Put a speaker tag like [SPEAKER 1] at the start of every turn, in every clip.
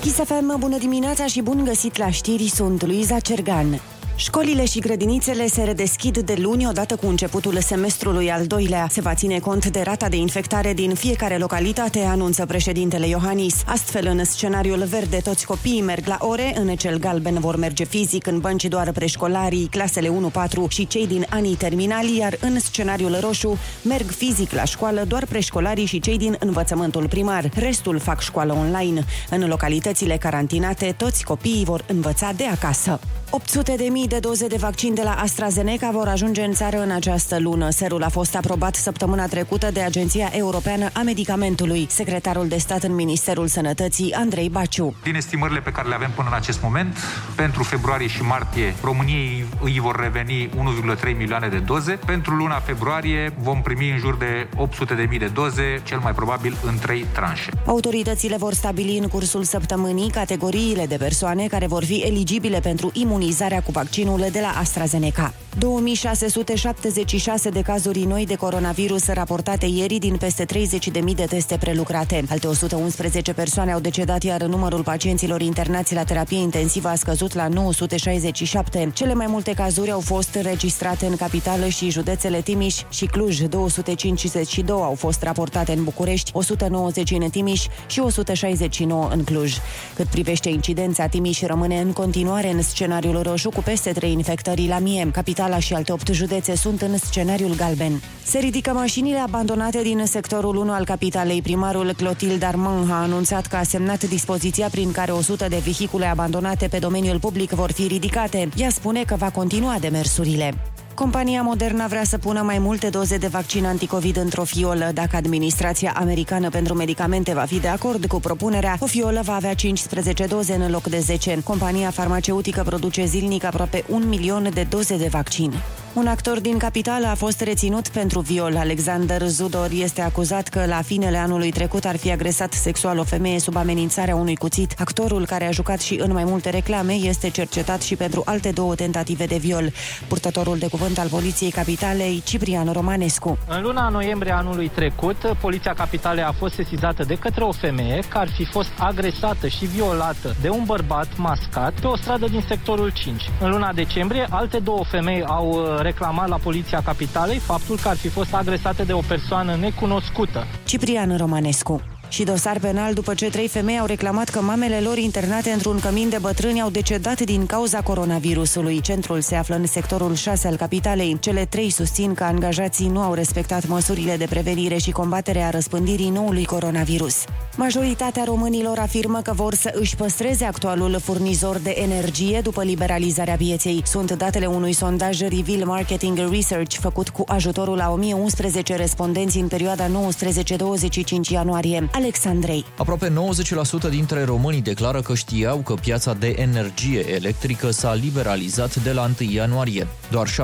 [SPEAKER 1] Kiss FM, bună dimineața și bun găsit la știri, sunt Luiza Cergan. Școlile și grădinițele se redeschid de luni odată cu începutul semestrului al doilea. Se va ține cont de rata de infectare din fiecare localitate, anunță președintele Iohannis. Astfel, în scenariul verde, toți copiii merg la ore, în cel galben vor merge fizic, în bănci doar preșcolarii, clasele 1-4 și cei din anii terminali, iar în scenariul roșu merg fizic la școală doar preșcolarii și cei din învățământul primar. Restul fac școală online. În localitățile carantinate, toți copiii vor învăța de acasă. 800 de mii de doze de vaccin de la AstraZeneca vor ajunge în țară în această lună. Serul a fost aprobat săptămâna trecută de Agenția Europeană a Medicamentului, secretarul de stat în Ministerul Sănătății, Andrei Baciu.
[SPEAKER 2] Din estimările pe care le avem până în acest moment, pentru februarie și martie, României îi vor reveni 1,3 milioane de doze. Pentru luna februarie vom primi în jur de 800 de mii de doze, cel mai probabil în trei tranșe.
[SPEAKER 1] Autoritățile vor stabili în cursul săptămânii categoriile de persoane care vor fi eligibile pentru imunizarea cu vaccinul de la AstraZeneca. 2676 de cazuri noi de coronavirus raportate ieri din peste 30.000 de teste prelucrate. Alte 111 persoane au decedat, iar numărul pacienților internați la terapie intensivă a scăzut la 967. Cele mai multe cazuri au fost registrate în capitală și județele Timiș și Cluj. 252 au fost raportate în București, 190 în Timiș și 169 în Cluj. Cât privește incidența, Timiș rămâne în continuare în scenariul roșu cu peste 3 infectări la mie. Capitala și alte 8 județe sunt în scenariul galben. Se ridică mașinile abandonate din sectorul 1 al capitalei. Primarul Clotilde Armand a anunțat că a semnat dispoziția prin care 100 de vehicule abandonate pe domeniul public vor fi ridicate. Ea spune că va continua demersurile. Compania Moderna vrea să pună mai multe doze de vaccin anticovid într-o fiolă. Dacă Administrația Americană pentru Medicamente va fi de acord cu propunerea, o fiolă va avea 15 doze în loc de 10. Compania farmaceutică produce zilnic aproape un milion de doze de vaccin. Un actor din capitală a fost reținut pentru viol. Alexander Zudor este acuzat că la finele anului trecut ar fi agresat sexual o femeie sub amenințarea unui cuțit. Actorul care a jucat și în mai multe reclame este cercetat și pentru alte două tentative de viol. Purtătorul de cuvânt al Poliției Capitalei, Ciprian Romanescu.
[SPEAKER 3] În luna noiembrie anului trecut, Poliția Capitalei a fost sesizată de către o femeie care ar fi fost agresată și violată de un bărbat mascat pe o stradă din sectorul 5. În luna decembrie, alte două femei au uh, reclamat la Poliția Capitalei faptul că ar fi fost agresate de o persoană necunoscută.
[SPEAKER 1] Ciprian Romanescu și dosar penal după ce trei femei au reclamat că mamele lor internate într-un cămin de bătrâni au decedat din cauza coronavirusului. Centrul se află în sectorul 6 al capitalei. Cele trei susțin că angajații nu au respectat măsurile de prevenire și combatere a răspândirii noului coronavirus. Majoritatea românilor afirmă că vor să își păstreze actualul furnizor de energie după liberalizarea pieței. Sunt datele unui sondaj Reveal Marketing Research făcut cu ajutorul a 1011 respondenți în perioada 19-25 ianuarie. Alexandrei.
[SPEAKER 4] Aproape 90% dintre românii declară că știau că piața de energie electrică s-a liberalizat de la 1 ianuarie. Doar 7%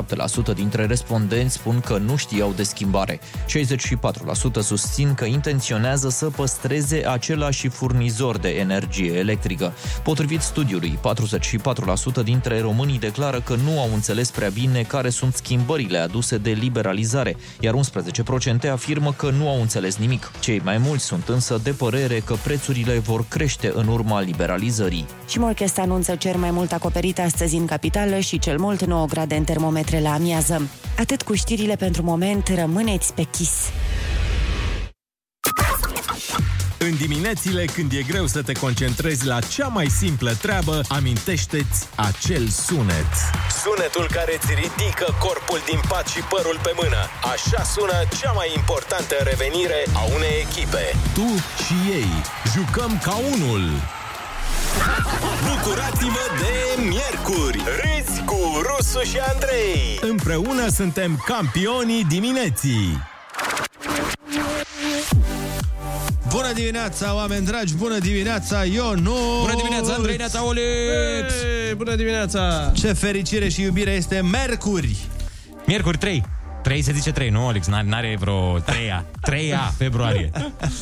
[SPEAKER 4] dintre respondenți spun că nu știau de schimbare. 64% susțin că intenționează să păstreze același furnizor de energie electrică. Potrivit studiului, 44% dintre românii declară că nu au înțeles prea bine care sunt schimbările aduse de liberalizare, iar 11% afirmă că nu au înțeles nimic. Cei mai mulți sunt însă însă de părere că prețurile vor crește în urma liberalizării.
[SPEAKER 1] Și Morchest anunță cer mai mult acoperit astăzi în capitală și cel mult 9 grade în termometre la amiază. Atât cu știrile pentru moment, rămâneți pe chis.
[SPEAKER 5] În diminețile când e greu să te concentrezi la cea mai simplă treabă, amintește-ți acel sunet.
[SPEAKER 6] Sunetul care îți ridică corpul din pat și părul pe mână. Așa sună cea mai importantă revenire a unei echipe.
[SPEAKER 5] Tu și ei jucăm ca unul.
[SPEAKER 6] Bucurați-vă de miercuri! Râzi cu Rusu și Andrei!
[SPEAKER 5] Împreună suntem campionii dimineții.
[SPEAKER 7] Bună dimineața, oameni dragi! Bună dimineața, Ionut!
[SPEAKER 8] Bună dimineața, Andrei Neataolit!
[SPEAKER 7] Bună dimineața! Ce fericire și iubire este Mercuri!
[SPEAKER 8] Miercuri 3. 3 se zice 3, nu, Alex? N- N-are vreo 3-a. 3-a februarie.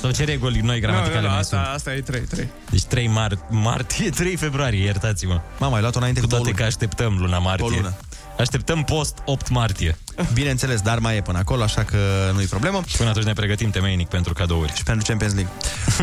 [SPEAKER 8] Sau ce reguli noi gramaticale mai sunt?
[SPEAKER 7] asta e 3, 3.
[SPEAKER 8] Deci 3 mar- martie, 3 februarie, iertați-mă.
[SPEAKER 7] Mama, ai luat-o înainte
[SPEAKER 8] Cu
[SPEAKER 7] cu două
[SPEAKER 8] toate că
[SPEAKER 7] luni.
[SPEAKER 8] așteptăm luna martie.
[SPEAKER 7] lună.
[SPEAKER 8] Așteptăm post 8 martie.
[SPEAKER 7] Bineînțeles, dar mai e până acolo, așa că nu-i problemă.
[SPEAKER 8] Până atunci ne pregătim temeinic pentru cadouri.
[SPEAKER 7] Și pentru Champions League.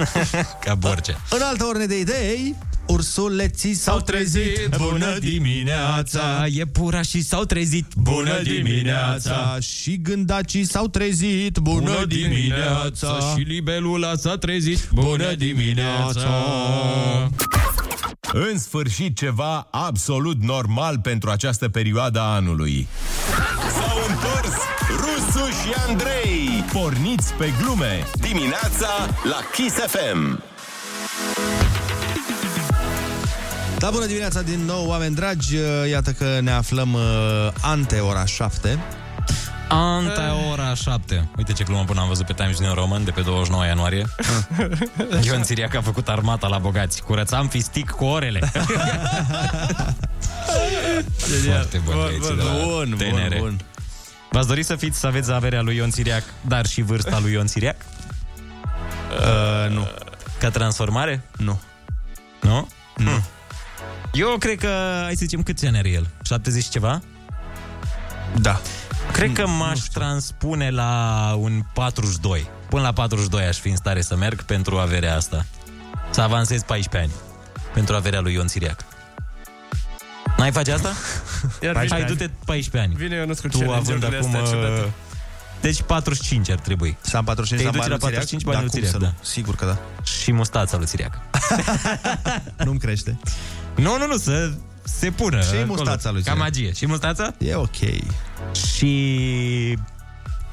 [SPEAKER 8] Ca Borge.
[SPEAKER 7] În altă ordine de idei, ursuleții s-au trezit, bună dimineața!
[SPEAKER 8] Iepurașii s-au trezit,
[SPEAKER 7] Bună dimineața! Și gândacii s-au trezit, bună dimineața! Și
[SPEAKER 8] libelula s-a trezit,
[SPEAKER 7] bună dimineața!
[SPEAKER 6] În sfârșit ceva absolut normal pentru această perioadă a anului. S-au întors Rusu și Andrei. Porniți pe glume dimineața la Kiss FM.
[SPEAKER 7] Da, bună dimineața din nou, oameni dragi! Iată că ne aflăm uh, ante ora 7.
[SPEAKER 8] Anta ora 7. Uite ce glumă bună am văzut pe Times New Roman de pe 29 ianuarie.
[SPEAKER 7] Ah.
[SPEAKER 8] Ion Siriac a făcut armata la bogați. Curățam fistic cu orele. Foarte bun, bun, bun, tenere. Bun, bun. V-ați dori să fiți, să aveți averea lui Ion Siriac, dar și vârsta lui Ion Siriac?
[SPEAKER 7] Uh, nu.
[SPEAKER 8] Ca transformare?
[SPEAKER 7] Nu.
[SPEAKER 8] Nu? Nu. Eu cred că, hai să zicem, câți ani are el? 70 ceva?
[SPEAKER 7] Da.
[SPEAKER 8] Cred că m-aș transpune la un 42. Până la 42 aș fi în stare să merg pentru averea asta. Să avansez 14 ani. Pentru averea lui Ion Siriac. N-ai face asta?
[SPEAKER 9] Iar vine,
[SPEAKER 8] Hai, du-te 14 ani.
[SPEAKER 9] vine Ionuț cu
[SPEAKER 8] Tu având
[SPEAKER 9] challenge-urile
[SPEAKER 8] acum...
[SPEAKER 9] astea ciudate.
[SPEAKER 8] uh, Deci 45 ar trebui.
[SPEAKER 7] S-a 45
[SPEAKER 8] Te-ai duce la 45 bani
[SPEAKER 7] da,
[SPEAKER 8] lui
[SPEAKER 7] cum
[SPEAKER 8] Țiriac,
[SPEAKER 7] să nu?
[SPEAKER 8] da.
[SPEAKER 7] Sigur că da.
[SPEAKER 8] Și mustața lui Siriac.
[SPEAKER 7] Nu-mi crește.
[SPEAKER 8] Nu, nu, nu, să se pună.
[SPEAKER 7] Și
[SPEAKER 8] acolo.
[SPEAKER 7] mustața lui
[SPEAKER 8] Ca
[SPEAKER 7] Siriac.
[SPEAKER 8] magie. Și mustața?
[SPEAKER 7] E ok.
[SPEAKER 8] Și...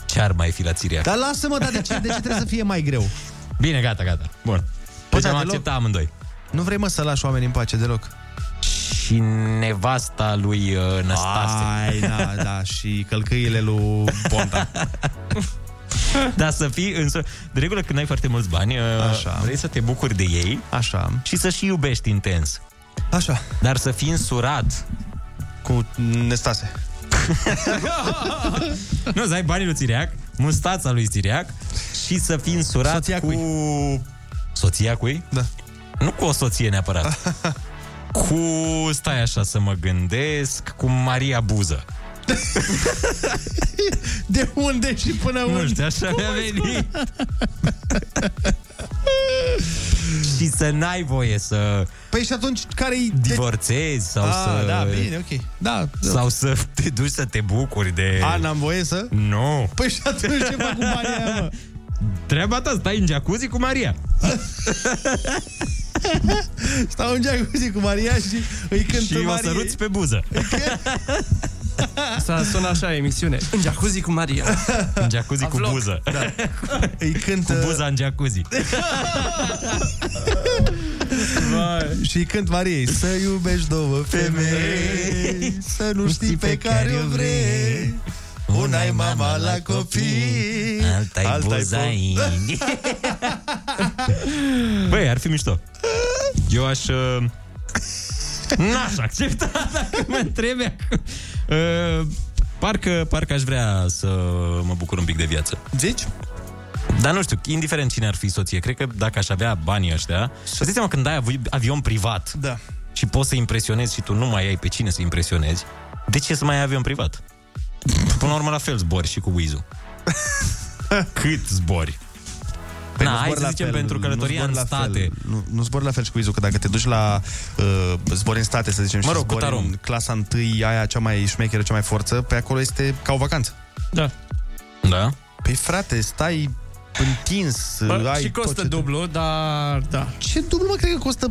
[SPEAKER 8] Ce ar mai fi la Siriac?
[SPEAKER 7] Dar lasă-mă, dar de ce, de ce trebuie să fie mai greu?
[SPEAKER 8] Bine, gata, gata. Bun. Deci
[SPEAKER 7] Poți da
[SPEAKER 8] am
[SPEAKER 7] deloc?
[SPEAKER 8] acceptat amândoi.
[SPEAKER 7] Nu vrei, mă, să lași oamenii în pace deloc.
[SPEAKER 8] Și nevasta lui uh, Năstase.
[SPEAKER 7] Ai, da, da, și călcâiile lui Ponta.
[SPEAKER 8] Dar Da, să fii însă... De regulă, când ai foarte mulți bani, uh,
[SPEAKER 7] Așa.
[SPEAKER 8] vrei să te bucuri de ei
[SPEAKER 7] Așa.
[SPEAKER 8] și să și iubești intens.
[SPEAKER 7] Așa.
[SPEAKER 8] Dar să fii însurat.
[SPEAKER 7] Cu Nestase.
[SPEAKER 8] nu, să ai banii lui Țiriac, mustața lui Țiriac și să fii însurat
[SPEAKER 7] Soția
[SPEAKER 8] cu...
[SPEAKER 7] cui?
[SPEAKER 8] Soția cui?
[SPEAKER 7] Da.
[SPEAKER 8] Nu cu o soție neapărat. cu... Stai așa să mă gândesc, cu Maria Buză.
[SPEAKER 7] De unde și până
[SPEAKER 8] Nu știu, așa mi-a venit. și să n-ai voie să
[SPEAKER 7] Păi și atunci care-i...
[SPEAKER 8] divorțezi sau
[SPEAKER 7] Ah,
[SPEAKER 8] să...
[SPEAKER 7] da, bine, ok. Da.
[SPEAKER 8] Sau să te duci să te bucuri de...
[SPEAKER 7] A, n-am voie să?
[SPEAKER 8] Nu.
[SPEAKER 7] Păi și atunci ce fac cu banii aia, mă?
[SPEAKER 8] Treaba ta, stai în jacuzzi cu Maria.
[SPEAKER 7] Stau în jacuzzi cu Maria și îi cânt
[SPEAKER 8] și
[SPEAKER 7] Mariei.
[SPEAKER 8] o săruți pe buză.
[SPEAKER 9] Să sună așa emisiune. În jacuzzi cu Maria.
[SPEAKER 8] În jacuzzi cu
[SPEAKER 9] vlog.
[SPEAKER 8] buză.
[SPEAKER 7] Da. Îi cânt, uh,
[SPEAKER 8] Cu buza în jacuzzi.
[SPEAKER 7] și îi cânt Mariei. Să iubești două femei, să nu știi pe care o vrei. Una e mama la copii,
[SPEAKER 8] Alta-i,
[SPEAKER 7] alta-i
[SPEAKER 8] buzaini. Băi, ar fi mișto. Eu aș... Uh... N-aș accepta dacă mă întrebi acum. uh, parcă, parcă aș vrea să mă bucur un pic de viață.
[SPEAKER 7] Zici?
[SPEAKER 8] Dar nu știu, indiferent cine ar fi soție, cred că dacă aș avea banii ăștia, să zici seama când ai avi- avion privat
[SPEAKER 7] Da.
[SPEAKER 8] și poți să impresionezi și tu nu mai ai pe cine să impresionezi, de ce să mai ai avion privat? Până la urmă la fel zbori și cu Wizu. Cât zbori? Păi
[SPEAKER 7] nu
[SPEAKER 8] Na, hai
[SPEAKER 7] zbor
[SPEAKER 8] să
[SPEAKER 7] la
[SPEAKER 8] zicem
[SPEAKER 7] fel,
[SPEAKER 8] pentru
[SPEAKER 7] nu
[SPEAKER 8] călătoria
[SPEAKER 7] zbor
[SPEAKER 8] în
[SPEAKER 7] la
[SPEAKER 8] state.
[SPEAKER 7] Fel, nu, nu zbor la fel și cu Izu, că dacă te duci la uh, zbori în state, să zicem,
[SPEAKER 8] Mă rog,
[SPEAKER 7] și
[SPEAKER 8] cu
[SPEAKER 7] zbori
[SPEAKER 8] tarom.
[SPEAKER 7] în clasa întâi, aia cea mai șmecheră, cea mai forță, pe acolo este ca o vacanță.
[SPEAKER 9] Da.
[SPEAKER 8] Da?
[SPEAKER 7] Păi frate, stai întins,
[SPEAKER 9] Bă,
[SPEAKER 7] ai
[SPEAKER 9] și
[SPEAKER 7] tot
[SPEAKER 9] costă
[SPEAKER 7] ce-
[SPEAKER 9] dublu, dar da.
[SPEAKER 7] Ce dublu, mă, cred că costă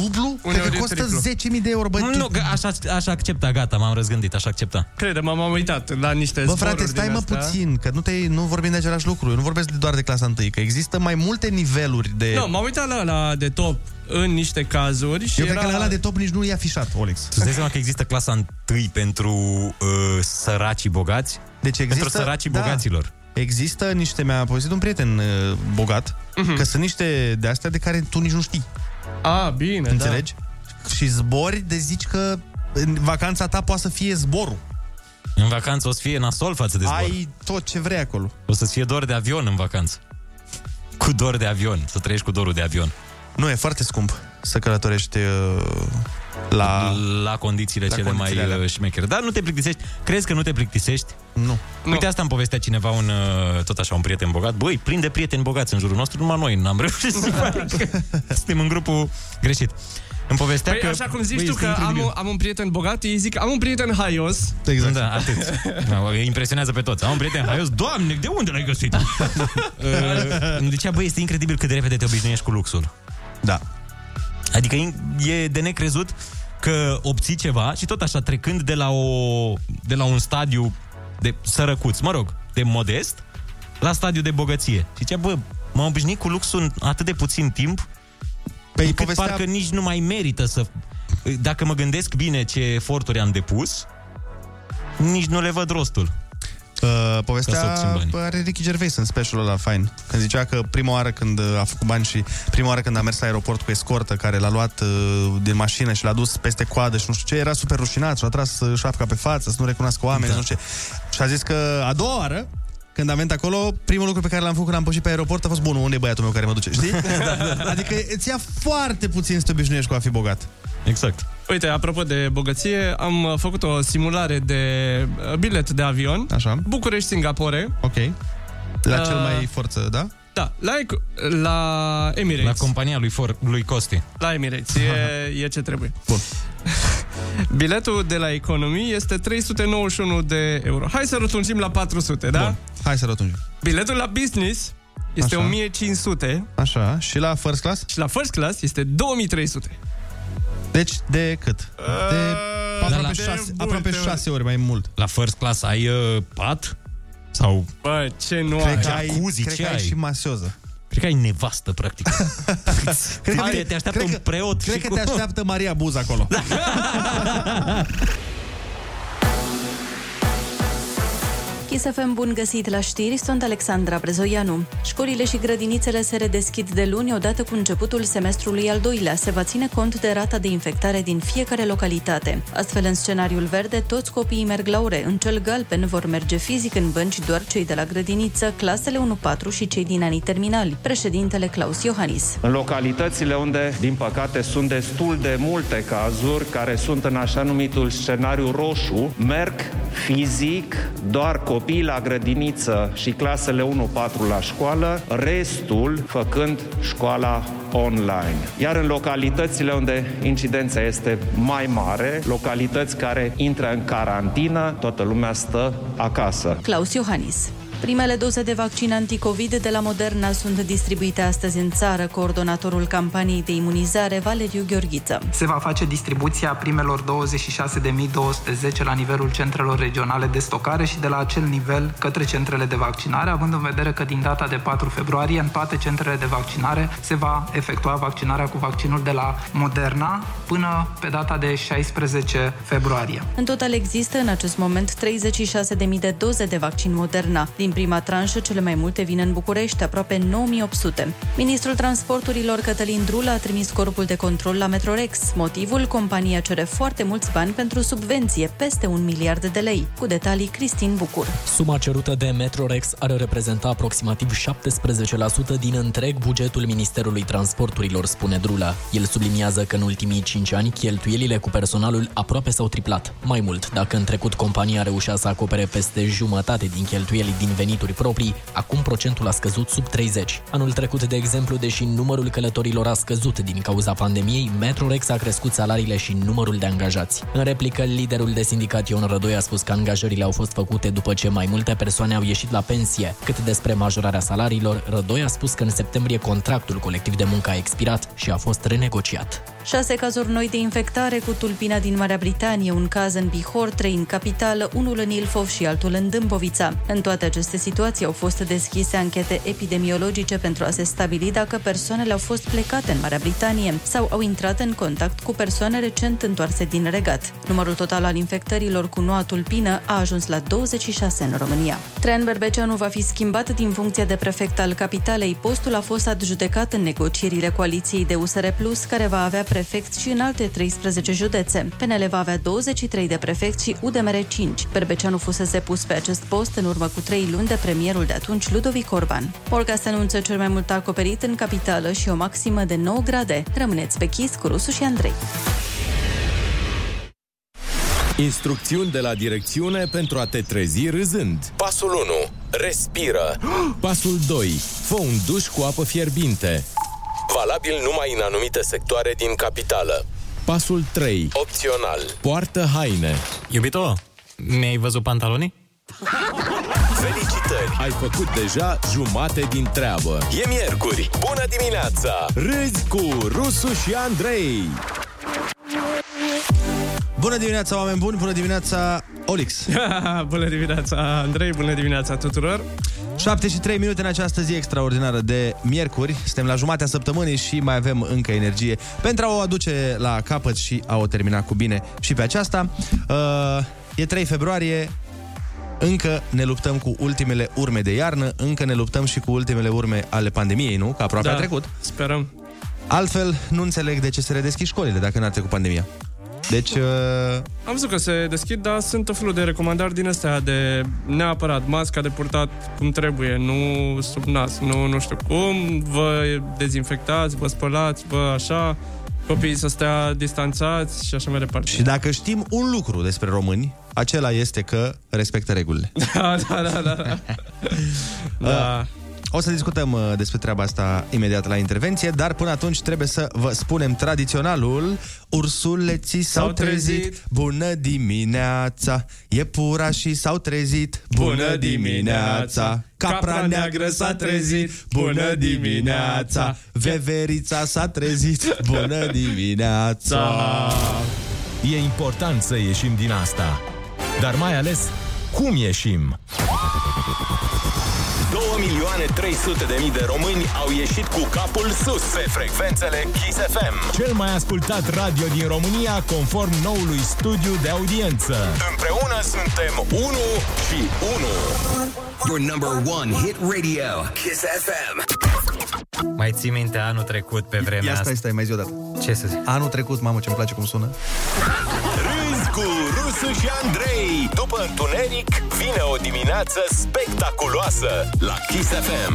[SPEAKER 7] dublu? cred că
[SPEAKER 9] Uneori e
[SPEAKER 7] costă
[SPEAKER 9] triplu.
[SPEAKER 7] 10.000 de euro, bă,
[SPEAKER 8] Nu,
[SPEAKER 7] tu-
[SPEAKER 8] că aș, aș accepta, gata, m-am răzgândit, aș accepta.
[SPEAKER 9] Crede, m-am uitat la niște
[SPEAKER 7] Bă,
[SPEAKER 9] zboruri
[SPEAKER 7] frate, stai
[SPEAKER 9] din
[SPEAKER 7] mă
[SPEAKER 9] astea.
[SPEAKER 7] puțin, că nu, te, nu vorbim de același lucru. Eu nu vorbesc doar de clasa întâi, că există mai multe niveluri de...
[SPEAKER 9] Nu, m-am uitat la, la de top în niște cazuri și
[SPEAKER 7] Eu
[SPEAKER 9] era...
[SPEAKER 7] cred că la ăla de top nici nu e afișat, Olex.
[SPEAKER 8] Tu îți dai seama că există clasa întâi pentru uh, săracii bogați?
[SPEAKER 7] Deci există...
[SPEAKER 8] Pentru săracii
[SPEAKER 7] da.
[SPEAKER 8] bogaților.
[SPEAKER 7] Există niște, mi-a povestit un prieten uh, bogat, uh-huh. că sunt niște de astea de care tu nici nu știi,
[SPEAKER 9] A, bine,
[SPEAKER 7] da. înțelegi? Și zbori de zici că în vacanța ta poate să fie zborul.
[SPEAKER 8] În vacanță o să fie nasol față de zbor. Ai...
[SPEAKER 7] Ai tot ce vrei acolo.
[SPEAKER 8] O să-ți fie dor de avion în vacanță. Cu dor de avion, să trăiești cu dorul de avion.
[SPEAKER 7] Nu, e foarte scump să călătorești uh,
[SPEAKER 8] La, la condițiile la cele
[SPEAKER 9] condițiile
[SPEAKER 8] mai alea. șmecheri. Dar nu te plictisești? Crezi că nu te plictisești?
[SPEAKER 7] Nu.
[SPEAKER 8] Uite, asta îmi povestea cineva, un, uh, tot așa, un prieten bogat. Băi, plin de prieteni bogați în jurul nostru, numai noi n-am reușit să facem. Suntem în grupul greșit. Îmi povestea
[SPEAKER 9] Păi,
[SPEAKER 8] că...
[SPEAKER 9] așa cum zici
[SPEAKER 8] Băi,
[SPEAKER 9] tu
[SPEAKER 8] este
[SPEAKER 9] că am,
[SPEAKER 8] incredibil.
[SPEAKER 9] un- am un prieten bogat, ei zic, am un prieten haios.
[SPEAKER 7] Exact.
[SPEAKER 8] Da, atât. Da, Îi impresionează pe toți. Am un prieten haios. Doamne, de unde l-ai găsit? Uh, Îmi zicea, băi, este incredibil cât de repede te obișnuiești cu luxul.
[SPEAKER 7] Da.
[SPEAKER 8] Adică in- e de necrezut că obții ceva și tot așa, trecând de la, o, de la un stadiu de sărăcuț, mă rog, de modest, la stadiu de bogăție. Și zicea, bă, m-am obișnuit cu luxul în atât de puțin timp,
[SPEAKER 7] Păi
[SPEAKER 8] încât parcă nici nu mai merită să... Dacă mă gândesc bine ce eforturi am depus, nici nu le văd rostul.
[SPEAKER 7] Uh,
[SPEAKER 8] Ca să obțin
[SPEAKER 7] povestea
[SPEAKER 8] banii.
[SPEAKER 7] are Ricky Gervais în specialul ăla fain. Când zicea că prima oară când uh, a făcut bani și prima oară când a mers la aeroport cu escortă care l-a luat uh, din mașină și l-a dus peste coadă și nu știu ce, era super rușinat și a tras uh, șapca pe față să nu recunoască oameni, da. nu știu ce. Și a zis că a doua oară când am venit acolo, primul lucru pe care l-am făcut când am pășit pe aeroport a fost bunul, unde e băiatul meu care mă duce, știi? Da, Adică îți ia foarte puțin să te obișnuiești cu a fi bogat.
[SPEAKER 8] Exact.
[SPEAKER 9] Uite, apropo de bogăție, am uh, făcut o simulare de uh, bilet de avion.
[SPEAKER 7] Așa.
[SPEAKER 9] București-Singapore.
[SPEAKER 7] Ok. La
[SPEAKER 9] Uh,
[SPEAKER 7] cel mai forță, da?
[SPEAKER 9] Da, la, Ec- la Emirates.
[SPEAKER 8] La compania lui, For, lui Costi.
[SPEAKER 9] La Emirates, e, e ce trebuie.
[SPEAKER 7] Bun.
[SPEAKER 9] Biletul de la economii este 391 de euro. Hai să rotungim la 400, da?
[SPEAKER 7] Bun. Hai să rotunjim.
[SPEAKER 9] Biletul la business este
[SPEAKER 7] Așa.
[SPEAKER 9] 1500
[SPEAKER 7] Așa, și la first class?
[SPEAKER 9] și la first class este 2300.
[SPEAKER 7] Deci de cât? De aproape,
[SPEAKER 9] de
[SPEAKER 7] șase,
[SPEAKER 9] multe
[SPEAKER 7] aproape
[SPEAKER 9] ori.
[SPEAKER 7] șase ori mai mult.
[SPEAKER 8] La first class ai uh, pat? Sau
[SPEAKER 9] Bă, ce nu
[SPEAKER 7] Cred
[SPEAKER 9] ai.
[SPEAKER 7] că ai,
[SPEAKER 8] jacuzzi,
[SPEAKER 7] cred
[SPEAKER 8] ce
[SPEAKER 7] că ai
[SPEAKER 8] ai?
[SPEAKER 7] și maseză.
[SPEAKER 8] Cred că ai nevastă, practic. cred că te, te așteaptă
[SPEAKER 7] cred
[SPEAKER 8] un
[SPEAKER 7] că-
[SPEAKER 8] preot
[SPEAKER 7] Cred
[SPEAKER 8] și
[SPEAKER 7] că
[SPEAKER 8] cu...
[SPEAKER 7] te așteaptă Maria Buz acolo. Da.
[SPEAKER 10] Chisafem bun găsit la știri, sunt Alexandra Brezoianu. Școlile și grădinițele se redeschid de luni odată cu începutul semestrului al doilea. Se va ține cont de rata de infectare din fiecare localitate. Astfel, în scenariul verde, toți copiii merg la ore. În cel galben vor merge fizic în bănci doar cei de la grădiniță, clasele 1-4 și cei din anii terminali. Președintele Claus Iohannis.
[SPEAKER 11] În localitățile unde, din păcate, sunt destul de multe cazuri care sunt în așa numitul scenariu roșu, merg fizic doar copiii la grădiniță și clasele 1-4 la școală, restul făcând școala online. Iar în localitățile unde incidența este mai mare, localități care intră în carantină, toată lumea stă acasă.
[SPEAKER 10] Claus Iohannis. Primele doze de vaccin anticovid de la Moderna sunt distribuite astăzi în țară. Coordonatorul campaniei de imunizare, Valeriu Gheorghiță.
[SPEAKER 12] Se va face distribuția primelor 26.210 la nivelul centrelor regionale de stocare și de la acel nivel către centrele de vaccinare, având în vedere că din data de 4 februarie în toate centrele de vaccinare se va efectua vaccinarea cu vaccinul de la Moderna până pe data de 16 februarie.
[SPEAKER 10] În total există în acest moment 36.000 de doze de vaccin Moderna. Din prima tranșă, cele mai multe vin în București, aproape 9.800. Ministrul Transporturilor Cătălin Drula a trimis corpul de control la Metrorex. Motivul, compania cere foarte mulți bani pentru subvenție, peste un miliard de lei. Cu detalii, Cristin Bucur.
[SPEAKER 13] Suma cerută de Metrorex ar reprezenta aproximativ 17% din întreg bugetul Ministerului Transporturilor, spune Drula. El subliniază că în ultimii 5 ani cheltuielile cu personalul aproape s-au triplat. Mai mult, dacă în trecut compania reușea să acopere peste jumătate din cheltuieli din venituri proprii, acum procentul a scăzut sub 30. Anul trecut, de exemplu, deși numărul călătorilor a scăzut din cauza pandemiei, Metrorex a crescut salariile și numărul de angajați. În replică, liderul de sindicat Ion Rădoi a spus că angajările au fost făcute după ce mai multe persoane au ieșit la pensie. Cât despre majorarea salariilor, Rădoi a spus că în septembrie contractul colectiv de muncă a expirat și a fost renegociat.
[SPEAKER 10] Șase cazuri noi de infectare cu tulpina din Marea Britanie, un caz în Bihor, trei în capitală, unul în Ilfov și altul în Dâmbovița. În toate aceste situații au fost deschise anchete epidemiologice pentru a se stabili dacă persoanele au fost plecate în Marea Britanie sau au intrat în contact cu persoane recent întoarse din regat. Numărul total al infectărilor cu noua tulpină a ajuns la 26 în România. Traian Berbeceanu Deci va fi schimbat din funcția de prefect al capitalei. Postul a fost adjudecat în negocierile coaliției de USR Plus, care va avea prefect și în alte 13 județe. PNL va avea 23 de prefecți și UDMR 5. Berbeceanu fusese pus pe acest post în urmă cu 3 luni de premierul de atunci, Ludovic Orban. Olga se anunță cel mai mult acoperit în capitală și o maximă de 9 grade. Rămâneți pe chis cu Rusu și Andrei.
[SPEAKER 14] Instrucțiuni de la direcțiune pentru a te trezi râzând.
[SPEAKER 6] Pasul 1. Respiră.
[SPEAKER 14] Pasul 2. Fă un duș cu apă fierbinte.
[SPEAKER 6] Valabil numai în anumite sectoare din capitală.
[SPEAKER 14] Pasul 3.
[SPEAKER 6] Opțional.
[SPEAKER 14] Poartă haine.
[SPEAKER 8] Iubito, mi-ai văzut pantalonii?
[SPEAKER 6] Felicitări!
[SPEAKER 14] Ai făcut deja jumate din treabă.
[SPEAKER 6] E miercuri. Bună dimineața!
[SPEAKER 14] Râzi cu Rusu și Andrei.
[SPEAKER 7] Bună dimineața, oameni buni! Bună dimineața, Olix!
[SPEAKER 9] bună dimineața, Andrei! Bună dimineața tuturor!
[SPEAKER 7] 7 și 3 minute în această zi extraordinară de miercuri. Suntem la jumatea săptămânii și mai avem încă energie pentru a o aduce la capăt și a o termina cu bine și pe aceasta. Uh, e 3 februarie, încă ne luptăm cu ultimele urme de iarnă, încă ne luptăm și cu ultimele urme ale pandemiei, nu? Că aproape da. a trecut.
[SPEAKER 9] Sperăm.
[SPEAKER 7] Altfel, nu înțeleg de ce se redeschid școlile dacă n-a trecut pandemia. Deci... Uh...
[SPEAKER 9] Am văzut că se deschid, dar sunt tot felul de recomandări din astea de neapărat masca de purtat cum trebuie, nu sub nas, nu, nu știu cum, vă dezinfectați, vă spălați, vă așa, copiii să stea distanțați și așa mai departe.
[SPEAKER 7] Și dacă știm un lucru despre români, acela este că respectă regulile.
[SPEAKER 9] Da, da, da, da. da. da.
[SPEAKER 7] O să discutăm uh, despre treaba asta imediat la intervenție, dar până atunci trebuie să vă spunem tradiționalul. Ursuleții s-au
[SPEAKER 9] S-au trezit.
[SPEAKER 7] trezit, bună dimineața! Iepurașii s-au trezit, bună dimineața! Capra neagră s-a trezit, bună dimineața! Veverița s-a trezit, bună
[SPEAKER 6] Da.
[SPEAKER 7] dimineața!
[SPEAKER 14] E important să ieșim din asta. Dar mai ales, cum ieșim?
[SPEAKER 6] 2 milioane 300 de mii de români au ieșit cu capul sus pe frecvențele Kiss FM.
[SPEAKER 14] Cel mai ascultat radio din România conform noului studiu de audiență.
[SPEAKER 6] Împreună suntem 1 și 1.
[SPEAKER 15] Your number one hit radio, Kiss FM.
[SPEAKER 8] Mai ții minte anul trecut pe vremea
[SPEAKER 7] Ia
[SPEAKER 8] asta?
[SPEAKER 7] stai, stai, mai zi odată.
[SPEAKER 8] Ce să zic?
[SPEAKER 7] Anul trecut, mamă, ce-mi place cum sună.
[SPEAKER 6] Râzi cu Rusu și Andrei. După întuneric, vine o dimineață spectaculoasă la Kiss FM.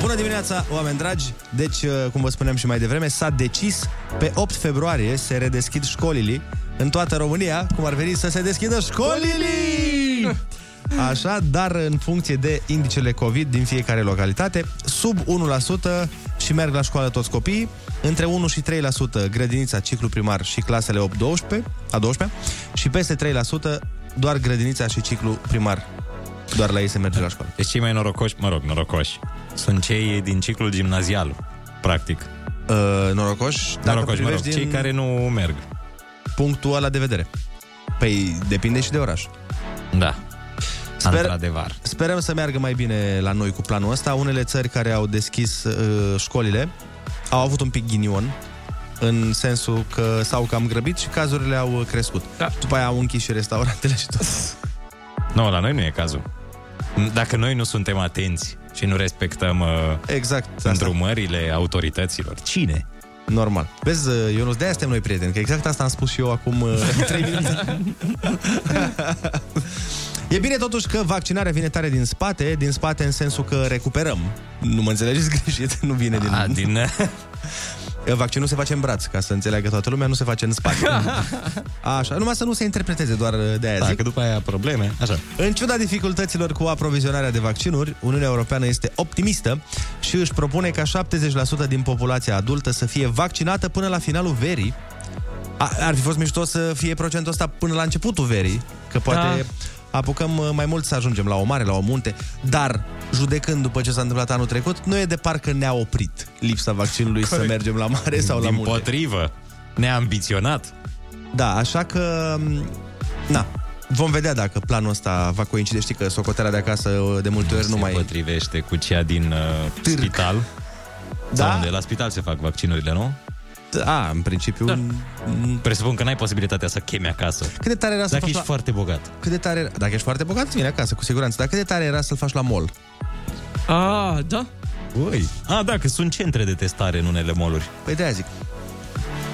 [SPEAKER 7] Bună dimineața, oameni dragi! Deci, uh, cum vă spuneam și mai devreme, s-a decis pe 8 februarie se redeschid școlile în toată România, cum ar veni să se deschidă școlile! Așa, dar în funcție de indicele COVID din fiecare localitate, sub 1% și merg la școală toți copiii, între 1 și 3% grădinița, ciclu primar și clasele 8-12, a 12 și peste 3% doar grădinița și ciclu primar. Doar la ei se merge la școală.
[SPEAKER 8] Deci cei mai norocoși, mă rog, norocoși, sunt cei din ciclul gimnazial, practic.
[SPEAKER 7] Uh, norocoși? Dacă
[SPEAKER 8] norocoși, mă rog,
[SPEAKER 7] privești
[SPEAKER 8] cei
[SPEAKER 7] din-
[SPEAKER 8] care nu merg.
[SPEAKER 7] punctul ăla de vedere. Păi depinde și de oraș.
[SPEAKER 8] Da.
[SPEAKER 7] Sper-
[SPEAKER 8] Într-adevăr.
[SPEAKER 7] Sperăm să meargă mai bine la noi cu planul ăsta. Unele țări care au deschis uh, școlile au avut un pic ghinion în sensul că s-au cam grăbit și cazurile au crescut. Da. După aia au închis și restaurantele și tot.
[SPEAKER 8] Nu, la noi nu e cazul. Dacă noi nu suntem atenți și nu respectăm uh,
[SPEAKER 7] exact
[SPEAKER 8] îndrumările autorităților, cine?
[SPEAKER 7] Normal. Vezi, uh, Ionuț, de-aia suntem noi prieteni, că exact asta am spus și eu acum uh, 3 minute. E bine totuși că vaccinarea vine tare din spate, din spate în sensul că recuperăm. Nu mă înțelegeți greșit, nu vine din... A,
[SPEAKER 8] din...
[SPEAKER 7] Vaccinul se face în braț, ca să înțeleagă toată lumea, nu se face în spate. Așa, numai să nu se interpreteze doar uh, de aia
[SPEAKER 8] Da,
[SPEAKER 7] zic.
[SPEAKER 8] că după aia probleme. Așa.
[SPEAKER 7] În ciuda dificultăților cu aprovizionarea de vaccinuri, Uniunea Europeană este optimistă și își propune ca 70% din populația adultă să fie vaccinată până la finalul verii. A, ar fi fost mișto să fie procentul ăsta până la începutul verii, că poate da. apucăm uh, mai mult să ajungem la o mare, la o munte, dar judecând după ce s-a întâmplat anul trecut, nu e de parcă ne-a oprit lipsa vaccinului Corect. să
[SPEAKER 8] Corect.
[SPEAKER 7] mergem la mare sau la
[SPEAKER 8] Din
[SPEAKER 7] munte.
[SPEAKER 8] potrivă, ne-a ambiționat.
[SPEAKER 7] Da, așa că... m, Na, vom vedea dacă planul ăsta va coincide. Știi că socoterea de acasă uh, de multe ori nu
[SPEAKER 8] se
[SPEAKER 7] mai...
[SPEAKER 8] potrivește cu cea din uh, spital.
[SPEAKER 7] Da?
[SPEAKER 8] Sau unde la spital se fac vaccinurile, nu?
[SPEAKER 7] Da, în principiu... Da.
[SPEAKER 8] Presupun că n-ai posibilitatea să chemi acasă. Cât
[SPEAKER 7] de tare era să
[SPEAKER 8] Dacă
[SPEAKER 7] faci
[SPEAKER 8] ești
[SPEAKER 7] la...
[SPEAKER 8] foarte bogat.
[SPEAKER 7] Cât de tare era... Dacă ești foarte bogat, îți vine acasă, cu siguranță. Dar cât de tare era să-l faci la mall?
[SPEAKER 9] Ah, da?
[SPEAKER 8] Ui. A, da, că sunt centre de testare în unele moluri.
[SPEAKER 7] Păi de zic.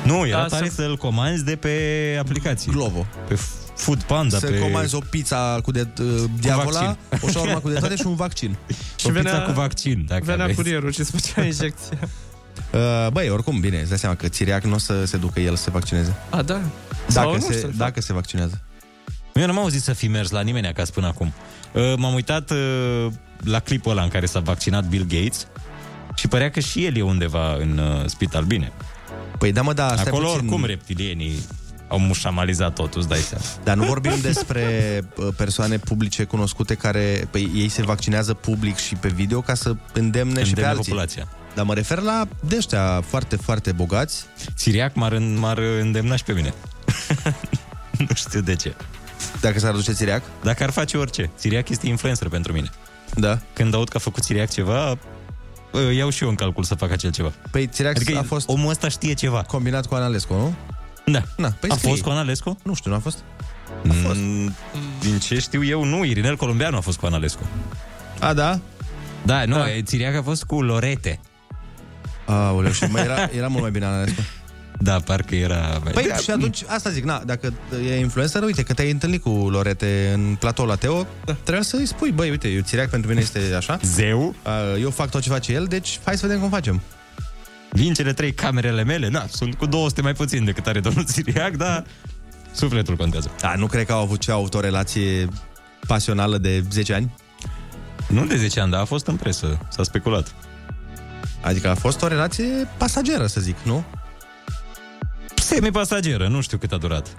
[SPEAKER 8] Nu, era
[SPEAKER 7] Da,
[SPEAKER 8] da, tare
[SPEAKER 7] să-
[SPEAKER 8] să... să-l comanzi de pe aplicații.
[SPEAKER 7] Glovo.
[SPEAKER 8] Pe F- Food Panda.
[SPEAKER 7] să
[SPEAKER 8] pe...
[SPEAKER 7] comanzi o pizza cu de uh, diavola,
[SPEAKER 8] vaccin.
[SPEAKER 7] o șaurma cu de toate și un vaccin.
[SPEAKER 8] Și O pizza venea- cu vaccin, dacă
[SPEAKER 9] Venea
[SPEAKER 8] aveți.
[SPEAKER 9] curierul și îți făcea injecție.
[SPEAKER 7] Uh, Băi, oricum, bine, îți dai seama că Țiriac nu o să se ducă el să se vaccineze.
[SPEAKER 9] A, da. Sau
[SPEAKER 7] Dacă,
[SPEAKER 9] nu
[SPEAKER 7] se,
[SPEAKER 9] știu, da. de
[SPEAKER 7] dacă se vaccinează.
[SPEAKER 8] Eu n-am auzit să fi mers la nimeni acasă până acum. Uh, M-am uitat uh, la clipul ăla în care s-a vaccinat Bill Gates și părea că și el e undeva în uh, spital. Bine.
[SPEAKER 7] Păi da, mă, da, stai
[SPEAKER 8] Acolo
[SPEAKER 7] puțin.
[SPEAKER 8] oricum reptilienii au mușamalizat totul, îți dai seama.
[SPEAKER 7] Dar nu vorbim despre uh, persoane publice cunoscute care păi, ei se vaccinează public și pe video ca să îndemne, și pe
[SPEAKER 8] Îndemne
[SPEAKER 7] alții.
[SPEAKER 8] populația.
[SPEAKER 7] Dar mă refer la de ăștia foarte, foarte bogați.
[SPEAKER 8] Siriac m-ar, m-ar îndemna și pe mine. nu știu de ce.
[SPEAKER 7] Dacă s-ar duce Țiriac?
[SPEAKER 8] Dacă ar face orice. Țiriac este influencer pentru mine.
[SPEAKER 7] Da.
[SPEAKER 8] Când aud că a făcut Țiriac ceva, bă, iau și eu în calcul să fac acel ceva.
[SPEAKER 7] Păi Țiriac
[SPEAKER 8] adică
[SPEAKER 7] a fost...
[SPEAKER 8] Omul ăsta știe ceva.
[SPEAKER 7] Combinat cu Analescu, nu?
[SPEAKER 8] Da.
[SPEAKER 7] Na, păi
[SPEAKER 8] a
[SPEAKER 7] scrie.
[SPEAKER 8] fost cu Analescu?
[SPEAKER 7] Nu știu, nu a fost?
[SPEAKER 8] A fost. Din ce știu eu, nu. Irinel Columbeanu a fost cu Analescu.
[SPEAKER 7] A, da?
[SPEAKER 8] Da, nu, da. Țiriac a fost cu Lorete.
[SPEAKER 7] Aoleu, și mai era, era mult mai bine Analescu.
[SPEAKER 8] Da, parcă era...
[SPEAKER 7] Păi da, și atunci, asta zic, na, dacă e influencer, uite că te-ai întâlnit cu Lorete în platou la Teo, da. trebuie să îi spui, băi, uite, eu Țiriac pentru mine este așa.
[SPEAKER 8] Zeu.
[SPEAKER 7] Eu fac tot ce face el, deci hai să vedem cum facem.
[SPEAKER 8] Din cele trei camerele mele, na, sunt cu 200 mai puțin decât are domnul Țiriac, dar sufletul contează.
[SPEAKER 7] Da, nu cred că au avut ce au avut o relație pasională de 10 ani?
[SPEAKER 8] Nu de 10 ani, dar a fost în presă, s-a speculat.
[SPEAKER 7] Adică a fost o relație pasageră, să zic, nu?
[SPEAKER 8] Semi-pasageră, nu știu cât a durat.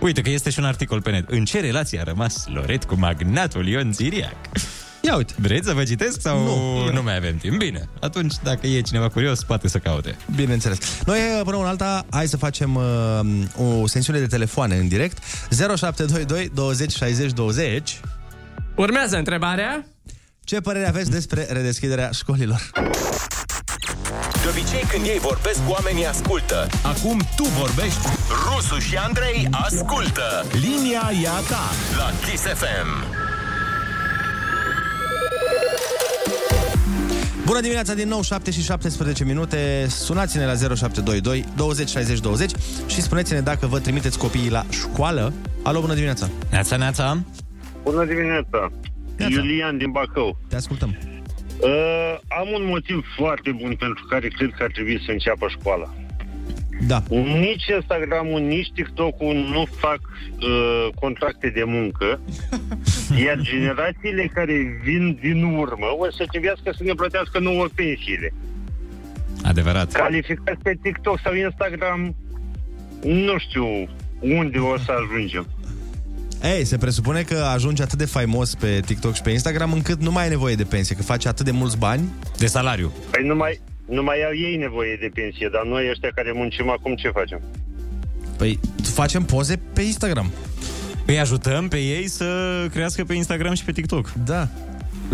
[SPEAKER 8] Uite că este și un articol pe net. În ce relație a rămas Loret cu magnatul Ion Țiriac?
[SPEAKER 7] Ia uite.
[SPEAKER 8] Vreți să vă citesc sau nu, nu mai avem timp? Bine, atunci dacă e cineva curios, poate să caute.
[SPEAKER 7] Bineînțeles. Noi, până una alta, hai să facem uh, o sensiune de telefoane în direct. 0722 20 60 20.
[SPEAKER 9] Urmează întrebarea.
[SPEAKER 7] Ce părere aveți despre redeschiderea școlilor?
[SPEAKER 16] De obicei când ei vorbesc, oamenii ascultă. Acum tu vorbești. Rusu și Andrei ascultă. Linia e a ta la Kiss FM.
[SPEAKER 7] Bună dimineața din nou, 7 și 17 minute. Sunați-ne la 0722 20 60 20 și spuneți-ne dacă vă trimiteți copiii la școală. Alo, bună dimineața!
[SPEAKER 8] Neața, neața!
[SPEAKER 17] Bună dimineața! Iulian din Bacău.
[SPEAKER 7] Te ascultăm!
[SPEAKER 17] Uh, am un motiv foarte bun pentru care cred că ar trebui să înceapă școala.
[SPEAKER 7] Da.
[SPEAKER 17] Nici Instagram-ul, nici TikTok-ul nu fac uh, contracte de muncă, iar generațiile care vin din urmă o să trebuiască să ne plătească nouă pensiile.
[SPEAKER 8] Adevărat.
[SPEAKER 17] Calificați pe TikTok sau Instagram, nu știu unde o să ajungem.
[SPEAKER 7] Ei, se presupune că ajungi atât de faimos pe TikTok și pe Instagram încât nu mai ai nevoie de pensie, că faci atât de mulți bani.
[SPEAKER 8] De salariu.
[SPEAKER 17] Păi nu mai, nu mai au ei nevoie de pensie, dar noi ăștia care muncim acum ce facem?
[SPEAKER 7] Păi, facem poze pe Instagram.
[SPEAKER 8] Îi ajutăm pe ei să crească pe Instagram și pe TikTok.
[SPEAKER 7] Da.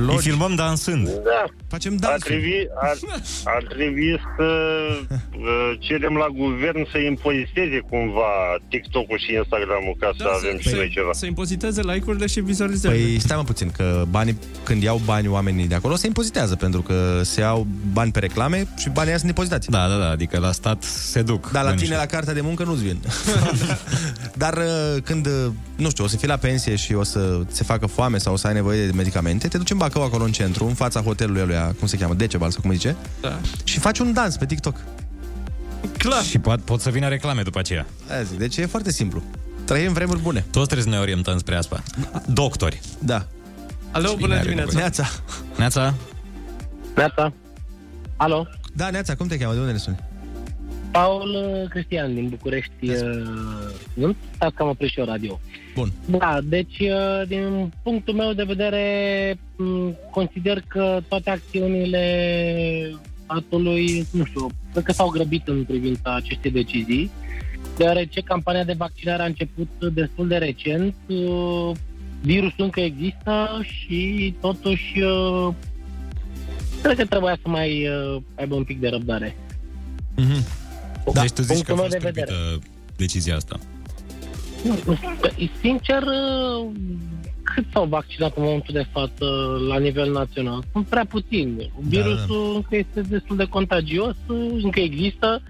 [SPEAKER 8] Îi filmăm dansând.
[SPEAKER 17] Da.
[SPEAKER 7] Facem
[SPEAKER 17] Ar trebui, ar, ar trebui să uh, cerem la guvern să impoziteze cumva TikTok-ul și Instagram-ul ca să da, avem și noi ceva.
[SPEAKER 9] Să impoziteze like-urile și vizualizările.
[SPEAKER 7] Păi stai mă puțin, că banii, când iau bani oamenii de acolo, se impozitează, pentru că se iau bani pe reclame și banii aia sunt impozitați.
[SPEAKER 8] Da, da, da, adică la stat se duc.
[SPEAKER 7] Dar la
[SPEAKER 8] Banii
[SPEAKER 7] tine, la cartea de muncă, nu-ți vin. Dar uh, când, uh, nu știu, o să fii la pensie și o să se facă foame sau o să ai nevoie de medicamente, te duci în Bacău, acolo în centru, în fața hotelului ăluia, cum se cheamă, Decebal sau cum îi zice,
[SPEAKER 9] Da.
[SPEAKER 7] și faci un dans pe TikTok.
[SPEAKER 9] Clar.
[SPEAKER 8] Și pot, pot să vină reclame după aceea.
[SPEAKER 7] Aia zic, deci e foarte simplu. Trăim vremuri bune.
[SPEAKER 8] Toți trebuie să ne orientăm spre asta. Doctori.
[SPEAKER 7] Da.
[SPEAKER 9] Alo,
[SPEAKER 8] Cine
[SPEAKER 9] bună
[SPEAKER 8] are
[SPEAKER 9] dimineața.
[SPEAKER 8] nevoie?
[SPEAKER 7] Neața.
[SPEAKER 8] Neața.
[SPEAKER 18] Neața. Alo.
[SPEAKER 7] Da, Neața, cum te cheamă? De unde ne suni?
[SPEAKER 18] Paul uh, Cristian din București. uh, Nu? Stați că am oprit și eu radio.
[SPEAKER 7] Bun.
[SPEAKER 18] Da, deci uh, din punctul meu de vedere m, consider că toate acțiunile statului, nu știu, cred că s-au grăbit în privința acestei decizii, deoarece campania de vaccinare a început destul de recent, uh, virusul încă există și totuși uh, cred că trebuia să mai uh, aibă un pic de răbdare.
[SPEAKER 8] Da. Deci tu zici că
[SPEAKER 18] Punctul
[SPEAKER 8] a
[SPEAKER 18] meu
[SPEAKER 8] fost
[SPEAKER 18] de vedere.
[SPEAKER 8] cârpită decizia asta.
[SPEAKER 18] Nu, Sincer, uh, cât s-au vaccinat în momentul de față la nivel național? Sunt prea puțini. Virusul da, da. încă este destul de contagios, uh, încă există.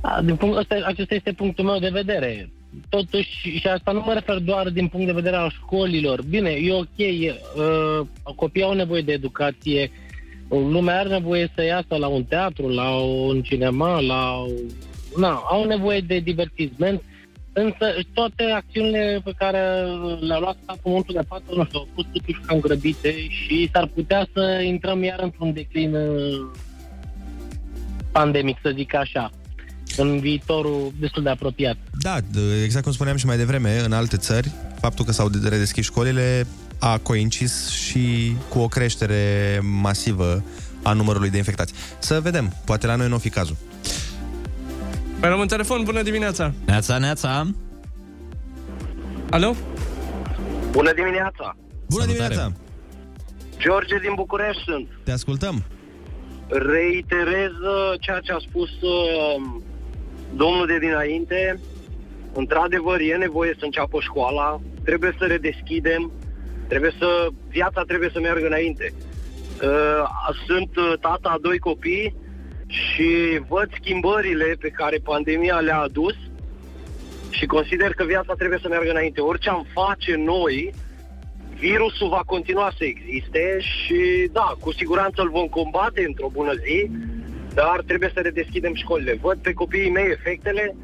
[SPEAKER 18] Da, Din punct, ăsta, acesta este punctul meu de vedere. Totuși, și asta nu mă refer doar din punct de vedere al școlilor. Bine, e ok, e, uh, copiii au nevoie de educație, Lumea are nevoie să iasă la un teatru, la un cinema, la... Na, au nevoie de divertisment, însă toate acțiunile pe care le-a luat statul în momentul de față, nu știu, au fost totuși cam grăbite și s-ar putea să intrăm iar într-un declin uh, pandemic, să zic așa, în viitorul destul de apropiat.
[SPEAKER 7] Da, d- exact cum spuneam și mai devreme, în alte țări, faptul că s-au de- redeschis școlile a coincis și cu o creștere masivă a numărului de infectați. Să vedem, poate la noi nu o fi cazul.
[SPEAKER 9] Mai luăm un telefon, bună dimineața!
[SPEAKER 8] Neața, neața!
[SPEAKER 9] Alo?
[SPEAKER 19] Bună dimineața!
[SPEAKER 7] Bună dimineața!
[SPEAKER 19] George din București sunt.
[SPEAKER 7] Te ascultăm!
[SPEAKER 19] Reiterez uh, ceea ce a spus uh, domnul de dinainte. Într-adevăr, e nevoie să înceapă școala, trebuie să redeschidem, trebuie să, viața trebuie să meargă înainte. Uh, Sunt uh, tata a doi copii și văd schimbările pe care pandemia le-a adus și consider că viața trebuie să meargă înainte. Orice am face noi, virusul va continua să existe și da, cu siguranță îl vom combate într-o bună zi, dar trebuie să redeschidem școlile. Văd pe copiii mei efectele,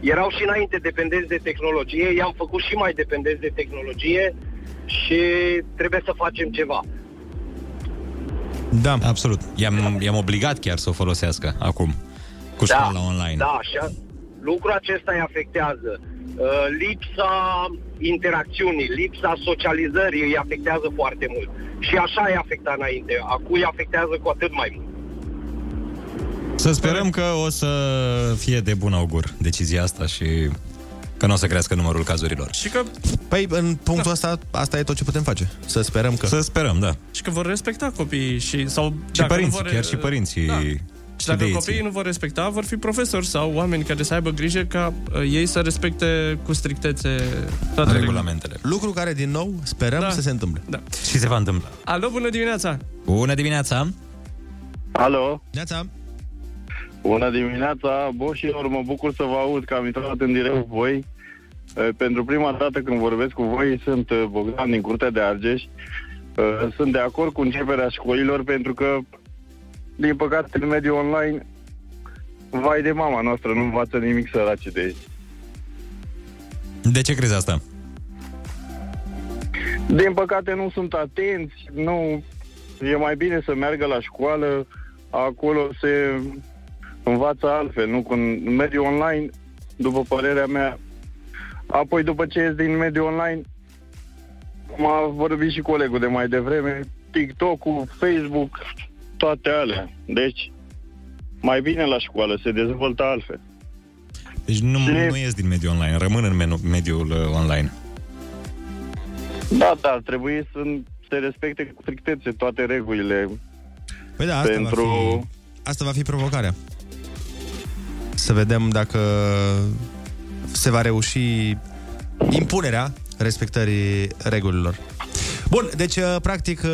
[SPEAKER 19] erau și înainte dependenți de tehnologie, i-am făcut și mai dependenți de tehnologie și trebuie să facem ceva.
[SPEAKER 7] Da,
[SPEAKER 8] absolut. I-am, i-am obligat chiar să o folosească acum, cu școala online.
[SPEAKER 19] Da, așa. Lucrul acesta îi afectează. Uh, Lipsa interacțiunii, lipsa socializării îi afectează foarte mult. Și așa îi afecta înainte. Acum îi afectează cu atât mai mult.
[SPEAKER 8] Să sperăm că o să fie de bun augur decizia asta și că nu o să crească numărul cazurilor.
[SPEAKER 9] Și că...
[SPEAKER 7] Păi, în punctul ăsta, asta e tot ce putem face. Să sperăm că...
[SPEAKER 8] Să sperăm, da.
[SPEAKER 9] Și că vor respecta copiii și... Sau,
[SPEAKER 8] Și părinții, chiar și părinții.
[SPEAKER 9] Da.
[SPEAKER 8] Și
[SPEAKER 9] Și dacă
[SPEAKER 8] de ei
[SPEAKER 9] copiii nu vor respecta, vor fi profesori sau oameni care să aibă grijă ca uh, ei să respecte cu strictețe toate
[SPEAKER 8] regulamentele.
[SPEAKER 7] Lucru care, din nou, sperăm
[SPEAKER 9] Da.
[SPEAKER 7] da. să se întâmple.
[SPEAKER 9] Da.
[SPEAKER 8] Și se va întâmpla.
[SPEAKER 9] Alo, bună dimineața!
[SPEAKER 8] Bună dimineața!
[SPEAKER 20] Alo?
[SPEAKER 7] Neața!
[SPEAKER 20] Bună dimineața, boșilor, mă bucur să vă aud că am intrat în direct cu voi. Eh, Pentru prima dată când vorbesc cu voi sunt eh, Bogdan din Curtea de Argeș. Eh, Sunt de acord cu începerea școlilor pentru că, din păcate, în mediul online, vai de mama noastră, nu învață nimic săraci de ei.
[SPEAKER 8] De ce crezi asta?
[SPEAKER 20] Din păcate nu sunt atenți, nu... E mai bine să meargă la școală, acolo se învață altfel, nu? Când în mediul online, după părerea mea, apoi după ce ies din mediul online, cum a vorbit și colegul de mai devreme, TikTok-ul, Facebook, toate alea. Deci, mai bine la școală, se dezvoltă altfel.
[SPEAKER 8] Deci nu, nu ies din mediul online, rămân în menu- mediul uh, online.
[SPEAKER 20] Da, da, ar trebui să se respecte cu strictețe toate regulile.
[SPEAKER 7] Păi da, asta
[SPEAKER 20] pentru...
[SPEAKER 7] va fi, asta va fi provocarea. Să vedem dacă se va reuși impunerea respectării regulilor. Bun, deci uh, practic, uh,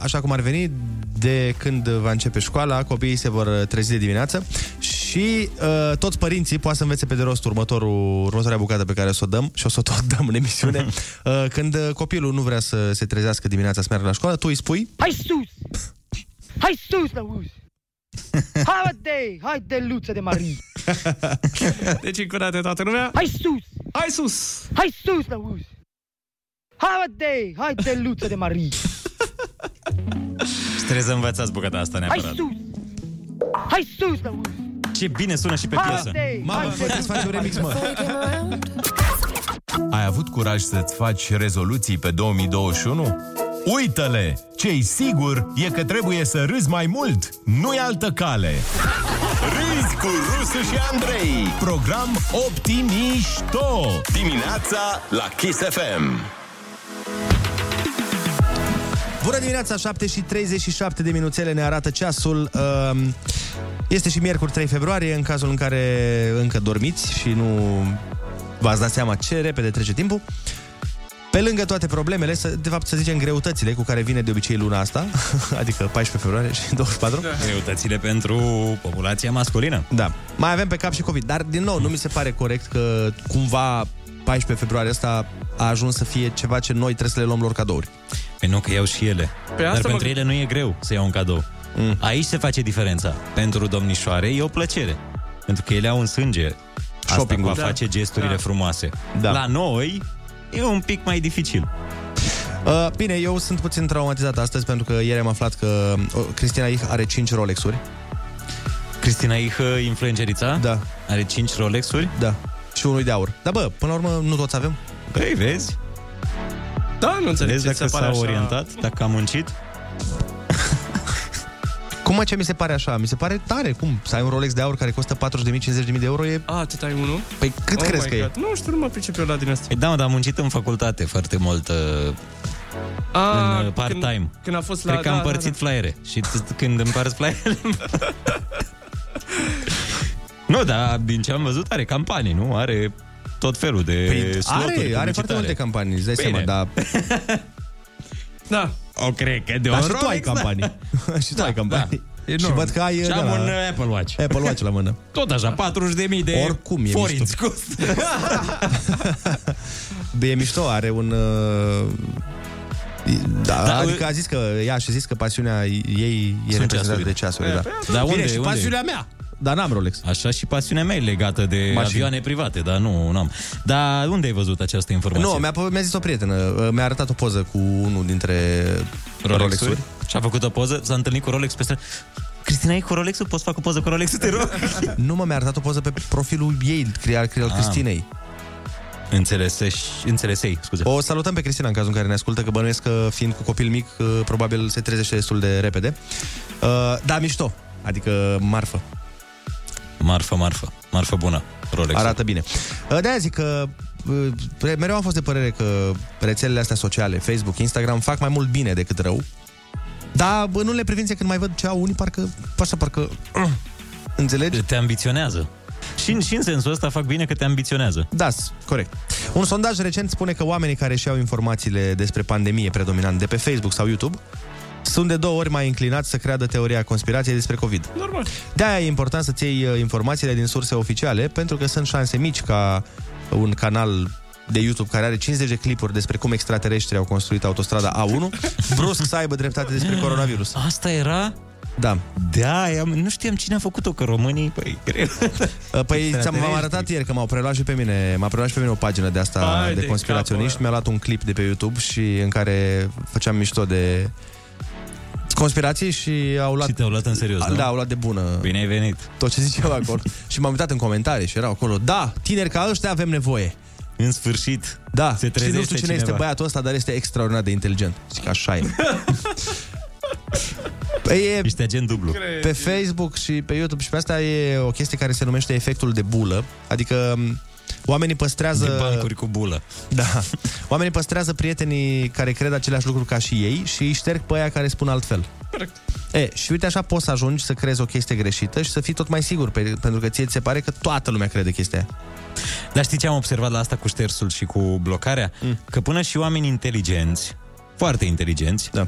[SPEAKER 7] așa cum ar veni, de când va începe școala, copiii se vor trezi de dimineață și uh, toți părinții poate să învețe pe de rost următorul, următoarea bucată pe care o să o dăm și o să o tot dăm în emisiune. Uh, când uh, copilul nu vrea să se trezească dimineața să meargă la școală, tu îi spui
[SPEAKER 21] Hai sus! Hai sus, lăuzi! Haide, hai de luță de marie!
[SPEAKER 9] Deci încă o dată toată lumea.
[SPEAKER 21] Hai sus!
[SPEAKER 9] Hai sus!
[SPEAKER 21] Hai sus, lăuzi! Haide, hai de luță de marie!
[SPEAKER 8] Și trebuie să învățați bucata asta
[SPEAKER 21] Hai
[SPEAKER 8] neapărat.
[SPEAKER 21] sus! Hai sus, lăuzi!
[SPEAKER 8] Ce bine sună și pe
[SPEAKER 21] Hai,
[SPEAKER 8] piesă.
[SPEAKER 21] Dave,
[SPEAKER 8] Mamă,
[SPEAKER 21] hai, Dave.
[SPEAKER 8] bă, trebuie să facem remix,
[SPEAKER 21] mă.
[SPEAKER 6] Ai avut curaj să-ți faci rezoluții pe 2021? Uită-le! Cei sigur e că trebuie să râzi mai mult, nu-i altă cale!
[SPEAKER 22] Râzi cu Rusu și Andrei
[SPEAKER 6] Program optimișto!
[SPEAKER 22] Dimineața la Kiss FM
[SPEAKER 7] Bună dimineața, 7 și 37 de minuțele ne arată ceasul. Um, Este și miercuri 3 februarie, în cazul în care încă dormiți și nu v-ați dat seama ce repede trece timpul. Pe lângă toate problemele, să, de fapt să zicem greutățile cu care vine de obicei luna asta, adică 14 februarie și 24,
[SPEAKER 8] Greutățile pentru populația masculină.
[SPEAKER 7] Da. mai avem pe cap și COVID. Dar, din nou, nu mi se pare corect că cumva 14 februarie asta a ajuns să fie ceva ce noi trebuie să le luăm lor cadouri.
[SPEAKER 8] Păi nu, că iau și ele. Pe Dar
[SPEAKER 7] asta mă-
[SPEAKER 8] pentru ele nu e greu să iau un cadou. Mm. Aici se face diferența. Pentru domnișoare e o plăcere. Pentru că ele au în sânge shopping va
[SPEAKER 7] Da.
[SPEAKER 8] face gesturile
[SPEAKER 7] Da.
[SPEAKER 8] frumoase.
[SPEAKER 7] Da.
[SPEAKER 8] La noi e un pic mai dificil.
[SPEAKER 7] Uh, bine, eu sunt puțin traumatizat astăzi pentru că ieri am aflat că uh, Cristina Ih are 5 Rolex-uri.
[SPEAKER 8] Cristina Ih, influencerița?
[SPEAKER 7] Da.
[SPEAKER 8] Are 5 Rolex-uri?
[SPEAKER 7] Da. Și unul de aur. Dar bă, până la urmă nu toți avem.
[SPEAKER 8] Păi, vezi?
[SPEAKER 9] Da, nu înțeleg
[SPEAKER 8] Vezi
[SPEAKER 9] ce ți se
[SPEAKER 8] dacă
[SPEAKER 9] pare
[SPEAKER 8] s-a
[SPEAKER 9] așa.
[SPEAKER 8] orientat, dacă a muncit?
[SPEAKER 7] Cum mă, ce mi se pare așa? Mi se pare tare. Cum? Să ai un Rolex de aur care costă 40.000-50.000 de euro e...
[SPEAKER 9] A, atât ai unul?
[SPEAKER 7] Păi cât crezi
[SPEAKER 9] Oh my
[SPEAKER 7] că e?
[SPEAKER 9] God. Nu știu, nu mă pricep eu la din asta.
[SPEAKER 8] Păi da, mă, dar am muncit în facultate foarte mult uh,
[SPEAKER 9] A,
[SPEAKER 8] în uh, part-time.
[SPEAKER 9] Când, când a fost la...
[SPEAKER 8] Cred că
[SPEAKER 9] da,
[SPEAKER 8] am împărțit
[SPEAKER 9] da,
[SPEAKER 8] flyere Și t- când împarți flyere Nu, dar din ce am văzut are campanii, nu? Are tot felul de
[SPEAKER 7] Păi,
[SPEAKER 8] sloturi Păi,
[SPEAKER 7] are, are foarte multe campanii, îți dai seama, dar...
[SPEAKER 9] da.
[SPEAKER 8] O cred că de
[SPEAKER 7] Dar
[SPEAKER 8] un
[SPEAKER 7] și tu ai
[SPEAKER 8] Rolex, da.
[SPEAKER 7] campanii. și tu ai campanii.
[SPEAKER 8] da. E
[SPEAKER 7] Și
[SPEAKER 8] normal.
[SPEAKER 7] văd că ai...
[SPEAKER 8] Și
[SPEAKER 7] da,
[SPEAKER 8] am
[SPEAKER 7] la-
[SPEAKER 8] un, uh, Apple Watch.
[SPEAKER 7] Apple Watch la mână.
[SPEAKER 8] Tot așa, 40.000 de
[SPEAKER 7] Oricum e
[SPEAKER 8] forinți Da,
[SPEAKER 7] mișto.
[SPEAKER 8] costă.
[SPEAKER 7] E mișto, are un... uh, Da,
[SPEAKER 8] Da,
[SPEAKER 7] da, adică a zis că ea și a zis că pasiunea ei e
[SPEAKER 8] Sunt
[SPEAKER 7] reprezentată
[SPEAKER 8] ceasuri.
[SPEAKER 7] de ceasuri,
[SPEAKER 8] E,
[SPEAKER 7] da.
[SPEAKER 8] păi, Dar unde-
[SPEAKER 7] Bine, și
[SPEAKER 8] unde?
[SPEAKER 7] pasiunea mea. Dar n-am Rolex.
[SPEAKER 8] Așa și pasiunea mea e legată de
[SPEAKER 7] Mașini.
[SPEAKER 8] avioane private, dar nu, nu am. Dar unde ai văzut această informație?
[SPEAKER 7] Nu, mi-a, mi-a zis o prietenă, uh, mi-a arătat o poză cu unul dintre uh,
[SPEAKER 8] Rolex-uri.
[SPEAKER 7] Rolex-uri.
[SPEAKER 8] Și a făcut o poză, s-a întâlnit cu Rolex pe stradă. Cristina, e cu Rolex-ul? Poți să fac o poză cu Rolex-ul, te rog?
[SPEAKER 7] nu mă, mi-a arătat o poză pe profilul ei, cri- al cri- al
[SPEAKER 8] Ah.
[SPEAKER 7] Cristinei.
[SPEAKER 8] Înțelesești, înțelesei, scuze.
[SPEAKER 7] O salutăm pe Cristina în cazul în care ne ascultă, că bănuiesc că fiind cu copil mic, uh, probabil se trezește destul de repede. Uh, da, mișto, adică marfă.
[SPEAKER 8] Marfă, marfă. Marfă bună. Rolex.
[SPEAKER 7] Arată bine. Uh, De-aia zic că uh, pre- mereu am fost de părere că rețelele astea sociale, Facebook, Instagram, fac mai mult bine decât rău. Dar bă, în unele privințe când mai văd ce au unii, parcă, așa, parcă... uh, Înțelegi?
[SPEAKER 8] Te ambiționează. Și, în- și în sensul ăsta fac bine că te ambiționează.
[SPEAKER 7] Da, s- corect. Un sondaj recent spune că oamenii care își iau informațiile despre pandemie predominant de pe Facebook sau YouTube sunt de două ori mai inclinați să creadă teoria conspirației despre COVID.
[SPEAKER 9] Normal.
[SPEAKER 7] De-aia e important să-ți iei uh, informațiile din surse oficiale, pentru că sunt șanse mici ca un canal de YouTube care are 50 de clipuri despre cum extraterestri au construit autostrada A1, brusc să aibă dreptate despre coronavirus.
[SPEAKER 8] Ah, Asta era?
[SPEAKER 7] Da.
[SPEAKER 8] Da, am, nu știam cine a făcut-o, că românii, păi, greu.
[SPEAKER 7] Păi ți-am v-am arătat ieri că m-au preluat și pe mine, m-a preluat și pe mine o pagină de asta
[SPEAKER 8] Hai
[SPEAKER 7] de
[SPEAKER 8] de
[SPEAKER 7] conspiraționiști, mi-a luat un clip de pe YouTube și în care făceam mișto de conspirații și au luat... Și
[SPEAKER 8] te-au luat în serios, nu?
[SPEAKER 7] Da, au luat de bună.
[SPEAKER 8] Bine ai venit.
[SPEAKER 7] Tot ce ziceau acolo. și m-am uitat în comentarii și erau acolo, da, tineri ca ăștia avem nevoie.
[SPEAKER 8] În sfârșit.
[SPEAKER 7] Da,
[SPEAKER 8] se
[SPEAKER 7] și nu
[SPEAKER 8] trezește
[SPEAKER 7] știu cine
[SPEAKER 8] cineva.
[SPEAKER 7] este băiatul ăsta, dar este extraordinar de inteligent. Zic, așa e. Păi e
[SPEAKER 8] Ești agent dublu.
[SPEAKER 7] pe Facebook și pe YouTube și pe asta e o chestie care se numește efectul de bulă, adică m, oamenii păstrează...
[SPEAKER 8] Din bancuri cu bulă.
[SPEAKER 7] Da. Oamenii păstrează prietenii care cred aceleași lucruri ca și ei și îi șterg pe aia care spun altfel.
[SPEAKER 9] Corect.
[SPEAKER 7] E, și uite așa poți să ajungi să crezi o chestie greșită și să fii tot mai sigur, pe, pentru că ție ți se pare că toată lumea crede chestia aia.
[SPEAKER 8] Dar știi ce am observat la asta cu ștersul și cu blocarea? Mm. Că până și oameni inteligenți, foarte inteligenți,
[SPEAKER 7] da.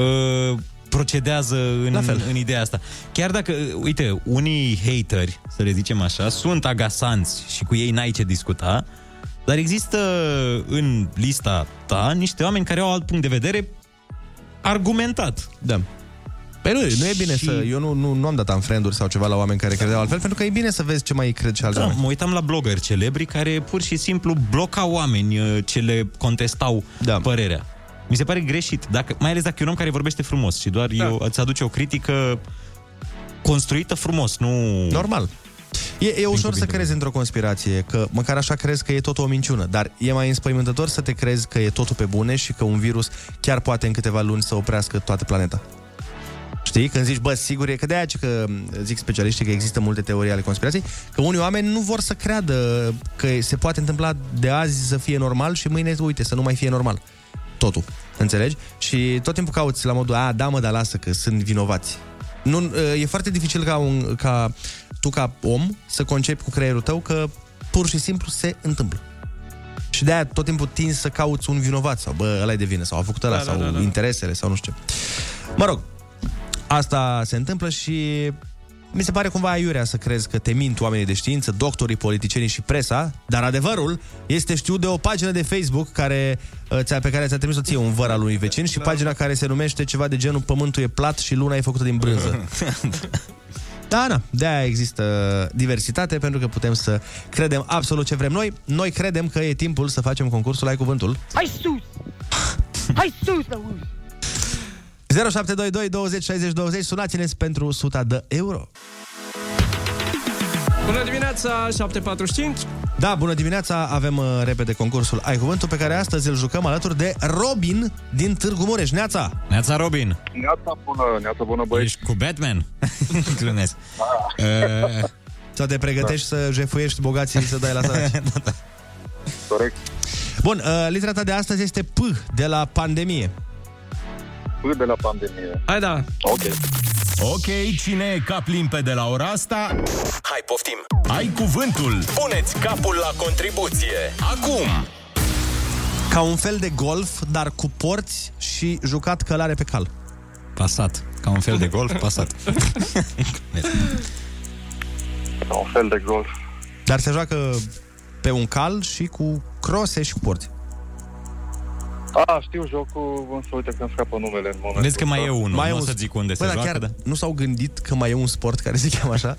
[SPEAKER 8] uh, procedează
[SPEAKER 7] La
[SPEAKER 8] în,
[SPEAKER 7] fel.
[SPEAKER 8] în ideea asta. Chiar dacă, uh, uite, unii hateri, să le zicem așa, sunt agasanți și cu ei n-ai ce discuta, dar există în lista ta niște oameni care au alt punct de vedere argumentat.
[SPEAKER 7] Da. Păi nu, nu e bine
[SPEAKER 8] Și-
[SPEAKER 7] și... să... Eu nu, nu, nu am dat unfriend-uri sau ceva la oameni care credeau altfel, pentru că e bine să vezi ce mai cred și alți
[SPEAKER 8] Da,
[SPEAKER 7] oameni.
[SPEAKER 8] mă uitam la blogări celebri care pur și simplu blocau oameni uh, ce le contestau da. părerea. Mi se pare greșit, dacă, mai ales dacă e un om care vorbește frumos și doar da. eu, îți aduce o critică construită frumos, nu...
[SPEAKER 7] Normal. E, e ușor să crezi într-o conspirație, că măcar așa crezi că e tot o minciună, dar e mai înspăimântător să te crezi că e totul pe bune și că un virus chiar poate în câteva luni să oprească toată planeta. Știi? Când zici, bă, sigur e că de-aia ce că zic specialiștii că există multe teorii ale conspirației, că unii oameni nu vor să creadă că se poate întâmpla de azi să fie normal și mâine, uite, să nu mai fie normal. Totul. Înțelegi? Și tot timpul cauți la modul, a, da mă, dar lasă că sunt vinovați. Nu, e foarte dificil ca, un, ca tu ca om să concepi cu creierul tău că pur și simplu se întâmplă. Și de-aia tot timpul tinzi să cauți un vinovat sau bă, ăla e de vină sau a făcut ăla da, sau da, da, da. interesele sau nu știu ce. Mă rog, asta se întâmplă și Mi se pare cumva aiurea să crezi că te mint oamenii de știință, doctorii, politicienii și presa, dar adevărul este știut de o pagină de Facebook care, uh, ți-a, pe care ți-a trimis-o ție un văr al unui vecin și pagina care se numește ceva de genul Pământul e plat și luna e făcută din brânză. Da, na, de-aia există diversitate, pentru că putem să credem absolut ce vrem noi. Noi credem că e timpul să facem concursul Ai Cuvântul.
[SPEAKER 21] Hai sus! Hai sus, auzi!
[SPEAKER 7] 0722 20 60 20 Sunați-ne pentru 100 de euro
[SPEAKER 9] Bună dimineața, 745.
[SPEAKER 7] Da, bună dimineața, avem uh, repede concursul Ai Cuvântul pe care astăzi îl jucăm alături de Robin din Târgu Mureș Neața!
[SPEAKER 8] Neața Robin.
[SPEAKER 20] Neața bună, neața bună băieți. Da.
[SPEAKER 8] Ești cu Batman? Glumesc. Uh,
[SPEAKER 7] Să te pregătești să jefuiești bogații și să dai la săraci.
[SPEAKER 20] Da, Corect.
[SPEAKER 7] Bun, uh, litera ta de astăzi este P de la pandemie.
[SPEAKER 20] P de la pandemie.
[SPEAKER 9] Hai da.
[SPEAKER 20] Ok.
[SPEAKER 6] Ok, cine e cap limpede la ora asta?
[SPEAKER 16] Hai, poftim!
[SPEAKER 6] Ai cuvântul!
[SPEAKER 16] Puneți capul la contribuție! Acum!
[SPEAKER 7] Ca un fel de golf, dar cu porți și jucat călare pe cal.
[SPEAKER 8] Pasat. Ca un fel de golf, pasat.
[SPEAKER 20] Ca un fel de golf.
[SPEAKER 7] Dar se joacă pe un cal și cu crose și cu porți.
[SPEAKER 20] A, știu jocul, însă uite că îmi scapă numele în momentul
[SPEAKER 8] Vezi că mai
[SPEAKER 20] ăsta.
[SPEAKER 8] e unul, mai nu o să zic unde
[SPEAKER 7] Bă,
[SPEAKER 8] se
[SPEAKER 7] dar
[SPEAKER 8] joacă, da.
[SPEAKER 7] chiar
[SPEAKER 8] dar...
[SPEAKER 7] nu s-au gândit că mai e un sport care se cheamă așa?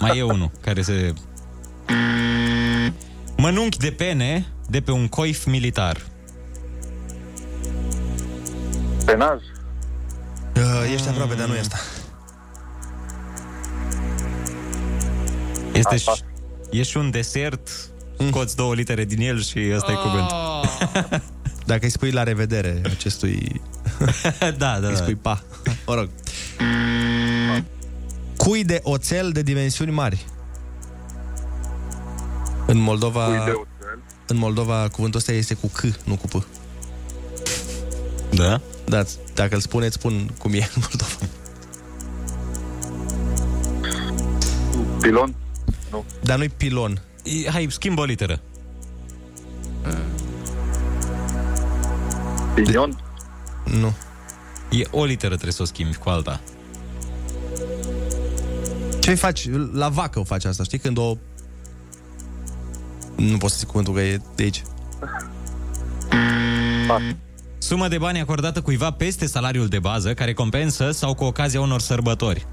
[SPEAKER 8] Mai e unul care se... Mănunchi de pene de pe un coif militar.
[SPEAKER 20] Penaj?
[SPEAKER 7] Uh, ești aproape, dar nu e asta.
[SPEAKER 8] Este și, e și un desert, scoți două litere din el și ăsta e
[SPEAKER 5] Ah.
[SPEAKER 8] cuvântul.
[SPEAKER 7] Dacă îi spui la revedere acestui...
[SPEAKER 8] da, da,
[SPEAKER 7] Îi
[SPEAKER 8] da.
[SPEAKER 7] spui pa. O rog. Cui de oțel de dimensiuni mari. În Moldova...
[SPEAKER 20] Cui de oțel?
[SPEAKER 7] În Moldova cuvântul ăsta este cu C, nu cu P.
[SPEAKER 8] Da?
[SPEAKER 7] Da, dacă îl spuneți, spun cum e în Moldova.
[SPEAKER 20] Pilon?
[SPEAKER 7] Dar nu-i pilon.
[SPEAKER 8] E- Hai, schimbă o literă.
[SPEAKER 20] Pinion?
[SPEAKER 7] Nu.
[SPEAKER 8] E o literă trebuie să o schimbi cu alta.
[SPEAKER 7] Ce faci? La vacă o faci asta, știi? Când o... Nu pot să zic cuvântul că e de aici.
[SPEAKER 8] Sumă de bani acordată cuiva peste salariul de bază, care compensă sau cu ocazia unor sărbători.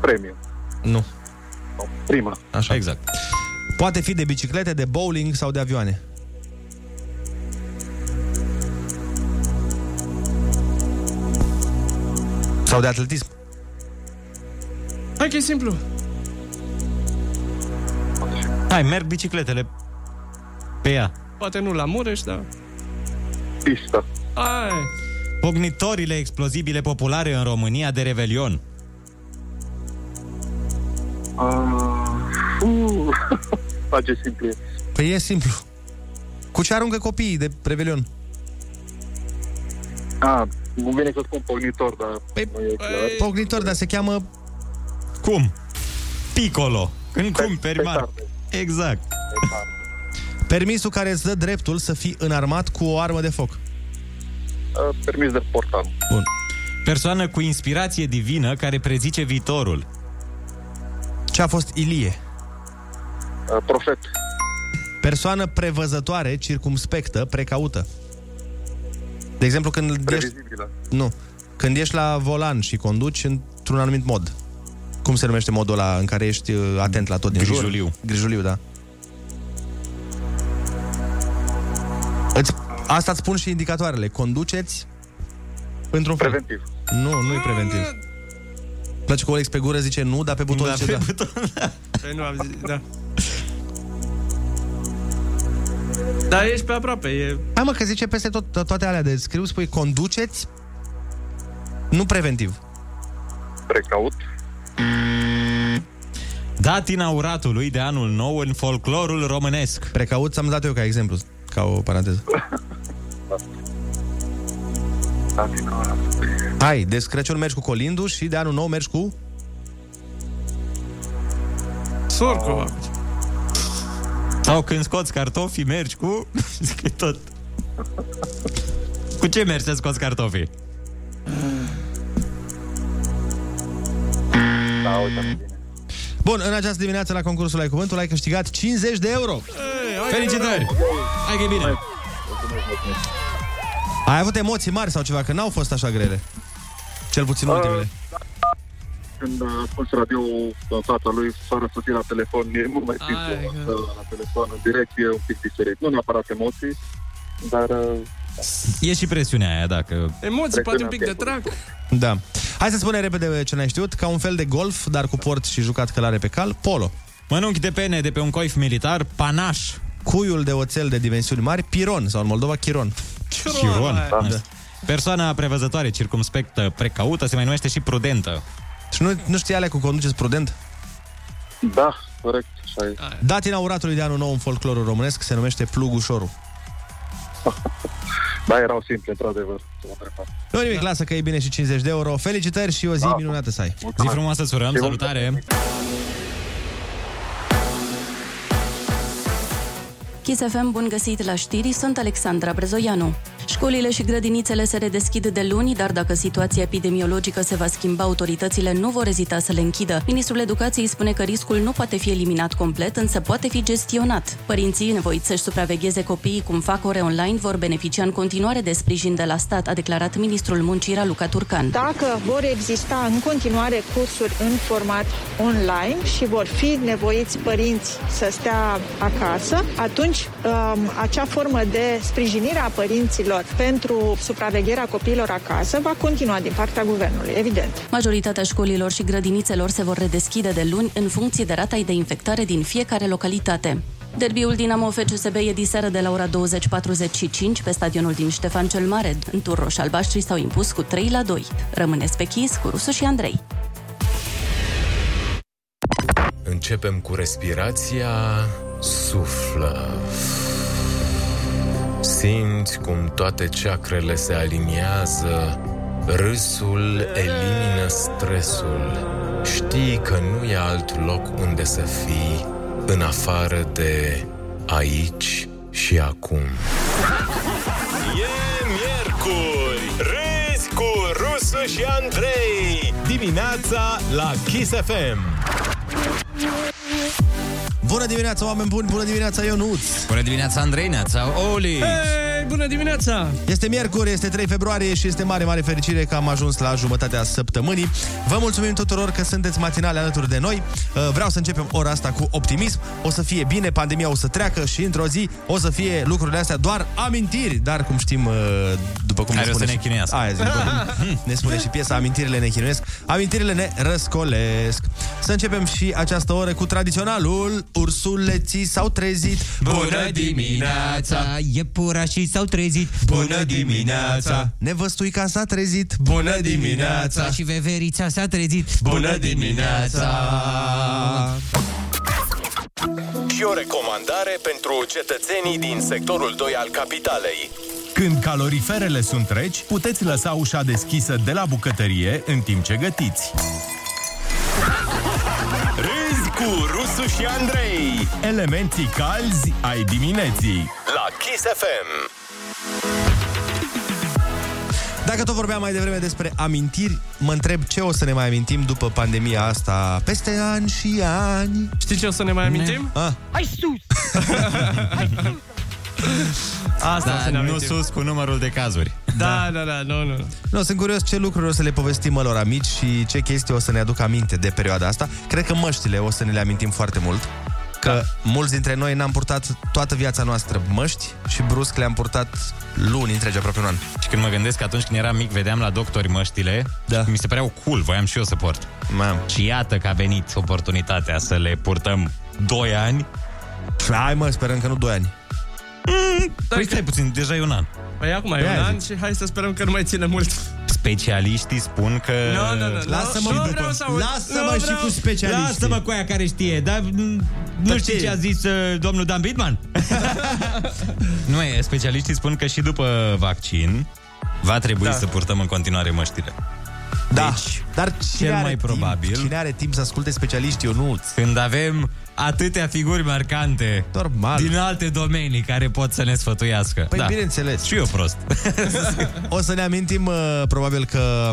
[SPEAKER 20] Premiu.
[SPEAKER 7] Nu.
[SPEAKER 20] Prima.
[SPEAKER 7] Așa.
[SPEAKER 8] Exact.
[SPEAKER 7] Poate fi de biciclete, de bowling sau de avioane. Sau de atletism.
[SPEAKER 9] Hai că e simplu.
[SPEAKER 8] Hai, merg bicicletele pe ea.
[SPEAKER 9] Poate nu la Mureș, da? dar...
[SPEAKER 20] Pista.
[SPEAKER 9] Ai.
[SPEAKER 8] Cognitorile explozibile populare în România de Revelion.
[SPEAKER 20] Uh, face simplu.
[SPEAKER 7] Păi e simplu. Cu ce aruncă copiii de Revelion?
[SPEAKER 20] A, nu vine să spun pognitor, dar păi, nu e clar.
[SPEAKER 7] Pognitor, dar se cheamă...
[SPEAKER 8] Cum? Piccolo. Când cumperi mari. Exact.
[SPEAKER 7] Permisul care îți dă dreptul să fii înarmat cu o armă de foc.
[SPEAKER 20] Uh, permis de portan.
[SPEAKER 7] Bun.
[SPEAKER 8] Persoană cu inspirație divină care prezice viitorul.
[SPEAKER 7] Ce a fost Ilie?
[SPEAKER 20] Uh, profet.
[SPEAKER 7] Persoană prevăzătoare, circumspectă, precaută. De exemplu, când ești...
[SPEAKER 20] Previzibilă.
[SPEAKER 7] Nu. Când ești la volan și conduci într-un anumit mod. Cum se numește modul ăla în care ești uh, atent la tot din
[SPEAKER 8] Grijuliu.
[SPEAKER 7] jur? Grijuliu. da. Îți... Asta îți spun și indicatoarele. Conduceți într-un fel.
[SPEAKER 20] Preventiv.
[SPEAKER 7] Nu, nu e preventiv. Îmi place că Olex pe gură zice nu, dar pe buton
[SPEAKER 9] Da,
[SPEAKER 7] zice
[SPEAKER 9] pe
[SPEAKER 7] da.
[SPEAKER 9] Păi nu am zis, da. Dar ești pe aproape, e...
[SPEAKER 7] Hai mă, că zice peste tot, to- toate alea de scriu, spui conduceți, nu preventiv.
[SPEAKER 20] Precaut.
[SPEAKER 8] Dat inauratului de anul nou în folclorul românesc.
[SPEAKER 7] Precaut ți-am dat eu ca exemplu, ca o paranteză. Hai, de Crăciun mergi cu colindu și de anul nou mergi cu...
[SPEAKER 9] Sorcova.
[SPEAKER 8] Sau când scoți cartofii, mergi cu... Zic că e tot. Cu ce mergi să scoți cartofii?
[SPEAKER 20] Da, uite
[SPEAKER 7] Bun, în această dimineață la concursul Ai Cuvântul ai câștigat 50 de euro.
[SPEAKER 5] Felicitări! Hai că e bine!
[SPEAKER 7] Ai avut emoții mari sau ceva, că n-au fost așa grele. Cel puțin
[SPEAKER 20] A,
[SPEAKER 7] ultimele.
[SPEAKER 20] Când ascult radio în fața lui, fără să fii la telefon, e mult mai simplu. Că La telefon, în direct, e un pic diferit. Nu neapărat emoții, dar... uh,
[SPEAKER 8] E și presiunea aia, dacă...
[SPEAKER 20] Emoții,
[SPEAKER 8] poate un pic de
[SPEAKER 20] trac.
[SPEAKER 7] Da. Hai să spunem repede ce n-ai știut. Ca un fel de golf, dar cu port și jucat călare pe cal, polo.
[SPEAKER 8] Mănunchi de pene de pe un coif militar, panaș.
[SPEAKER 7] Cuiul de oțel de dimensiuni mari, piron, sau în Moldova, chiron.
[SPEAKER 8] Chiron. Da. Persoana prevăzătoare, circumspectă, precaută, se mai numește și prudentă.
[SPEAKER 7] Și nu, nu știi alea cu conduceți prudent?
[SPEAKER 20] Da, corect, așa e.
[SPEAKER 7] Datina uratului de anul nou în folclorul românesc se numește plugușorul.
[SPEAKER 20] Da, erau simple, într-adevăr.
[SPEAKER 7] Nu nimic, lasă că e bine și 50 de euro. Felicitări și o zi minunată să ai.
[SPEAKER 20] Zi frumoasă,
[SPEAKER 8] surăm, salutare!
[SPEAKER 16] Kiss FM, bun găsit la știri, sunt Alexandra Brezoianu. Școlile și grădinițele se redeschid de luni, dar dacă situația epidemiologică se va schimba, autoritățile nu vor ezita să le închidă. Ministrul Educației spune că riscul nu poate fi eliminat complet, însă poate fi gestionat. Părinții nevoiți să-și supravegheze copiii cum fac ore online vor beneficia în continuare de sprijin de la stat, a declarat ministrul muncii Raluca Turcan.
[SPEAKER 23] Dacă vor exista în continuare cursuri în format online și vor fi nevoiți părinți să stea acasă, atunci um, acea formă de sprijinire a părinților pentru supravegherea copiilor acasă va continua din partea guvernului, evident.
[SPEAKER 16] Majoritatea școlilor și grădinițelor se vor redeschide de luni în funcție de rata de infectare din fiecare localitate. Derbiul Dinamo FCSB e diseară de la ora 20.45 pe stadionul din Ștefan cel Mare. În tur roșalbaștrii s-au impus cu 3 la 2. Rămâneți pe chis cu Rusu și Andrei.
[SPEAKER 6] Începem cu respirația. Suflă. Simți cum toate ceacrele se aliniază, râsul elimină stresul. Știi că nu e alt loc unde să fii în afară de aici și acum.
[SPEAKER 24] E miercuri!
[SPEAKER 6] Râzi cu Rusu și Andrei!
[SPEAKER 24] Dimineața la Kiss FM!
[SPEAKER 7] Bună dimineața, oameni buni! Bună dimineața, Ionuț!
[SPEAKER 5] Bună dimineața, Andrei, neața, Oli!
[SPEAKER 7] Hey, bună dimineața! Este miercuri, este 3 februarie și este mare, mare fericire că am ajuns la jumătatea săptămânii. Vă mulțumim tuturor că sunteți matinale alături de noi. Uh, Vreau să începem ora asta cu optimism. O să fie bine, pandemia o să treacă și într-o zi o să fie lucrurile astea doar amintiri. Dar cum știm, uh, după cum
[SPEAKER 8] Care
[SPEAKER 7] ne
[SPEAKER 8] o să
[SPEAKER 7] spune...
[SPEAKER 8] ne chinuiască.
[SPEAKER 7] Aia zic, după cum ne spune și piesa Amintirile ne chinuiesc, amintirile ne răscolesc. Să începem și această oră cu tradiționalul Ursuleții s-au trezit.
[SPEAKER 5] Iepurașii s-au trezit Bună dimineața
[SPEAKER 7] Nevăstuica s-a trezit
[SPEAKER 5] Bună dimineața Și veverița s-a trezit Bună dimineața
[SPEAKER 6] Și o recomandare pentru cetățenii din sectorul 2 al capitalei.
[SPEAKER 24] Când caloriferele sunt reci, puteți lăsa ușa deschisă de la bucătărie în timp ce gătiți.
[SPEAKER 6] Râzi cu Rusu și Andrei
[SPEAKER 24] Elementii calzi ai dimineții.
[SPEAKER 6] la Kiss FM.
[SPEAKER 7] Dacă tot vorbeam mai devreme despre amintiri, mă întreb ce o să ne mai amintim după pandemia asta peste ani și ani.
[SPEAKER 9] Știi ce o să ne mai amintim?
[SPEAKER 7] Ah.
[SPEAKER 25] Hai sus!
[SPEAKER 8] Asta
[SPEAKER 7] o să ne
[SPEAKER 8] da, nu
[SPEAKER 7] amintim.
[SPEAKER 8] sus cu numărul de cazuri.
[SPEAKER 9] Da, da, da, nu, nu.
[SPEAKER 7] Nu, sunt curios ce lucruri o să le povestim lor amici și ce chestii o să ne aduc aminte de perioada asta. Cred că măștile o să ne le amintim foarte mult. Că da. mulți dintre noi n-am purtat toată viața noastră măști și brusc le-am purtat luni întregi, aproape un an.
[SPEAKER 8] Și când mă gândesc că atunci când eram mic vedeam la doctori măștile da. și mi se păreau cool, voiam și eu să port.
[SPEAKER 7] Mam.
[SPEAKER 8] Și iată că a venit oportunitatea să le purtăm 2 ani.
[SPEAKER 7] Hai mă, sperăm că nu 2 ani.
[SPEAKER 8] Păi stai puțin, deja e un an.
[SPEAKER 9] Păi acum e
[SPEAKER 8] De-aia
[SPEAKER 9] un an și hai să sperăm că nu mai ține mult.
[SPEAKER 8] Specialiștii spun că...
[SPEAKER 9] Nu, nu, nu, nu. Lasă-mă
[SPEAKER 8] Și
[SPEAKER 9] nu
[SPEAKER 8] după-
[SPEAKER 9] vreau să aud.
[SPEAKER 5] Lasă-mă
[SPEAKER 9] Nu
[SPEAKER 5] și
[SPEAKER 9] vreau.
[SPEAKER 5] cu specialiștii.
[SPEAKER 8] Lasă-mă cu aia care știe, dar m, nu
[SPEAKER 5] Dar
[SPEAKER 8] știi
[SPEAKER 5] ce?
[SPEAKER 8] ce a zis uh, domnul Dan Bidman? nu, e, specialiștii spun că și după vaccin va trebui
[SPEAKER 7] Da.
[SPEAKER 8] să purtăm în continuare măștile.
[SPEAKER 7] Da, deci, dar cine
[SPEAKER 8] cel
[SPEAKER 7] are
[SPEAKER 8] mai
[SPEAKER 7] timp?
[SPEAKER 8] probabil.
[SPEAKER 7] Cine are timp să asculte specialiștii, Ionuț?
[SPEAKER 8] Când avem atâtea figuri marcante Normal. din alte domenii care pot să ne sfătuiască. Da.
[SPEAKER 7] Păi, bineînțeles.
[SPEAKER 8] Și eu prost.
[SPEAKER 7] O să ne amintim uh, probabil că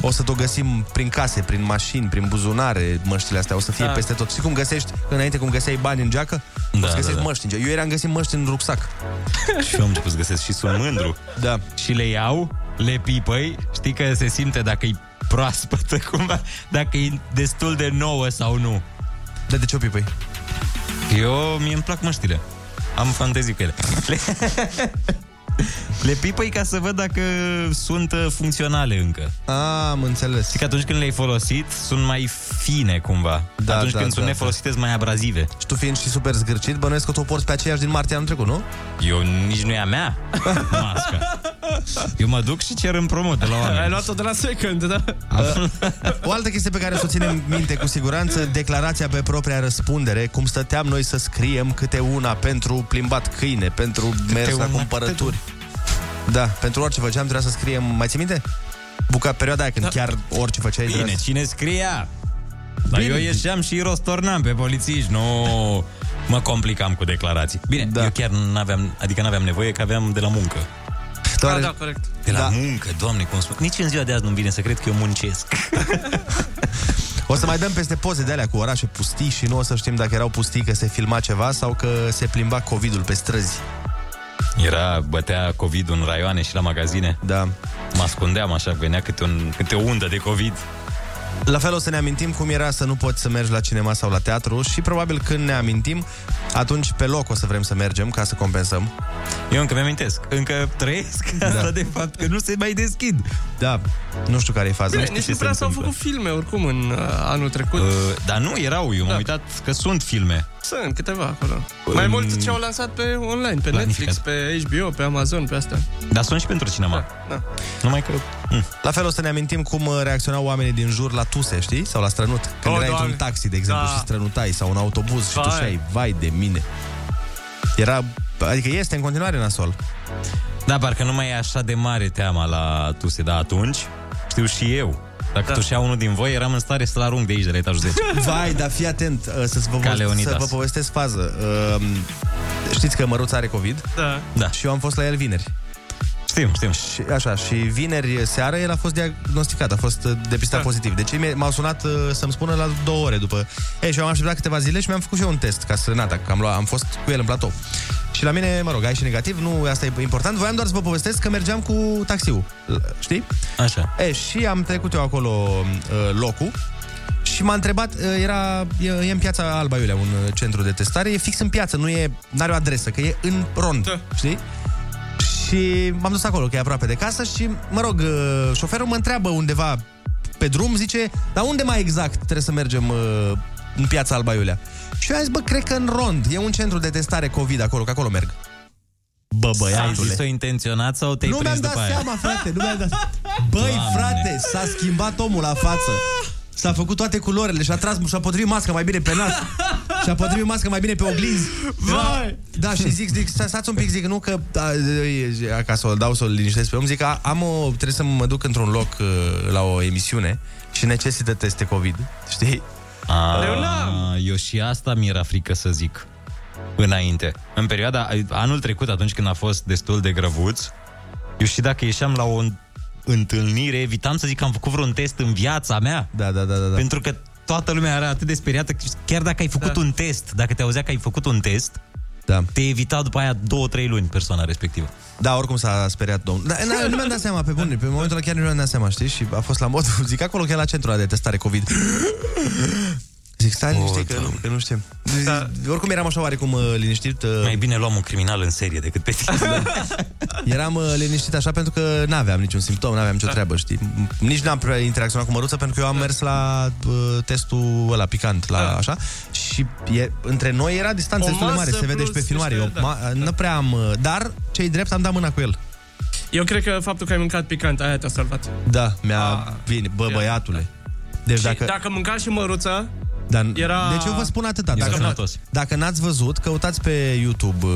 [SPEAKER 7] O să tot găsim prin case, prin mașini, prin buzunare, măștile astea. O să fie
[SPEAKER 4] Da.
[SPEAKER 7] da. peste tot. Și cum găsești, înainte cum găseai bani în geacă, da, o să
[SPEAKER 8] da,
[SPEAKER 7] găsești
[SPEAKER 8] da.
[SPEAKER 7] da. măști în geacă. Eu eram găsit măști în rucsac.
[SPEAKER 8] Și eu am început să găsesc și sunt mândru.
[SPEAKER 7] Da.
[SPEAKER 8] Și le iau, le pipăi, știi că se simte dacă e proaspătă cumva, dacă e destul de nouă sau nu.
[SPEAKER 7] Dar de ce o pipăi?
[SPEAKER 8] Eu, mie îmi plac măștile. Am fantezii cu ele. Le, le pipăi ca să văd dacă sunt uh, funcționale încă.
[SPEAKER 7] Am înțeles.
[SPEAKER 8] Și că atunci când le-ai folosit, sunt mai fine cumva.
[SPEAKER 7] Da,
[SPEAKER 8] atunci
[SPEAKER 7] da,
[SPEAKER 8] când
[SPEAKER 7] da,
[SPEAKER 8] sunt
[SPEAKER 7] da.
[SPEAKER 8] nefolosite, sunt mai abrazive.
[SPEAKER 7] Și tu fiind și super zgârcit, bănuiesc că tu o porți pe aceeași din martie anul trecut, nu?
[SPEAKER 8] Eu nici nu e a mea masca. Eu mă duc și cer în promot de la oameni.
[SPEAKER 9] Ai luat-o de la second, da?
[SPEAKER 7] O altă chestie pe care să o ținem minte cu siguranță, declarația pe propria răspundere, cum stăteam noi să scriem câte una pentru plimbat câine, pentru mers la
[SPEAKER 4] una,
[SPEAKER 7] cumpărături. Da, pentru orice făceam trebuia să scriem, mai ții minte? Buca perioada aia când chiar orice făceai
[SPEAKER 8] Da. Bine,
[SPEAKER 7] trebuia să-
[SPEAKER 8] cine scria? Dar
[SPEAKER 7] Bine.
[SPEAKER 8] eu ieșeam și îi rostornam pe polițiști, nu mă complicam cu declarații. Bine, da. eu chiar n-aveam, adică n-aveam nevoie că aveam de la muncă.
[SPEAKER 7] Doar...
[SPEAKER 9] Da, corect.
[SPEAKER 8] De la da. muncă, doamne, cum spun. Nici în ziua de azi nu-mi vine să cred că eu muncesc.
[SPEAKER 7] O să mai dăm peste poze de alea cu orașe pustii și nu o să știm dacă erau pustii că se filma ceva sau că se plimba COVID-ul pe străzi.
[SPEAKER 8] Era, bătea covid în raioane și la magazine.
[SPEAKER 7] Da.
[SPEAKER 8] Mă ascundeam așa, venea câte, un, câte o undă de COVID.
[SPEAKER 7] La fel o să ne amintim cum era să nu poți să mergi la cinema sau la teatru și probabil când ne amintim, atunci pe loc o să vrem să mergem ca să compensăm.
[SPEAKER 8] Eu încă mi-amintesc, încă trăiesc da. asta de fapt, că nu se mai deschid.
[SPEAKER 7] Da, nu știu care e faza.
[SPEAKER 9] Bine, nici nu prea s-au făcut filme oricum în uh, anul trecut.
[SPEAKER 8] Uh, dar nu, erau, eu m-am da. uitat că sunt filme.
[SPEAKER 9] Sunt câteva acolo. Mai mult ce au lansat pe online, pe Netflix, pe HBO, pe Amazon, pe astea.
[SPEAKER 8] Dar sunt și pentru cinema.
[SPEAKER 9] Da.
[SPEAKER 8] Numai că... Mm.
[SPEAKER 7] La fel o să ne amintim cum uh, reacționau oamenii din jur la tuse, știi? Sau la strănut. Când
[SPEAKER 8] Oh,
[SPEAKER 7] oh, erai
[SPEAKER 8] Doamne.
[SPEAKER 7] într-un taxi, de exemplu,
[SPEAKER 8] Da.
[SPEAKER 7] da. și strănutai sau un autobuz și
[SPEAKER 8] Vai.
[SPEAKER 7] tu șai, vai de mine. Era, adică este în continuare nasol.
[SPEAKER 8] Da, parcă nu mai e așa de mare teama la tuse, dar atunci știu și eu. Dacă
[SPEAKER 7] Da.
[SPEAKER 8] da. tușea unul din voi, eram în stare să-l arunc de aici, de la etajul 10.
[SPEAKER 7] Vai, dar fii atent uh, să-ți vă,
[SPEAKER 8] deci. Ca
[SPEAKER 7] să
[SPEAKER 8] Leonidas.
[SPEAKER 7] vă povestesc fază. Uh, Știți că Măruț are COVID?
[SPEAKER 9] Da.
[SPEAKER 8] da.
[SPEAKER 7] Și eu am fost la el vineri.
[SPEAKER 8] Știm, știm.
[SPEAKER 7] Și, așa, și vineri seara el a fost diagnosticat, a fost uh, depistat da. pozitiv. Deci ei mi- m-au sunat uh, să-mi spună la două ore după. Ei, și eu am așteptat câteva zile și mi-am făcut și eu un test ca să nata, că am, luat, am fost cu el în platou. Și la mine, mă rog, ai și negativ, nu, asta e important. Voiam doar să vă povestesc că mergeam cu taxiul, l- știi?
[SPEAKER 8] Așa.
[SPEAKER 7] E, și am trecut eu acolo uh, locul și m-a întrebat, uh, era, e, e în piața Alba Iulia, un uh, centru de testare, e fix în piață, nu e, n-are o adresă, că e în rond, da. știi? Și m-am dus acolo, că e aproape de casă și, mă rog, uh, șoferul mă întreabă undeva pe drum, zice, dar unde mai exact trebuie să mergem uh, în piața Alba Iulia? Și eu am zis, bă, cred că în rond, e un centru de testare COVID acolo, că acolo merg. Bă,
[SPEAKER 8] Ai
[SPEAKER 7] băiatule.
[SPEAKER 8] zis-o intenționat sau te-ai
[SPEAKER 7] Nu
[SPEAKER 8] prins
[SPEAKER 7] mi-am dat
[SPEAKER 8] după aia?
[SPEAKER 7] seama, frate, nu mi-am dat Băi,
[SPEAKER 8] Doamne.
[SPEAKER 7] frate, s-a schimbat omul la față. S-a făcut toate culorile și a tras, și-a potrivit masca mai bine pe nas. Și-a potrivit masca mai bine pe oglinzi.
[SPEAKER 9] Vai!
[SPEAKER 7] Da, și zic, zic, sta- stați un pic, zic, nu că da, e- e- ca să o dau să-l liniștesc pe om, zic, a, am o, trebuie să mă duc într-un loc uh, la o emisiune și necesită teste COVID, știi?
[SPEAKER 8] A, eu și asta mi-era frică să zic înainte. În perioada, anul trecut, atunci când a fost destul de grăvuț, eu și dacă ieșeam la o întâlnire, evitam să zic că am făcut vreun test în viața mea.
[SPEAKER 7] Da, da, da, da. da.
[SPEAKER 8] Pentru că toată lumea era atât de speriată, că chiar dacă ai făcut da. un test, dacă te auzea că ai făcut un test,
[SPEAKER 7] da.
[SPEAKER 8] te evita după aia două, trei luni persoana respectivă.
[SPEAKER 7] Da, oricum s-a speriat domnul. Da, na, nu mi-am dat seama, pe bune, pe momentul ăla chiar nu mi-am dat seama, știi? Și a fost la mod, zic, acolo că e la centrul ăla de testare COVID. Zic, stai liniștit, că, nu, că nu știm. Da. Oricum eram așa oarecum uh, liniștit. uh,
[SPEAKER 8] Mai bine luam un criminal în serie decât pe tine.
[SPEAKER 7] Eram uh, liniștit așa pentru că n-aveam niciun simptom, n-aveam nicio treabă, știi? M- Nici n-am prea interacționat cu măruța pentru că eu am mers la uh, testul ăla picant, la așa, și e, între noi era distanță
[SPEAKER 4] O
[SPEAKER 7] destul de
[SPEAKER 4] masă
[SPEAKER 7] mare, se vede
[SPEAKER 4] plus
[SPEAKER 7] și pe filmare.
[SPEAKER 4] niște-
[SPEAKER 7] Eu, ma, nu prea am, uh, dar cei drept am dat mâna cu el.
[SPEAKER 9] Eu cred că faptul că ai mâncat picant, aia te-a salvat.
[SPEAKER 7] Da, mi-a vine, bă, băiatule. Deci
[SPEAKER 9] Dacă,
[SPEAKER 7] dacă...
[SPEAKER 9] dacă mânca și măruța,
[SPEAKER 7] Dar,
[SPEAKER 9] era-
[SPEAKER 7] Deci eu vă spun atâta.
[SPEAKER 9] Era
[SPEAKER 7] Dacă,
[SPEAKER 9] sănătos.
[SPEAKER 7] dacă n-ați văzut, căutați pe YouTube... Uh,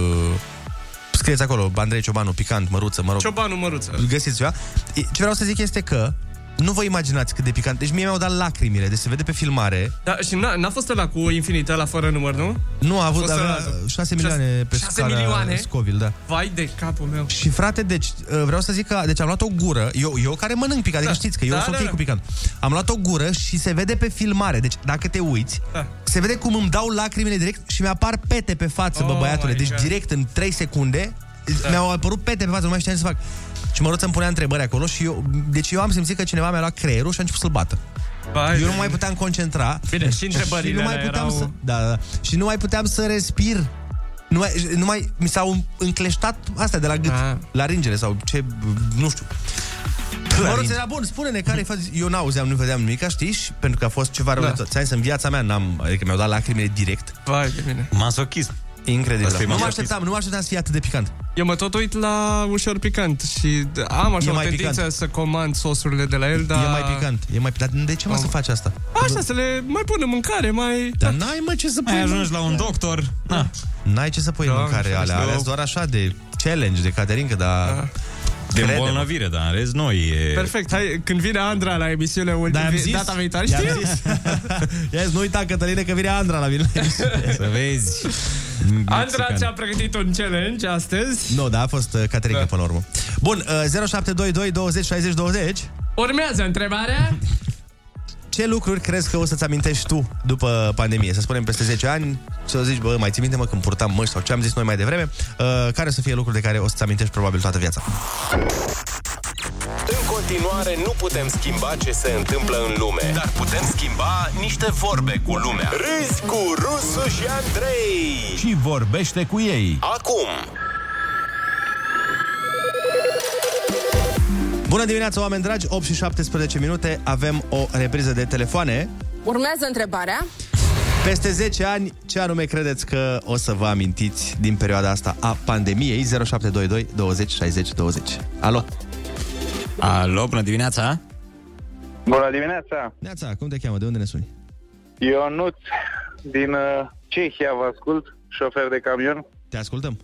[SPEAKER 7] scrieți acolo, Andrei Ciobanu, picant, măruță, mă rog.
[SPEAKER 9] ciobanul măruță.
[SPEAKER 7] Îl găsiți ceva. E, Ce vreau să zic este că Nu vă imaginați cât de picant. Deci mie mi-au dat lacrimile, deci se vede pe filmare.
[SPEAKER 9] Da, și n-a, n-a fost ăla cu infinit, ăla fără număr, nu?
[SPEAKER 7] Nu, a avut
[SPEAKER 9] Fost
[SPEAKER 7] avea
[SPEAKER 9] ăla-
[SPEAKER 7] 6 milioane pe
[SPEAKER 9] 6
[SPEAKER 7] scara
[SPEAKER 9] milioane?
[SPEAKER 7] Scoville, da.
[SPEAKER 9] Vai de capul meu.
[SPEAKER 7] Și frate, deci uh, vreau să zic că deci am luat o gură, eu, eu care mănânc picant, adică
[SPEAKER 9] Da.
[SPEAKER 7] știți că eu
[SPEAKER 9] Da,
[SPEAKER 7] sunt
[SPEAKER 9] da,
[SPEAKER 7] ok
[SPEAKER 9] da.
[SPEAKER 7] cu picant. Am luat o gură și se vede pe filmare, deci dacă te uiți,
[SPEAKER 9] Da.
[SPEAKER 7] se vede cum îmi dau lacrimile direct și mi-apar pete pe față, bă
[SPEAKER 9] Oh
[SPEAKER 7] băiatule,
[SPEAKER 9] my
[SPEAKER 7] deci
[SPEAKER 9] God.
[SPEAKER 7] direct în 3 secunde
[SPEAKER 9] Da.
[SPEAKER 7] mi-au apărut pete pe față, nu mai știam ce să fac. Și mă rog să-mi punea întrebări acolo și eu, deci eu am simțit că cineva mi-a luat creierul și a început să-l bată. eu nu mai puteam concentra.
[SPEAKER 3] Bine, și întrebările
[SPEAKER 7] și nu mai
[SPEAKER 3] alea
[SPEAKER 7] puteam
[SPEAKER 3] erau-
[SPEAKER 7] să, da, da, da. Și nu mai puteam să respir. Nu mai, nu mai mi s-au încleștat astea de la gât, la ringere sau ce, nu știu. Mă rog,
[SPEAKER 4] ringe.
[SPEAKER 7] era bun, spune-ne care Eu n-auzeam, nu vedeam nimic, știi? Și pentru că a fost ceva rău
[SPEAKER 4] Da.
[SPEAKER 7] de tot. Ți-am zis, în viața mea n-am, adică mi-au dat lacrimile direct.
[SPEAKER 9] Vai de mine.
[SPEAKER 8] Masochism.
[SPEAKER 7] Incredibil.
[SPEAKER 9] Asta e
[SPEAKER 7] Nu mă
[SPEAKER 9] masochism.
[SPEAKER 7] așteptam, nu mă așteptam să fie atât de picant.
[SPEAKER 9] Eu mă tot uit la ușor picant și d- am
[SPEAKER 7] E
[SPEAKER 9] așa o
[SPEAKER 7] mai
[SPEAKER 9] tendință
[SPEAKER 7] picant.
[SPEAKER 9] să comand sosurile de la el, dar...
[SPEAKER 7] E mai picant, e mai picant. Dar De ce mă
[SPEAKER 9] Om.
[SPEAKER 7] să faci asta?
[SPEAKER 9] Așa, să le mai pun în mâncare, mai...
[SPEAKER 7] Dar n-ai mă Da. ce să pui
[SPEAKER 9] Mai
[SPEAKER 7] în
[SPEAKER 9] ajungi la un Ah.
[SPEAKER 8] doctor. Na.
[SPEAKER 7] N-ai ce să pui în
[SPEAKER 8] Doamne,
[SPEAKER 7] mâncare
[SPEAKER 8] ferește.
[SPEAKER 7] alea. Alea
[SPEAKER 8] Eu-
[SPEAKER 7] sunt doar așa de challenge, de caterincă, dar...
[SPEAKER 8] Da. De
[SPEAKER 7] Crede-mă.
[SPEAKER 8] îmbolnăvire, dar în rest nu e...
[SPEAKER 9] Perfect, hai, când vine Andra la emisiune
[SPEAKER 7] Dar
[SPEAKER 9] ultim,
[SPEAKER 7] am zis,
[SPEAKER 9] data viitoare,
[SPEAKER 7] i-am
[SPEAKER 9] știu?
[SPEAKER 7] zis. Ia zi, nu uita, Cătăline, că vine Andra la mine.
[SPEAKER 8] Să vezi.
[SPEAKER 9] Andra ți-a pregătit un challenge astăzi.
[SPEAKER 7] Nu, da, a fost uh, caterincă până la urmă. Bun, uh, 0722 20 60 20.
[SPEAKER 9] Urmează întrebarea.
[SPEAKER 7] Ce lucruri crezi că o să-ți amintești tu după pandemie? Să spunem peste 10 ani, să zici, bă, mai ții minte, mă, când purtam măști sau ce am zis noi mai devreme, uh, care o să fie lucruri de care o să-ți amintești probabil toată viața?
[SPEAKER 6] În continuare, nu putem schimba ce se întâmplă în lume, dar putem schimba niște vorbe cu lumea. Râzi cu Rusu și Andrei.
[SPEAKER 7] Și vorbește cu ei.
[SPEAKER 6] Acum.
[SPEAKER 7] Bună dimineața, oameni dragi! 8 și 17 minute, avem o repriză de telefoane.
[SPEAKER 26] Urmează întrebarea.
[SPEAKER 7] Peste 10 ani, ce anume credeți că o să vă amintiți din perioada asta a pandemiei? 0722 20 60 20. Alo!
[SPEAKER 3] Alo, bună dimineața!
[SPEAKER 7] Bună dimineața! Neața, cum te cheamă? De unde ne suni?
[SPEAKER 27] Ionuț din uh, Cehia vă ascult, șofer de camion.
[SPEAKER 7] Te ascultăm.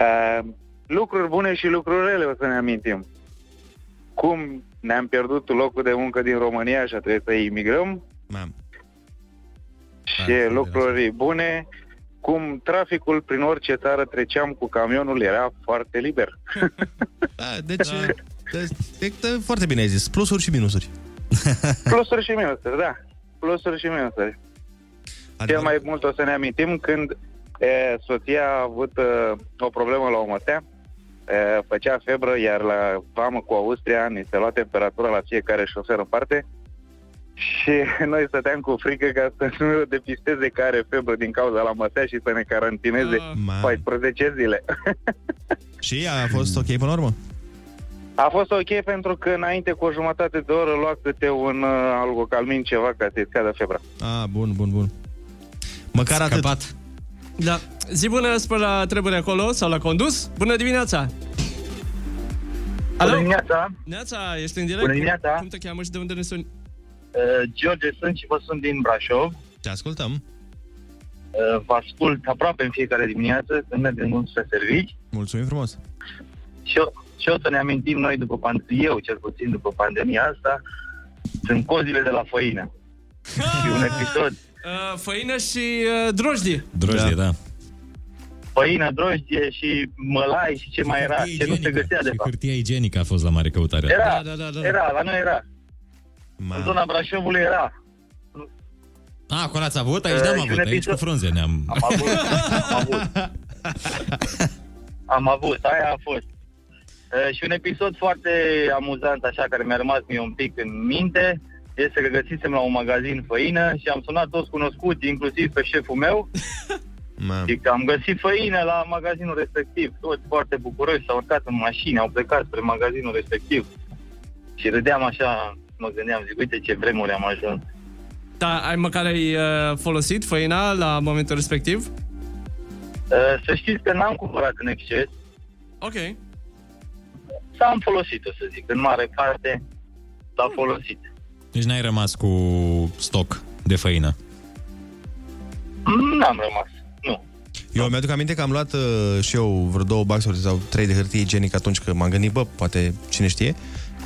[SPEAKER 27] Uh, lucruri bune și lucruri rele o să ne amintim. Cum ne-am pierdut locul de muncă din România și a trebuit să imigrăm.
[SPEAKER 7] Mam.
[SPEAKER 27] Și lucruri bune, cum traficul prin orice țară treceam cu camionul era foarte liber.
[SPEAKER 7] Da, deci, deci, foarte bine ai zis. Plusuri și minusuri.
[SPEAKER 27] Plusuri și minusuri, da. Plusuri și minusuri. Adică... Cel mai mult o să ne amintim când e, soția a avut e, o problemă la omotea, e, făcea febră, iar la vamă cu Austria ni se lua temperatura la fiecare șofer în parte și noi stăteam cu frică ca să nu depisteze care are febră din cauza la mătea și să ne carantineze
[SPEAKER 7] Man.
[SPEAKER 27] 14 zile.
[SPEAKER 7] Și a fost
[SPEAKER 3] Hmm.
[SPEAKER 7] ok până la urmă?
[SPEAKER 27] A fost ok pentru că înainte cu o jumătate de oră lua câte un uh, algocalmin ceva ca să-i scadă febra.
[SPEAKER 7] A, bun, bun, bun. Măcar atât.
[SPEAKER 9] Da. Zi bună, spă la treburi acolo sau la condus. Bună dimineața! Alo?
[SPEAKER 28] Bună dimineața!
[SPEAKER 9] Neața, ești în direct?
[SPEAKER 28] Bună dimineața!
[SPEAKER 9] Cum te cheamă și de unde ne suni?
[SPEAKER 28] Uh, George sunt și vă sunt din Brașov.
[SPEAKER 7] Te ascultăm.
[SPEAKER 28] Uh, Vă ascult aproape în fiecare dimineață când mergem înspre servici
[SPEAKER 7] Mulțumim frumos.
[SPEAKER 28] și o, și o să ne amintim noi după pandemie, eu cel puțin după pandemia asta, sunt cozile de la făină. și un episod.
[SPEAKER 9] Uh, făină și uh, drojdie.
[SPEAKER 8] Drojdie, da.
[SPEAKER 28] Făină, drojdie și mălai și ce mai era, ce nu se găsea de
[SPEAKER 8] Și
[SPEAKER 28] fapt.
[SPEAKER 8] hârtia igienică a fost la mare căutare.
[SPEAKER 28] Era,
[SPEAKER 9] Da,
[SPEAKER 28] era, la noi era. În zona Brașovului era.
[SPEAKER 8] A, Ah, acolo ați avut? Aici
[SPEAKER 28] Eh,
[SPEAKER 8] n-am
[SPEAKER 28] și
[SPEAKER 8] avut,
[SPEAKER 28] un
[SPEAKER 8] aici cu
[SPEAKER 28] episod-
[SPEAKER 8] frunze ne-am...
[SPEAKER 28] Am avut, am avut. Am avut, aia a fost. E, Și un episod foarte amuzant, așa, care mi-a rămas mie un pic în minte, este că găsisem la un magazin făină și am sunat toți cunoscuți, inclusiv pe șeful meu,
[SPEAKER 5] Da.
[SPEAKER 7] Mam.
[SPEAKER 28] și că am găsit făină la magazinul respectiv. Toți foarte bucuroși s-au urcat în mașini, au plecat spre magazinul respectiv. Și râdeam așa, mă gândeam, zic, uite ce vremuri am ajuns.
[SPEAKER 9] Da, ai măcar ai uh, folosit făina la momentul respectiv?
[SPEAKER 28] Uh, Să știți că n-am cumpărat în exces.
[SPEAKER 9] Ok.
[SPEAKER 28] S-am folosit, o să zic, în mare parte s-a folosit.
[SPEAKER 8] Deci n-ai rămas cu stoc de făină.
[SPEAKER 28] N-am rămas, nu.
[SPEAKER 7] Eu mi-aduc aminte că am luat uh, și eu vreo două baxuri sau trei de hârtie igienică atunci că m-am gândit, bă, poate cine știe.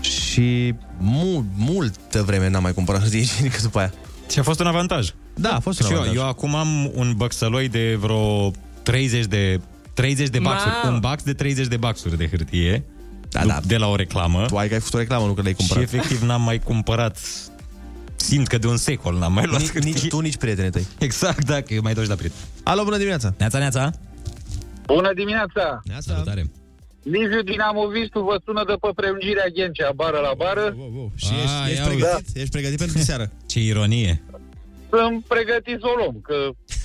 [SPEAKER 7] Și mult, multă vreme n-am mai cumpărat hârtie igienică după aia.
[SPEAKER 8] Și a fost un avantaj.
[SPEAKER 7] Da, a fost un
[SPEAKER 8] și eu,
[SPEAKER 7] avantaj.
[SPEAKER 8] eu acum am un băxăloi de vreo 30 de 30 de baxuri,
[SPEAKER 7] Mamă!
[SPEAKER 8] un bax de 30 de baxuri de hârtie. Da, da. De la o reclamă. Tu
[SPEAKER 7] ai că ai făcut o reclamă, nu că le-ai cumpărat.
[SPEAKER 8] Și efectiv n-am mai cumpărat. Simt că de un secol n-am mai luat
[SPEAKER 7] Nici- nici tu, nici prietenii tăi.
[SPEAKER 8] Exact, da, că eu mai doși la prieteni.
[SPEAKER 7] Alo, bună dimineața!
[SPEAKER 8] Neața, neața!
[SPEAKER 29] Bună dimineața!
[SPEAKER 8] Salutare!
[SPEAKER 29] Liviu Dinamovistu vă sună de pe prelungirea Ghencea, bară la bară.
[SPEAKER 7] Și
[SPEAKER 8] Ah,
[SPEAKER 7] ești, ești pregătit? Ești pregătit pentru seară?
[SPEAKER 8] Ce ironie!
[SPEAKER 29] Da. Sunt pregătit să o luăm, că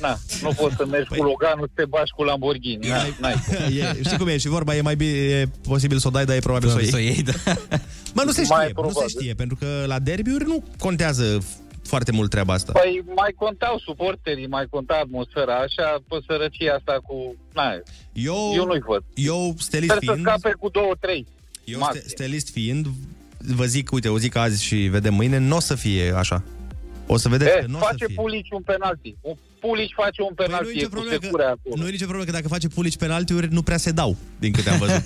[SPEAKER 29] na, nu poți să mergi cu Loganul, să te bași cu Lamborghini. Na, n-ai cum.
[SPEAKER 7] Păi- E, știi cum e? Și vorba e mai bine, e posibil să o dai, dar e probabil,
[SPEAKER 29] Probabil
[SPEAKER 7] să o iei.
[SPEAKER 29] să o iei,
[SPEAKER 8] da.
[SPEAKER 7] Mă, nu se
[SPEAKER 29] Mai
[SPEAKER 7] știe, nu se
[SPEAKER 29] probabil.
[SPEAKER 7] știe, pentru că la derbiuri nu contează foarte mult treaba asta.
[SPEAKER 29] Păi mai contau suporterii, mai conta atmosfera, așa, pe sărăcia asta cu... Na,
[SPEAKER 7] eu,
[SPEAKER 29] eu nu-i văd.
[SPEAKER 7] Eu, stelist
[SPEAKER 29] Sper să
[SPEAKER 7] fiind,
[SPEAKER 29] scape cu două, trei.
[SPEAKER 7] eu ste- stelist fiind, vă zic, uite, o zic azi și vedem mâine, nu o să fie așa. O să vedeți
[SPEAKER 29] Eh,
[SPEAKER 7] că nu o să
[SPEAKER 29] face pulici un penalti. Un pulici face un penalti,
[SPEAKER 7] Păi nu e nicio
[SPEAKER 29] Păi
[SPEAKER 7] problemă
[SPEAKER 29] e cu
[SPEAKER 7] că-
[SPEAKER 29] secure acolo.
[SPEAKER 7] Nu e nicio problemă că dacă face pulici penaltiuri, nu prea se dau, din câte am văzut.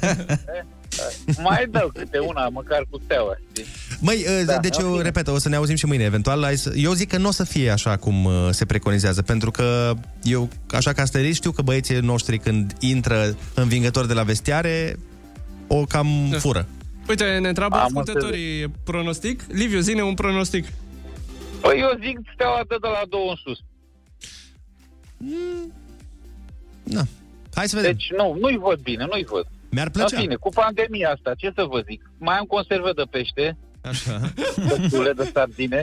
[SPEAKER 29] Mai dă câte una, măcar cu steaua. știi?
[SPEAKER 7] Măi, da, deci eu repet, o să ne auzim și mâine eventual. Hai să- Eu zic că nu o să fie așa cum uh, se preconizează, pentru că eu, așa ca asterist, știu că băieții noștri când intră învingători de la vestiare, o cam da. fură.
[SPEAKER 9] Uite, ne întreabă ascultătorii pronostic. Liviu, zine un pronostic.
[SPEAKER 29] Păi eu zic steaua dă de la două în sus.
[SPEAKER 7] Mm, Hai să vedem.
[SPEAKER 29] Deci nu, nu-i văd bine, nu-i văd.
[SPEAKER 7] Mi-ar
[SPEAKER 29] În fine, cu pandemia asta, ce să vă zic? Mai am conserve de pește.
[SPEAKER 7] Așa.
[SPEAKER 29] Destule de sardine.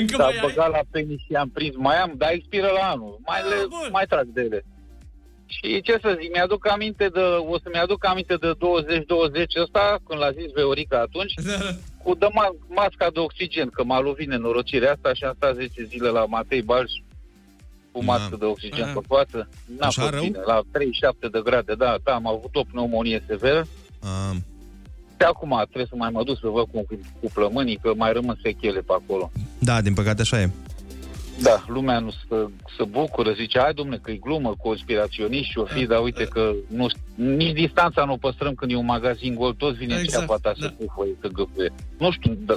[SPEAKER 9] Încă
[SPEAKER 29] S-a băgat la penis și am prins. Mai am, dar expiră la anul. Mai, le, mai trag de ele. Și ce să zic, mi-aduc aminte de, o să mi-aduc aminte de 20-20 ăsta, când l-a zis Veorica atunci, cu de ma- masca de oxigen, că m-a lovit nenorocirea asta și am stat 10 zile la Matei Balș cu mască de oxigen pe față. N-a
[SPEAKER 7] Așa
[SPEAKER 29] fost
[SPEAKER 7] rău?
[SPEAKER 29] bine, la 37 de grade, da, da, am avut o pneumonie severă.
[SPEAKER 7] Um.
[SPEAKER 29] Și acum trebuie să mai mă duc să văd cum cu plămânii, că mai rămân sechele pe acolo.
[SPEAKER 7] Da, din păcate așa e.
[SPEAKER 29] Da, lumea nu se, se bucură, zice, hai domne că e glumă, conspiraționiști și o fi, dar uite că nu, șt- nici distanța nu o păstrăm când e un magazin gol, toți vine exact, ceapa ta să pufăie, să gâfâie. Nu știu, da,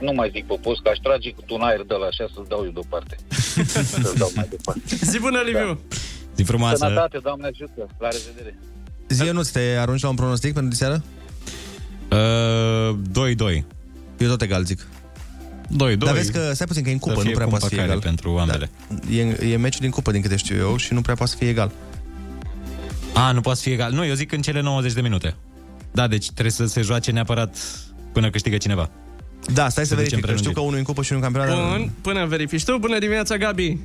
[SPEAKER 29] nu mai zic pe post, că aș trage cât un aer de la așa să-l dau eu deoparte. să-l dau mai departe.
[SPEAKER 9] Zi
[SPEAKER 28] Da.
[SPEAKER 9] bună, Liviu!
[SPEAKER 8] Zi frumoasă!
[SPEAKER 29] Sănătate, Doamne ajută, la revedere!
[SPEAKER 7] Zi, nu te arunci la un pronostic pentru diseară?
[SPEAKER 8] Uh, 2-2.
[SPEAKER 7] Eu tot egal zic.
[SPEAKER 8] 2-2.
[SPEAKER 7] Dar vezi că, stai puțin, că e în cupă,
[SPEAKER 8] Să
[SPEAKER 7] nu
[SPEAKER 8] fie
[SPEAKER 7] prea poate fi
[SPEAKER 8] cumpăcare
[SPEAKER 7] egal.
[SPEAKER 8] pentru ambele.
[SPEAKER 7] Da. E, e meciul din cupă, din câte știu eu, și nu prea poate să fie egal.
[SPEAKER 8] A, nu poate fi egal. Nu, eu zic în cele 90 de minute. Da, deci trebuie să se joace neapărat până câștigă cineva.
[SPEAKER 7] Da, stai
[SPEAKER 8] să
[SPEAKER 7] verific, că știu că unul e în cupă și unul în campioană.
[SPEAKER 9] Bun, până verifici tu. Bună dimineața, Gabi!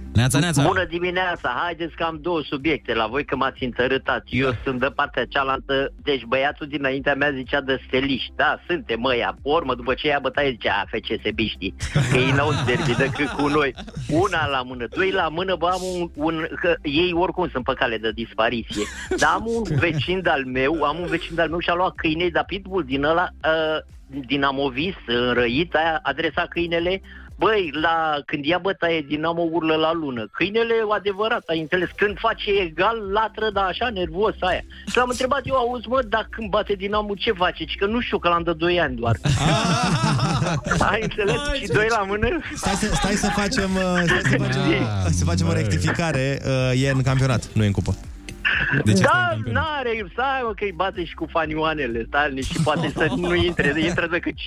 [SPEAKER 26] Bună dimineața! Haideți că am două subiecte la voi, că m-ați întărâtat. Eu sunt de partea cealaltă, deci băiatul dinaintea mea zicea de steliști. Da, suntem măia. Pe urmă, după ce i-a bătaie, zicea, a, FCSB-știi, că ei n-au derbi decât cu noi. Una la mână, doi la mână, bă, am un, un că ei oricum sunt pe cale de dispariție. Dar am un vecin de-al meu, am un vecin de-al meu și-a luat câinei de pitbull din ăla, uh, dinamovist, înrăit, aia adresa câinele, băi, la, când ia bătaie Dinamo urlă la lună. Câinele, adevărat, ai înțeles, când face egal, latră, dar așa, nervos aia. Și l-am întrebat eu, auzi, mă, dacă când bate Dinamo, ce face? Și că nu știu, că l-am dat 2 ani doar.
[SPEAKER 7] Ah,
[SPEAKER 26] ai înțeles? și doi la mână?
[SPEAKER 7] deci
[SPEAKER 26] Deci, da,
[SPEAKER 7] Stai să, stai să facem, uh, stai să facem, uh, să facem o rectificare, uh, e în campionat, nu e în cupă. Deci asta e
[SPEAKER 26] da, n-are, stai mă că îi bate și cu fanioanele stalnici și poate să nu intre, intră decât 5-6,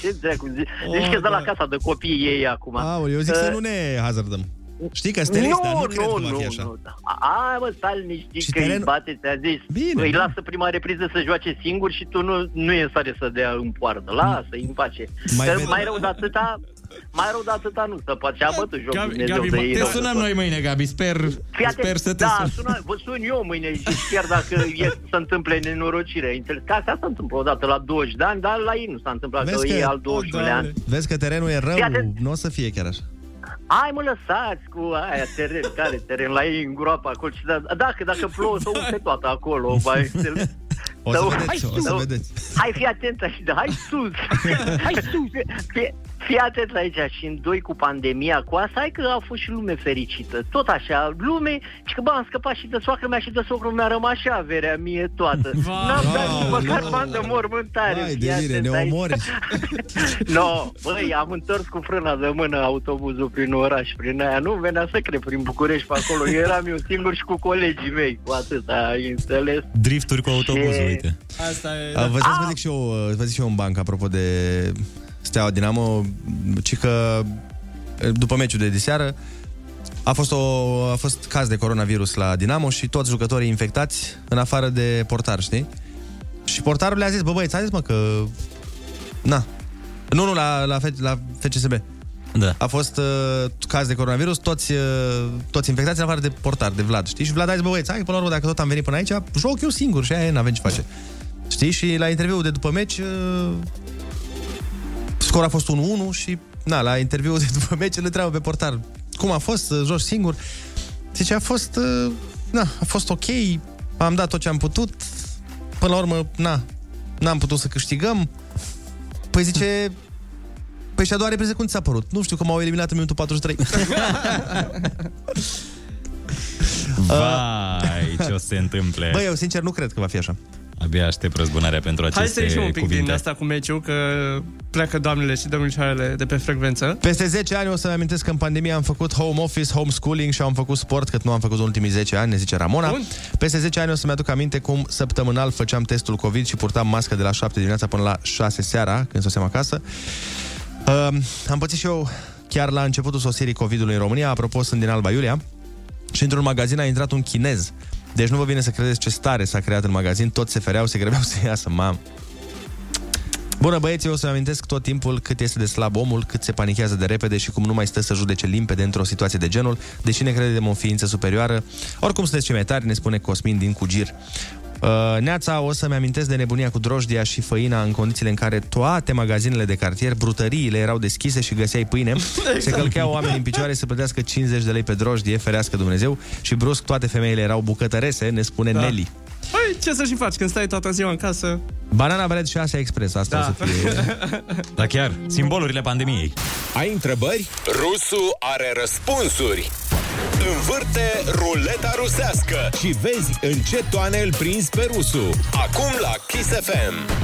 [SPEAKER 26] ce dracu zici? Deci că de la casa de copii ei acum.
[SPEAKER 7] Oh,
[SPEAKER 26] Uh,
[SPEAKER 7] Aoleu, eu zic să nu ne hazardăm. Știi că stelist, dar nu, cred că va fi așa.
[SPEAKER 26] da. A, mă, stalnici,
[SPEAKER 7] Și
[SPEAKER 26] știi că îi
[SPEAKER 7] teren-
[SPEAKER 26] bate, ți-a zis.
[SPEAKER 7] Bine,
[SPEAKER 26] îi
[SPEAKER 7] bine.
[SPEAKER 26] lasă prima repriză să joace singur și tu nu, nu e în stare să dea în poartă. Lasă, îi în pace.
[SPEAKER 8] Mai
[SPEAKER 26] Că
[SPEAKER 8] vede-
[SPEAKER 26] mai rău de atâta, mai rău de atâta nu se poate. Și a bătut jocul
[SPEAKER 8] Gabi,
[SPEAKER 26] Dumnezeu
[SPEAKER 8] Gabi
[SPEAKER 26] de ei.
[SPEAKER 8] te
[SPEAKER 26] rău de
[SPEAKER 8] sunăm
[SPEAKER 26] tot.
[SPEAKER 8] noi mâine, Gabi. Sper,
[SPEAKER 26] Fii atent.
[SPEAKER 8] sper să te
[SPEAKER 26] da,
[SPEAKER 8] sun.
[SPEAKER 26] sună, vă sun eu mâine și chiar dacă e, se întâmplă nenorocire. ai Înțeles că asta se întâmplă odată la 20 de ani, dar la ei nu s-a întâmplat, că, ei al 21-lea an.
[SPEAKER 7] vezi că terenul e
[SPEAKER 26] Fii
[SPEAKER 7] rău,
[SPEAKER 26] atent.
[SPEAKER 7] nu o să fie chiar așa.
[SPEAKER 26] Hai mă lăsați cu aia teren, care teren, la ei în groapă acolo. Și da, dacă, dacă plouă, să umple toată acolo, mai înțeles.
[SPEAKER 7] O să
[SPEAKER 26] Sau-
[SPEAKER 7] vedeți, o să
[SPEAKER 26] sau-
[SPEAKER 7] vedeți.
[SPEAKER 26] Hai fi atent așa, da, hai sus! hai sus! Fii, Fii atent aici și în doi cu pandemia cu asta, hai că a fost și lume fericită. Tot așa, lume, și că bă, am scăpat și de soacră mea și de socrul meu, a rămas și averea mie toată. N-am dat nici măcar bandă mormântare.
[SPEAKER 7] Hai,
[SPEAKER 26] fii
[SPEAKER 7] da. delire,
[SPEAKER 26] atent
[SPEAKER 7] ne
[SPEAKER 26] aici.
[SPEAKER 7] omori.
[SPEAKER 26] No, băi, am întors cu frâna de mână autobuzul prin oraș, prin aia, nu venea să cred prin București pe acolo, eu eram eu singur și cu colegii mei, cu atâta, ai înțeles?
[SPEAKER 8] Drifturi cu
[SPEAKER 26] Și-
[SPEAKER 8] autobuzul, uite.
[SPEAKER 9] Asta e... da.
[SPEAKER 7] A, Vă zic, vă zic și eu, vă zic și eu un banc apropo de Steaua Dinamo, ci că după meciul de diseară a fost, o, a fost caz de coronavirus la Dinamo și toți jucătorii infectați în afară de portar, știi? Și portarul le-a zis, bă băieți, haideți mă că... Na. Nu, nu, la, la, F- la FCSB.
[SPEAKER 8] Da.
[SPEAKER 7] A fost uh, caz de coronavirus, toți, uh, toți infectați în afară de portar, de Vlad, știi? Și Vlad a zis, bă băieți, hai că până la urmă, dacă tot am venit până aici, joc eu singur și aia e, n-avem ce face. Știi? Și la interviul de după meci, uh, scorul a fost 1-1 și, na, la interviul de după meci îl întreabă pe portar, cum a fost, uh, joci singur? Zice, a fost, uh, na, a fost ok, am dat tot ce am putut, până la urmă, na, n-am putut să câștigăm. Păi zice, Păi și a doua repriză cum ți s-a părut? Nu știu că m-au eliminat în minutul 43.
[SPEAKER 9] Uh.
[SPEAKER 8] Vai, ce o să se întâmple.
[SPEAKER 7] Bă, eu sincer nu cred că va fi așa.
[SPEAKER 8] Abia aștept răzbunarea pentru aceste
[SPEAKER 9] Hai să ieșim un pic
[SPEAKER 8] cuvinte.
[SPEAKER 9] din asta cu meciul, că pleacă doamnele și domnișoarele de pe frecvență.
[SPEAKER 7] Peste 10 ani o să-mi amintesc că în pandemie am făcut home office, homeschooling și am făcut sport cât nu am făcut în ultimii 10 ani, ne zice Ramona.
[SPEAKER 9] Bun.
[SPEAKER 7] Peste 10 ani o să-mi aduc aminte cum săptămânal făceam testul COVID și purtam mască de la 7 dimineața până la 6 seara, când soseam acasă. Um, am pățit și eu chiar la începutul sosirii COVID-ului în România, apropo, sunt din Alba Iulia, și într-un magazin a intrat un chinez. Deci nu vă vine să credeți ce stare s-a creat în magazin, toți se fereau, se grăbeau să iasă, mamă. Bună băieți, eu o să amintesc tot timpul cât este de slab omul, cât se panichează de repede și cum nu mai stă să judece limpede într-o situație de genul, deși ne credem o ființă superioară. Oricum sunteți cei mai tari, ne spune Cosmin din Cugir. Uh, Neața, o să-mi amintesc de nebunia cu drojdia și făina în condițiile în care toate magazinele de cartier, brutăriile erau deschise și găseai pâine. Se
[SPEAKER 11] Exact.
[SPEAKER 7] călcheau oameni în picioare să plătească 50 de lei pe drojdie, ferească Dumnezeu, și brusc toate femeile erau bucătărese, ne spune da. Nelly.
[SPEAKER 9] Păi, ce să și faci când stai toată ziua în casă?
[SPEAKER 7] Banana Bread și Asia Express, asta da. o să fie...
[SPEAKER 8] Da, chiar. Simbolurile pandemiei.
[SPEAKER 6] Ai întrebări?
[SPEAKER 8] Rusu are
[SPEAKER 6] Răspunsuri. Învârte ruleta rusească și vezi în ce toane îl prins pe rusu. Acum la Kiss FM.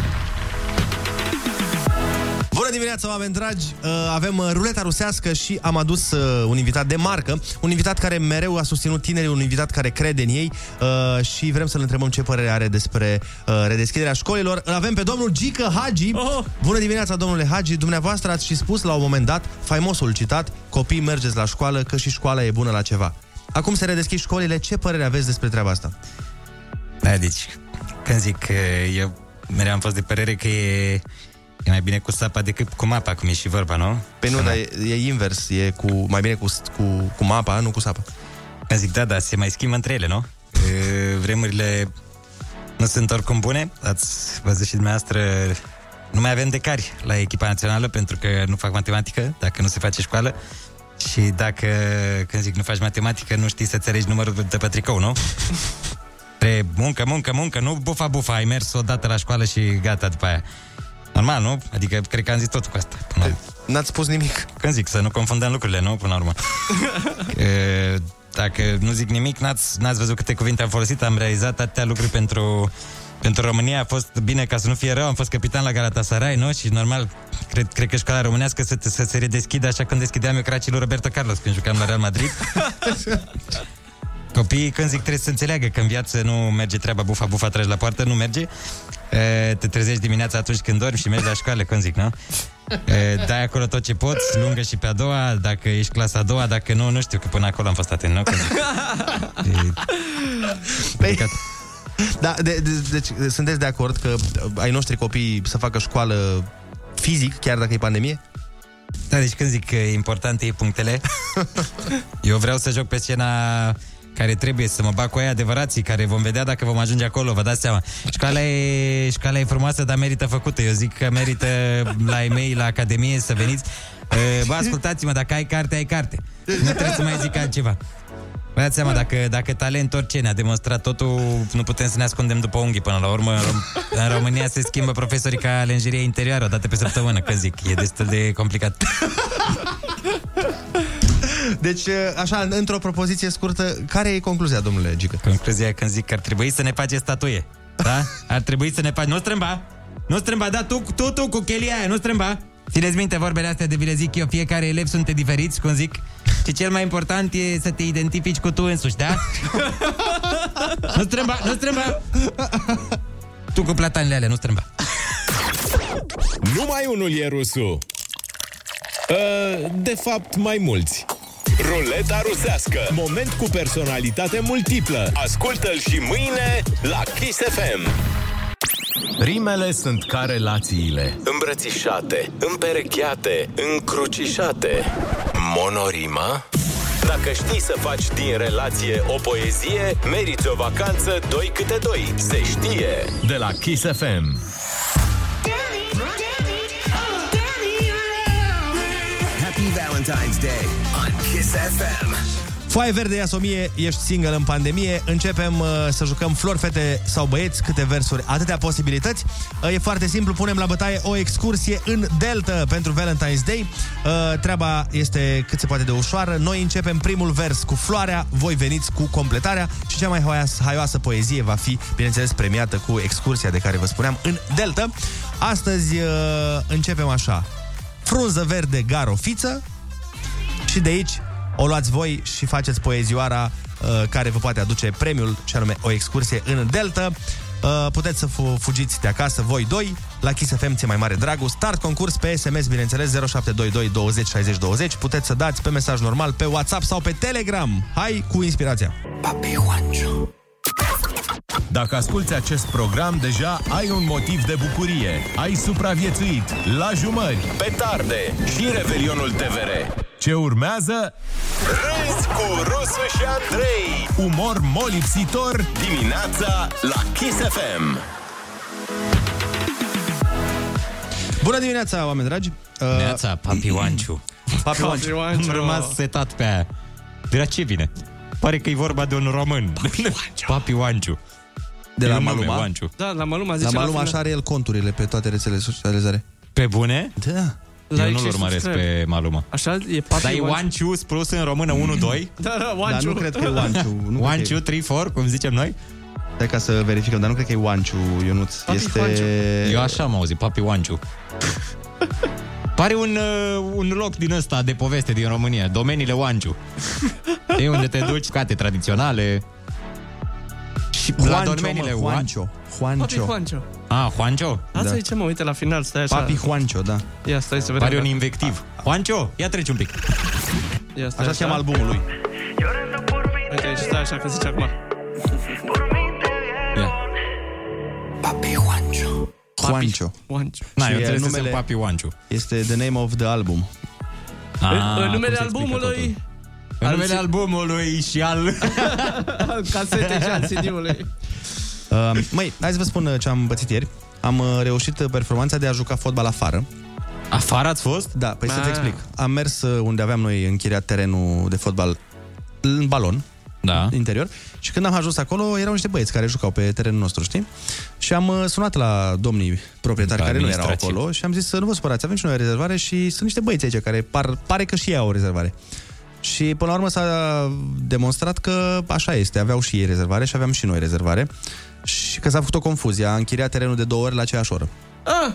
[SPEAKER 7] Bună dimineața, oameni dragi! Uh, Avem uh, ruleta rusească și am adus uh, un invitat de marcă, un invitat care mereu a susținut tinerii, un invitat care crede în ei uh, și vrem să-l întrebăm ce părere are despre uh, redeschiderea școlilor. Îl avem pe domnul Gică Hagi. Oh. Bună dimineața, domnule Hagi! Dumneavoastră ați și spus la un moment dat, faimosul citat, copii mergeți la școală, că și școala e bună la ceva. Acum se redeschid școlile, ce părere aveți despre treaba asta?
[SPEAKER 8] Da, deci, când zic că eu mereu am fost de părere că e, e mai bine cu sapa decât cu mapa, cum e și vorba, nu?
[SPEAKER 7] Păi nu, dar e, e invers, e cu, mai bine cu, cu, cu mapa, nu cu sapa.
[SPEAKER 8] Când zic da, da, se mai schimbă între ele, nu? E, Vremurile nu sunt oricum bune, ați văzut și dumneavoastră, nu mai avem decari la echipa națională pentru că nu fac matematică, dacă nu se face școală. Și dacă, când zic nu faci matematică, nu știi să-ți alegi numărul de pe tricou, nu? Trebuie muncă, muncă, muncă, nu bufa, bufa, ai mers odată la școală și gata după aia. Normal, nu? Adică cred că am zis tot cu asta. Până... la urmă.
[SPEAKER 7] N-ați spus nimic.
[SPEAKER 8] Când zic, să nu confundăm lucrurile, nu? Până la urmă. E, Dacă nu zic nimic, n-ați, n-ați văzut câte cuvinte am folosit, am realizat atâtea lucruri pentru, pentru România. A fost bine ca să nu fie rău, am fost capitan la Galatasaray, nu? Și normal, cred, cred că școala românească să, să se redeschidă așa când deschideam eu cracii lui Roberto Carlos când jucam la Real Madrid. Copiii, când zic, trebuie să înțeleagă că în viață nu merge treaba bufa, bufa, tragi la poartă, nu merge. E, Te trezești dimineața atunci când dormi și mergi la școală, când zic, nu? E, Dai acolo tot ce poți, lungă și pe a doua, dacă ești clasa a doua, dacă nu, nu știu, că până acolo am fost atent, nu? Când zic.
[SPEAKER 7] Păi, da, de, de, deci sunteți de acord că uh, ai noștri copii să facă școală fizic, chiar dacă e pandemie?
[SPEAKER 8] Da, deci când zic că e important e punctele, eu vreau să joc pe scena care trebuie să mă bag cu aia adevărații, care vom vedea dacă vom ajunge acolo, vă dați seama. Școala e, școala e frumoasă, dar merită făcută. Eu zic că merită la ei mei, la Academie, să veniți. E, Bă, ascultați-mă, dacă ai carte, ai carte. Nu trebuie să mai zic altceva. Vă dați seama, dacă, dacă talent orice ne-a demonstrat totul, nu putem să ne ascundem după unghii până la urmă. În Rom- În România se schimbă profesorii ca lenjerie interioară o dată pe săptămână, că zic. E destul de complicat.
[SPEAKER 7] Deci, așa, într-o propoziție scurtă, care e concluzia, domnule Gică?
[SPEAKER 8] Concluzia când zic că ar trebui să ne faci statuie. Da? Ar trebui să ne faci... Nu strâmba! Nu strâmba, da, tu, tu, tu, cu chelia aia, nu strâmba! Țineți minte vorbele astea de vi le zic eu, fiecare elev sunt diferiți, cum zic. Și cel mai important e să te identifici cu tu însuși, da? nu strâmba, nu strâmba! Tu cu platanele alea, nu strâmba.
[SPEAKER 6] Numai unul e rusul. De fapt, mai mulți. Ruleta rusească. Moment cu personalitate multiplă. Ascultă-l și mâine la Kiss FM.
[SPEAKER 16] Rimele sunt ca relațiile. Îmbrățișate, împerecheate, încrucișate. Monorima? Dacă știi să faci din relație o poezie, meriți o vacanță 2 câte 2. Se știe!
[SPEAKER 6] De la Kiss FM.
[SPEAKER 15] Happy Valentine's Day on Kiss FM.
[SPEAKER 7] Foaie verde, ia somie, ești single în pandemie Începem uh, să jucăm flori, fete sau băieți Câte versuri, atâtea posibilități uh, E foarte simplu, punem la bătaie o excursie în Delta pentru Valentine's Day uh, Treaba este cât se poate de ușoară Noi începem primul vers cu floarea Voi veniți cu completarea Și cea mai hoioasă, haioasă poezie va fi, bineînțeles, premiată cu excursia de care vă spuneam În Delta Astăzi uh, începem așa Frunză verde, garofiță și de aici o luați voi și faceți poezioara uh, care vă poate aduce premiul, și anume o excursie în Delta. Uh, puteți să fu- fugiți de acasă voi doi La Kiss FM ți mai mare dragul Start concurs pe SMS, bineînțeles 0722 20 60 20 Puteți să dați pe mesaj normal, pe WhatsApp sau pe Telegram Hai cu inspirația
[SPEAKER 6] Dacă asculti acest program, deja ai un motiv de bucurie. Ai supraviețuit la jumări, petarde și Revelionul TVR. Ce urmează?
[SPEAKER 16] Râzi cu Rusu și Andrei!
[SPEAKER 6] Umor molipsitor dimineața la Kiss FM.
[SPEAKER 7] Bună dimineața, oameni dragi uh,
[SPEAKER 8] Neața, Papi Oanciu.
[SPEAKER 7] Papi Oanciu.
[SPEAKER 8] Am rămas setat pe aia. De la ce vine? Pare că e vorba de un român. Papi Oanciu.
[SPEAKER 7] De
[SPEAKER 8] E
[SPEAKER 7] la
[SPEAKER 8] un nume,
[SPEAKER 7] Maluma?
[SPEAKER 8] Oanciu.
[SPEAKER 9] Da, la Maluma zice
[SPEAKER 7] La Maluma
[SPEAKER 9] final.
[SPEAKER 7] așa are el conturile pe toate rețelele socializare
[SPEAKER 8] Pe bune?
[SPEAKER 7] Da
[SPEAKER 8] Eu nu-l urmăresc pe Maluma.
[SPEAKER 9] Așa e
[SPEAKER 8] Papi Dar e Oanciu spus în română 1-2?
[SPEAKER 9] Da, da,
[SPEAKER 7] Mm. Dar nu cred că e Oanciu. Nu
[SPEAKER 8] One, two, three, four, cum zicem noi?
[SPEAKER 7] Stai ca să verificăm, dar nu cred că e Oanciu, Ionuț. este...
[SPEAKER 8] Eu așa am auzit, Papi Oanciu. Pare un, uh, un loc din ăsta de poveste din România, domeniile Oanciu. e unde te duci, cate tradiționale. Și la
[SPEAKER 7] Juancio,
[SPEAKER 8] domeniile
[SPEAKER 7] mă,
[SPEAKER 8] Oan-
[SPEAKER 7] Juancio.
[SPEAKER 9] Papi
[SPEAKER 7] Juancio.
[SPEAKER 9] Juancio.
[SPEAKER 8] Ah, Juancio?
[SPEAKER 9] Asta e ce mă uite la final, stai așa.
[SPEAKER 7] Papi Juancio, da.
[SPEAKER 9] Ia stai să vedem.
[SPEAKER 8] Pare un invectiv. Juancio, ia treci un pic.
[SPEAKER 9] Ia stai
[SPEAKER 8] Așa se cheamă albumul lui.
[SPEAKER 9] Uite, și stai așa că zice acum.
[SPEAKER 15] Papi Juancho.
[SPEAKER 7] Juancio.
[SPEAKER 9] Juancio.
[SPEAKER 8] Na, eu înțeles că sunt Papi Juancio.
[SPEAKER 7] Este the name of the album.
[SPEAKER 9] Ah, în numele albumului...
[SPEAKER 8] În numele albumului și al...
[SPEAKER 9] al casetei și al CD-ului.
[SPEAKER 7] Uh, măi, hai să vă spun uh, ce am bățit ieri. Am uh, reușit uh, performanța de a juca fotbal afară.
[SPEAKER 8] Afară ați fost?
[SPEAKER 7] Da, păi
[SPEAKER 8] Ah.
[SPEAKER 7] să-ți explic. Am mers uh, unde aveam noi închiriat terenul de fotbal în balon.
[SPEAKER 8] Da.
[SPEAKER 7] Interior. Și când am ajuns acolo, erau niște băieți care jucau pe terenul nostru, știi? Și am uh, sunat la domnii proprietari
[SPEAKER 8] La
[SPEAKER 7] care nu erau
[SPEAKER 8] administrație.
[SPEAKER 7] acolo și am zis să nu vă supărați, avem și noi o rezervare și sunt niște băieți aici care par, pare că și ei au o rezervare. Și până la urmă s-a demonstrat că așa este, aveau și ei rezervare și aveam și noi rezervare și că s-a făcut o confuzie, a închiriat terenul de două ori la aceeași oră.
[SPEAKER 9] Ah!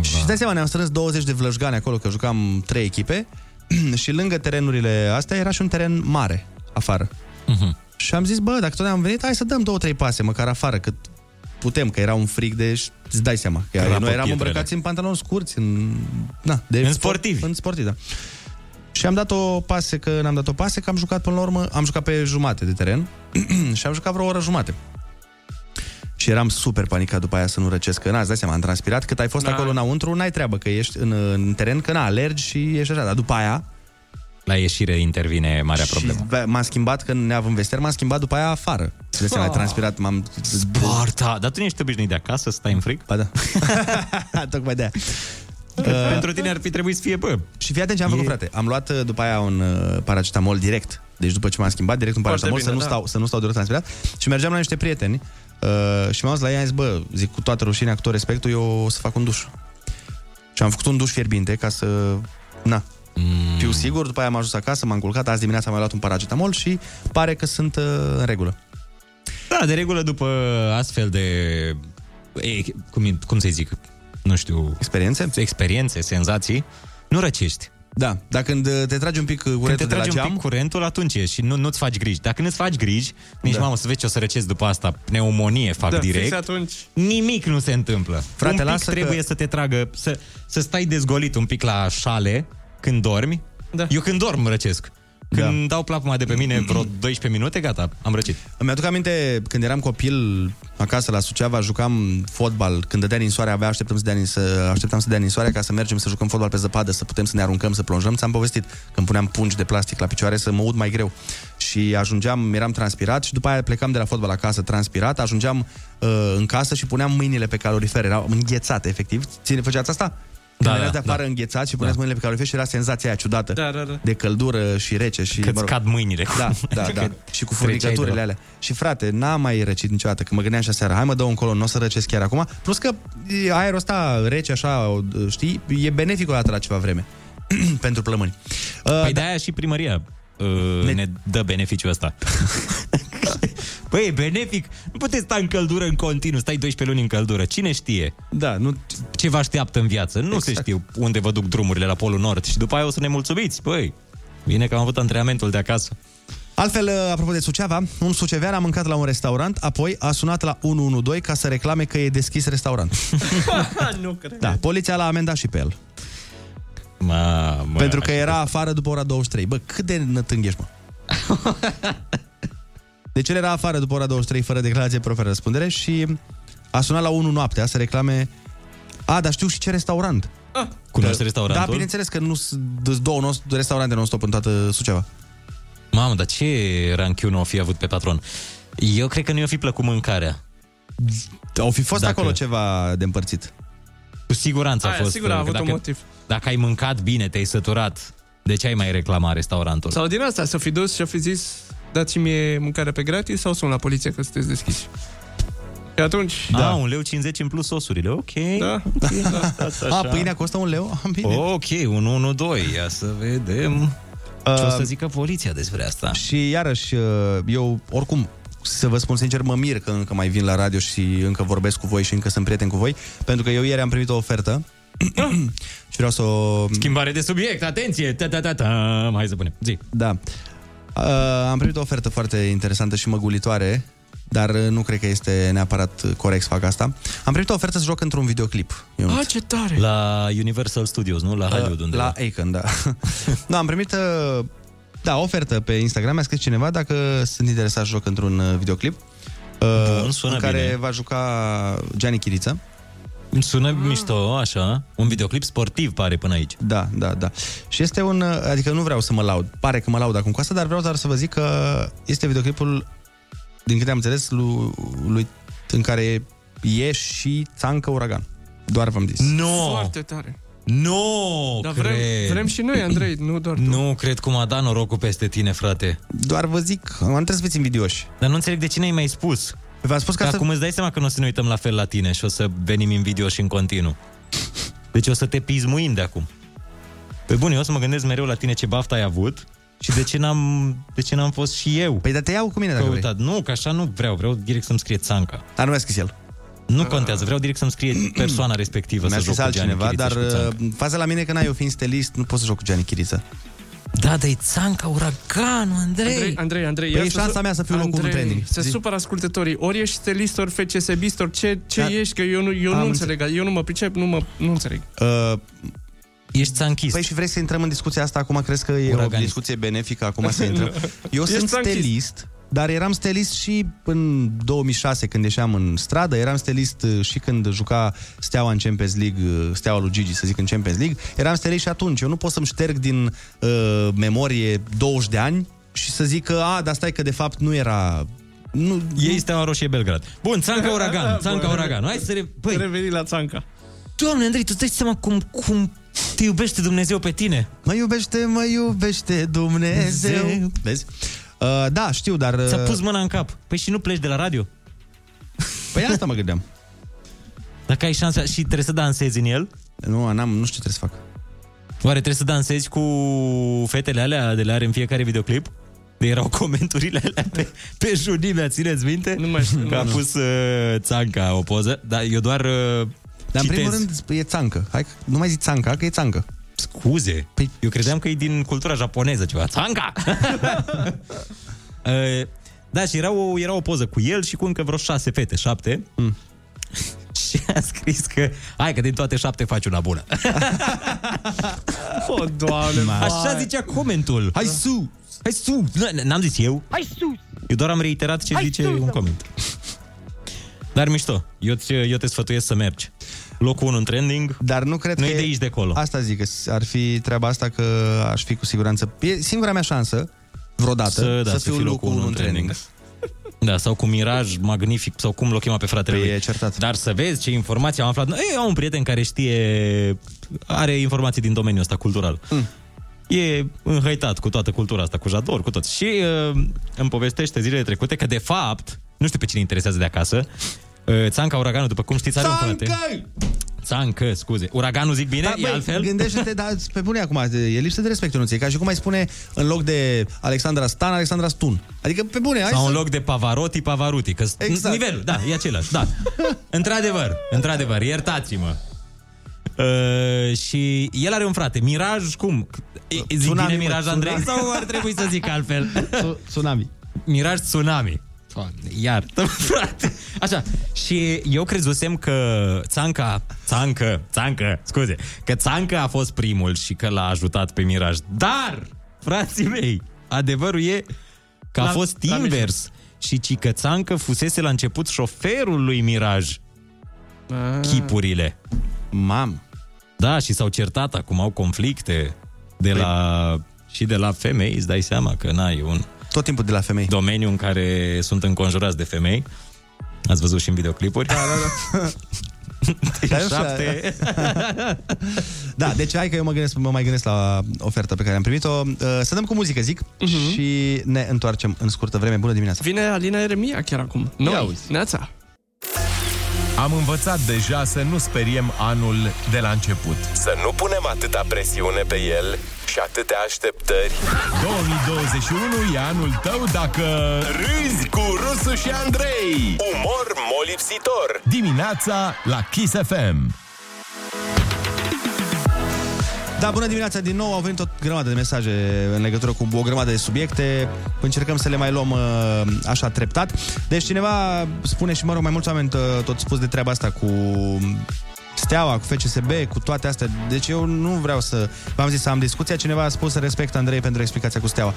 [SPEAKER 7] Și îți dai seama, ne-am strâns 20 de vlăjgane acolo, că jucam trei echipe și lângă terenurile astea era și un teren mare afară.
[SPEAKER 8] Mhm.
[SPEAKER 7] Și am zis, bă, dacă tot am venit, hai să dăm două, trei pase, măcar afară, cât putem, că era un frig de... Îți dai seama. Că
[SPEAKER 8] Era pe
[SPEAKER 7] noi eram
[SPEAKER 8] pietrele.
[SPEAKER 7] îmbrăcați în pantaloni scurți, în... Na, de
[SPEAKER 8] În sportivi.
[SPEAKER 7] În sportiv, da. Și am dat o pase, că n-am dat o pase, că am jucat până la urmă, am jucat pe jumate de teren și am jucat vreo oră jumate. Și eram super panicat după aia să nu răcesc, că na, îți dai seama, am transpirat, cât ai fost
[SPEAKER 8] Da.
[SPEAKER 7] acolo înăuntru, n-ai treabă, că ești în, în teren, că na, alergi și ești așa, dar după aia
[SPEAKER 8] La ieșire intervine marea problemă.
[SPEAKER 7] și bă, m-am schimbat, că neavând vestiar, m-am schimbat după aia afară. De seama, ai
[SPEAKER 8] Ah.
[SPEAKER 7] transpirat, m-am...
[SPEAKER 8] Sparta! Dar tu nu ești obișnuit de acasă, stai în frig?
[SPEAKER 7] Ba da. Tocmai de
[SPEAKER 8] Da. Pentru tine ar fi trebuit să fie, bă,
[SPEAKER 7] Și fii atent ce am făcut, frate. Am luat uh, după aia un uh, paracetamol direct Deci după ce m-am schimbat direct în
[SPEAKER 4] Foarte
[SPEAKER 7] paracetamol să,
[SPEAKER 4] bine,
[SPEAKER 7] nu stau,
[SPEAKER 4] da.
[SPEAKER 7] să nu stau de transpirat și mergeam la niște prieteni uh, și m-am dus la ei am zis, bă, zic cu toată rușinea, cu tot respectul, eu o să fac un duș. Și am făcut un duș fierbinte ca să... Na,
[SPEAKER 4] Mm.
[SPEAKER 7] fiu sigur, după aia am ajuns acasă, m-am culcat, azi dimineața am mai luat un paracetamol și pare că sunt uh, în regulă.
[SPEAKER 8] Da, de regulă după astfel de... E, cum, e- cum să-i zic? Nu știu...
[SPEAKER 7] Experiențe?
[SPEAKER 8] Experiențe, senzații. Nu răcești.
[SPEAKER 7] Da, dar când te tragi un pic uh, curentul
[SPEAKER 8] când te
[SPEAKER 7] de la
[SPEAKER 8] tragi un
[SPEAKER 7] geam-
[SPEAKER 8] pic curentul, atunci e și nu, nu-ți faci griji. Dacă nu-ți faci griji, nici
[SPEAKER 7] Da.
[SPEAKER 8] da. mamă, să vezi ce o să răcesc după asta. Pneumonie fac
[SPEAKER 9] da, Fix
[SPEAKER 8] direct.
[SPEAKER 9] atunci.
[SPEAKER 8] Nimic nu se întâmplă.
[SPEAKER 9] Frate,
[SPEAKER 8] un pic
[SPEAKER 9] lasă că-
[SPEAKER 8] trebuie să te tragă, să, să stai dezgolit un pic la șale când dormi. Da. Eu când dorm răcesc. Când da. dau plapuma de pe mine vreo 12 minute, gata, am răcit.
[SPEAKER 7] Îmi aduc aminte când eram copil acasă la Suceava, jucam fotbal. Când dădea din soare, abia așteptam să dea din, să, așteptam să dea din soare ca să mergem să jucăm fotbal pe zăpadă, să putem să ne aruncăm, să plonjăm. Ți-am povestit când puneam pungi de plastic la picioare să mă ud mai greu. Și ajungeam, eram transpirat și după aia plecam de la fotbal acasă transpirat, ajungeam uh, în casă și puneam mâinile pe calorifer, erau înghețate efectiv. Ține, făceați asta? Când
[SPEAKER 8] Da,
[SPEAKER 7] da,
[SPEAKER 8] da,
[SPEAKER 7] de afară da.
[SPEAKER 8] da.
[SPEAKER 7] înghețat și puneți da. mâinile pe calorifer și era senzația aia ciudată
[SPEAKER 9] Da, da, da.
[SPEAKER 7] de căldură și rece și
[SPEAKER 8] Că-ți cad mâinile.
[SPEAKER 7] Da, da, da.
[SPEAKER 8] Că
[SPEAKER 7] și cu
[SPEAKER 8] treceai de la-
[SPEAKER 7] furnicăturile alea. Și frate, n-am mai răcit niciodată, că mă gândeam și aseară, hai mă dau încolo, nu o să răcesc chiar acum. Plus că e, aerul ăsta rece așa, știi, e benefic o dată la ceva vreme. pentru plămâni.
[SPEAKER 8] Păi de aia și primăria uh, ne... ne dă beneficiul ăsta. păi e benefic. Nu puteți sta în căldură în continuu, stai 12 luni în căldură. Cine știe?
[SPEAKER 7] Da, nu...
[SPEAKER 8] Ce vă așteaptă în viață? Nu exact. se știu unde vă duc drumurile la Polul Nord și după aia o să ne mulțumiți. Păi, bine că am avut antrenamentul de acasă.
[SPEAKER 7] Altfel, uh, apropo de Suceava, un sucevean a mâncat la un restaurant, apoi a sunat la 112 ca să reclame că e deschis restaurant.
[SPEAKER 9] nu cred.
[SPEAKER 7] da, poliția l-a amendat și pe el.
[SPEAKER 8] Mamă,
[SPEAKER 7] pentru că era afară după ora 23. Bă, cât de nătâng ești, mă? Deci el era afară după ora 23 fără declarație proprie răspundere și a sunat la 1 noaptea să reclame A, dar știu și ce restaurant.
[SPEAKER 8] Cunoști
[SPEAKER 7] Că-
[SPEAKER 8] restaurantul?
[SPEAKER 7] Da, bineînțeles că nu sunt sunt două nos- două restaurante non-stop în toată Suceava.
[SPEAKER 8] Mamă, dar ce ranchiu nu o fi avut pe patron? Eu cred că nu i-o fi plăcut mâncarea.
[SPEAKER 7] Au fi fost acolo ceva de împărțit.
[SPEAKER 8] Cu siguranță a
[SPEAKER 9] Aia,
[SPEAKER 8] fost.
[SPEAKER 9] sigur, a
[SPEAKER 8] că
[SPEAKER 9] avut un
[SPEAKER 8] dacă,
[SPEAKER 9] motiv.
[SPEAKER 8] Dacă ai mâncat bine, te-ai săturat, de ce ai mai reclama restaurantul?
[SPEAKER 9] Sau din asta, să fi dus și a fi zis dați-mi mâncare pe gratis sau sun la poliție că sunteți deschiși. Și atunci...
[SPEAKER 8] Da. A, un leu 50 în plus sosurile, ok.
[SPEAKER 9] Da.
[SPEAKER 8] okay. Da, asta,
[SPEAKER 7] A, pâinea costă un leu? Am bine.
[SPEAKER 8] Ok, un 1-2, ia să vedem uh, ce o să
[SPEAKER 7] Uh,
[SPEAKER 8] zică poliția despre asta.
[SPEAKER 7] Și iarăși, uh, eu oricum să vă spun sincer, mă mir că încă mai vin la radio și încă vorbesc cu voi și încă sunt prieten cu voi, pentru că eu ieri am primit o ofertă și vreau să o...
[SPEAKER 8] Schimbare de subiect, atenție! Ta, ta, ta, ta. Hai să punem, zi.
[SPEAKER 7] Da. Uh, am primit o ofertă foarte interesantă și măgulitoare, dar uh, nu cred că este neapărat uh, corect să fac asta. Am primit o ofertă să joc într-un videoclip. Eu
[SPEAKER 9] A, ce tare!
[SPEAKER 8] La Universal Studios, nu? La Hollywood undeva.
[SPEAKER 7] La Aiken, da. da, am primit uh, da, ofertă pe Instagram, mi-a scris cineva dacă sunt interesat să joc într-un uh, videoclip. uh,
[SPEAKER 8] Bun, sună
[SPEAKER 7] în care
[SPEAKER 8] bine.
[SPEAKER 7] va juca Gianni Chiriță.
[SPEAKER 8] Sună mișto, așa. Un videoclip sportiv pare până aici.
[SPEAKER 7] Da, da, da. Și este un... uh, Adică nu vreau să mă laud. Pare că mă laud acum cu asta, dar vreau doar să vă zic că este videoclipul, din câte am înțeles, lui, lui în care e și Țancă Uragan. Doar v-am zis.
[SPEAKER 8] No!
[SPEAKER 9] Foarte tare.
[SPEAKER 8] Nu,
[SPEAKER 9] Dar vrem,
[SPEAKER 8] Oh, cred.
[SPEAKER 9] vrem și noi, Andrei, nu doar tu.
[SPEAKER 8] Nu cred cum a dat norocul peste tine, frate.
[SPEAKER 7] Doar vă zic, am trebuie să fiți invidioși.
[SPEAKER 8] Dar nu înțeleg de cine ai mai spus.
[SPEAKER 7] V-am spus că
[SPEAKER 8] Că
[SPEAKER 7] asta-
[SPEAKER 8] acum îți dai seama că nu o să ne uităm la fel la tine și o să venim invidioși în continuu. Deci o să te pismuim de acum. Pe bune, eu o să mă gândesc mereu la tine ce baftă ai avut și de ce n-am, de ce n-am fost și eu.
[SPEAKER 7] Păi, dar te iau cu mine dacă
[SPEAKER 8] Căutat. Nu, că așa nu vreau. Vreau direct să-mi scrie Țanca.
[SPEAKER 7] Dar nu mi-a scris el.
[SPEAKER 8] Nu contează. Vreau direct să-mi scrie persoana respectivă
[SPEAKER 7] Mi-a
[SPEAKER 8] să joc
[SPEAKER 7] scris
[SPEAKER 8] cu
[SPEAKER 7] altcineva,
[SPEAKER 8] Gianni Chiriță
[SPEAKER 7] dar
[SPEAKER 8] și cu Țanca.
[SPEAKER 7] uh, faza la mine că n-ai eu fiind stilist, nu pot să joc cu Gianni Chiriță.
[SPEAKER 8] Da, dar e țanca uraganul, Andrei.
[SPEAKER 9] Andrei, Andrei, Andrei
[SPEAKER 7] Păi
[SPEAKER 9] ia
[SPEAKER 7] e șansa mea să fiu în locul
[SPEAKER 9] Andrei,
[SPEAKER 7] lui Trending.
[SPEAKER 9] Se
[SPEAKER 7] Zi.
[SPEAKER 9] supără ascultătorii. Ori ești stelist, ori FCSB, ori ce, ce
[SPEAKER 7] Dar-
[SPEAKER 9] ești, că eu nu, eu
[SPEAKER 7] Am
[SPEAKER 9] nu înțeleg. Eu nu mă pricep, nu, mă, nu înțeleg.
[SPEAKER 7] Uh,
[SPEAKER 8] Ești țanchist.
[SPEAKER 7] Păi și vrei să intrăm în discuția asta acum? Crezi că e o
[SPEAKER 8] Uraganist.
[SPEAKER 7] discuție benefică acum să intrăm? Eu
[SPEAKER 8] Ești
[SPEAKER 7] sunt
[SPEAKER 8] țanchist.
[SPEAKER 7] stelist, dar eram stelist și în 2006 când ieșeam în stradă, eram stelist uh, și când juca Steaua în Champions League, uh, Steaua lui Gigi, să zic, în Champions League, eram stelist și atunci. Eu nu pot să-mi șterg din uh, memorie 20 de ani și să zic că, a, dar stai că de fapt nu era... Nu,
[SPEAKER 8] Ei Steaua Roșie Belgrad. Da, Bun, Țanca Uragan, Țanca Uragan. Hai să re...
[SPEAKER 9] Păi. Reveni la Țanca.
[SPEAKER 8] Doamne, Andrei, tu îți dai seama cum, cum Te iubește Dumnezeu pe tine.
[SPEAKER 7] Mă iubește, mă iubește Dumnezeu. Vezi? Uh, da, știu, dar... Uh...
[SPEAKER 8] Ți-a pus mâna în cap. Păi și nu pleci de la radio?
[SPEAKER 7] Păi asta mă gândeam.
[SPEAKER 8] Dacă ai șansa și trebuie să dansezi în el?
[SPEAKER 7] Nu, n-am, nu știu ce trebuie să fac.
[SPEAKER 8] Oare trebuie să dansezi cu fetele alea de la are în fiecare videoclip? De erau comenturile alea pe, pe junimea, țineți minte? Nu mai știu. Că a
[SPEAKER 7] nu.
[SPEAKER 8] pus uh, Țanca o poză, dar eu doar uh,
[SPEAKER 7] Dar în
[SPEAKER 8] citez.
[SPEAKER 7] primul rând e țancă. Hai, că- nu mai zi țanca, că e țancă.
[SPEAKER 8] Scuze. Păi, eu credeam că e din cultura japoneză ceva. Țanca! Uh, da, și era o, era o poză cu el și cu încă vreo șase fete, șapte. Mm. și a scris că, hai că din toate șapte faci una bună.
[SPEAKER 9] O, doamne,
[SPEAKER 8] Așa
[SPEAKER 9] vai.
[SPEAKER 8] zicea comentul.
[SPEAKER 7] Hai sus!
[SPEAKER 8] Hai sus! N- N-am zis eu.
[SPEAKER 21] Hai sus!
[SPEAKER 8] Eu doar am reiterat ce zice un coment. Dar mișto, eu, ți, eu te sfătuiesc să mergi. Locul 1 în trending,
[SPEAKER 7] Dar nu cred
[SPEAKER 8] nu
[SPEAKER 7] că
[SPEAKER 8] e de aici de acolo.
[SPEAKER 7] Asta zic, că ar fi treaba asta că aș fi cu siguranță. E singura mea șansă, vreodată, să, da, să fiu locul
[SPEAKER 8] unu
[SPEAKER 7] în training.
[SPEAKER 8] Da, sau cu Miraj Magnific, sau cum l-o chema pe fratele lui. E
[SPEAKER 7] Păi, certat.
[SPEAKER 8] Dar să vezi ce informații am aflat. Ei, eu am un prieten care știe, are informații din domeniul ăsta cultural. Mm. E înhăitat cu toată cultura asta, cu Jador, cu tot. Și uh, îmi povestește zilele trecute că, de fapt, nu știu pe cine interesează de acasă, uh, Țanca Uraganul, după cum știți, are un frate. Țancă, scuze. Uraganul zic bine? e
[SPEAKER 7] Da, băi,
[SPEAKER 8] altfel?
[SPEAKER 7] Gândește-te, dar pe bune acum, e lipsă de respect, nu E ca și cum ai spune, în loc de Alexandra Stan, Alexandra Stun. Adică, pe bune, hai
[SPEAKER 8] Sau
[SPEAKER 7] să...
[SPEAKER 8] în loc de Pavarotti, Pavaruti. Că exact.
[SPEAKER 7] Exact.
[SPEAKER 8] Nivelul, da, e același, da. într-adevăr, într-adevăr, iertați-mă. Uh, și el are un frate, Miraj, cum? E- e- Zic
[SPEAKER 7] Tsunami,
[SPEAKER 8] bine
[SPEAKER 7] mă,
[SPEAKER 8] Miraj
[SPEAKER 7] tsunami.
[SPEAKER 8] Andrei sau ar trebui să zic altfel?
[SPEAKER 7] Tsunami.
[SPEAKER 8] Miraj Tsunami. Iar, frate. Așa, și eu crezusem că Țanca, Țancă, Țancă, scuze, că Țancă a fost primul și că l-a ajutat pe Miraj. Dar, frații mei, adevărul e că a
[SPEAKER 9] La-
[SPEAKER 8] fost
[SPEAKER 9] la mijloc.
[SPEAKER 8] invers. Și Cicățancă fusese la început șoferul lui Miraj. Chipurile.
[SPEAKER 7] Mam.
[SPEAKER 8] Da, și s-au certat acum, au conflicte
[SPEAKER 7] Păi-
[SPEAKER 8] de la, și de la femei, îți dai seama că n-ai un...
[SPEAKER 7] Tot timpul de la femei.
[SPEAKER 8] Domeniu în care sunt înconjurați de femei. Ați văzut și în videoclipuri. Da, da, da.
[SPEAKER 7] Dar nu știu,
[SPEAKER 8] șapte.
[SPEAKER 7] Da, deci hai că eu mă, gândesc, mă mai gândesc la oferta pe care am primit-o. Uh, Să dăm cu muzică, zic, uh-huh. și ne întoarcem în scurtă vreme. Bună dimineața!
[SPEAKER 9] Vine Alina Eremia chiar acum. Nu, Neața.
[SPEAKER 6] Am învățat deja să nu speriem anul de la început.
[SPEAKER 16] Să nu punem atâta presiune pe el și atâtea așteptări.
[SPEAKER 6] 2021 e anul tău dacă
[SPEAKER 16] Râzi cu Rusu și Andrei. Umor molipsitor.
[SPEAKER 6] dimineața la Kiss FM.
[SPEAKER 7] Da, bună dimineața din nou. Au venit o grămadă de mesaje în legătură cu o grămadă de subiecte. Încercăm să le mai luăm uh, așa treptat. Deci cineva spune și, mă rog, mai mulți oameni uh, tot spus de treaba asta cu Steaua, cu FCSB, cu toate astea. Deci eu nu vreau să... V-am zis să am discuția. Cineva a spus să respect Andrei pentru explicația cu Steaua.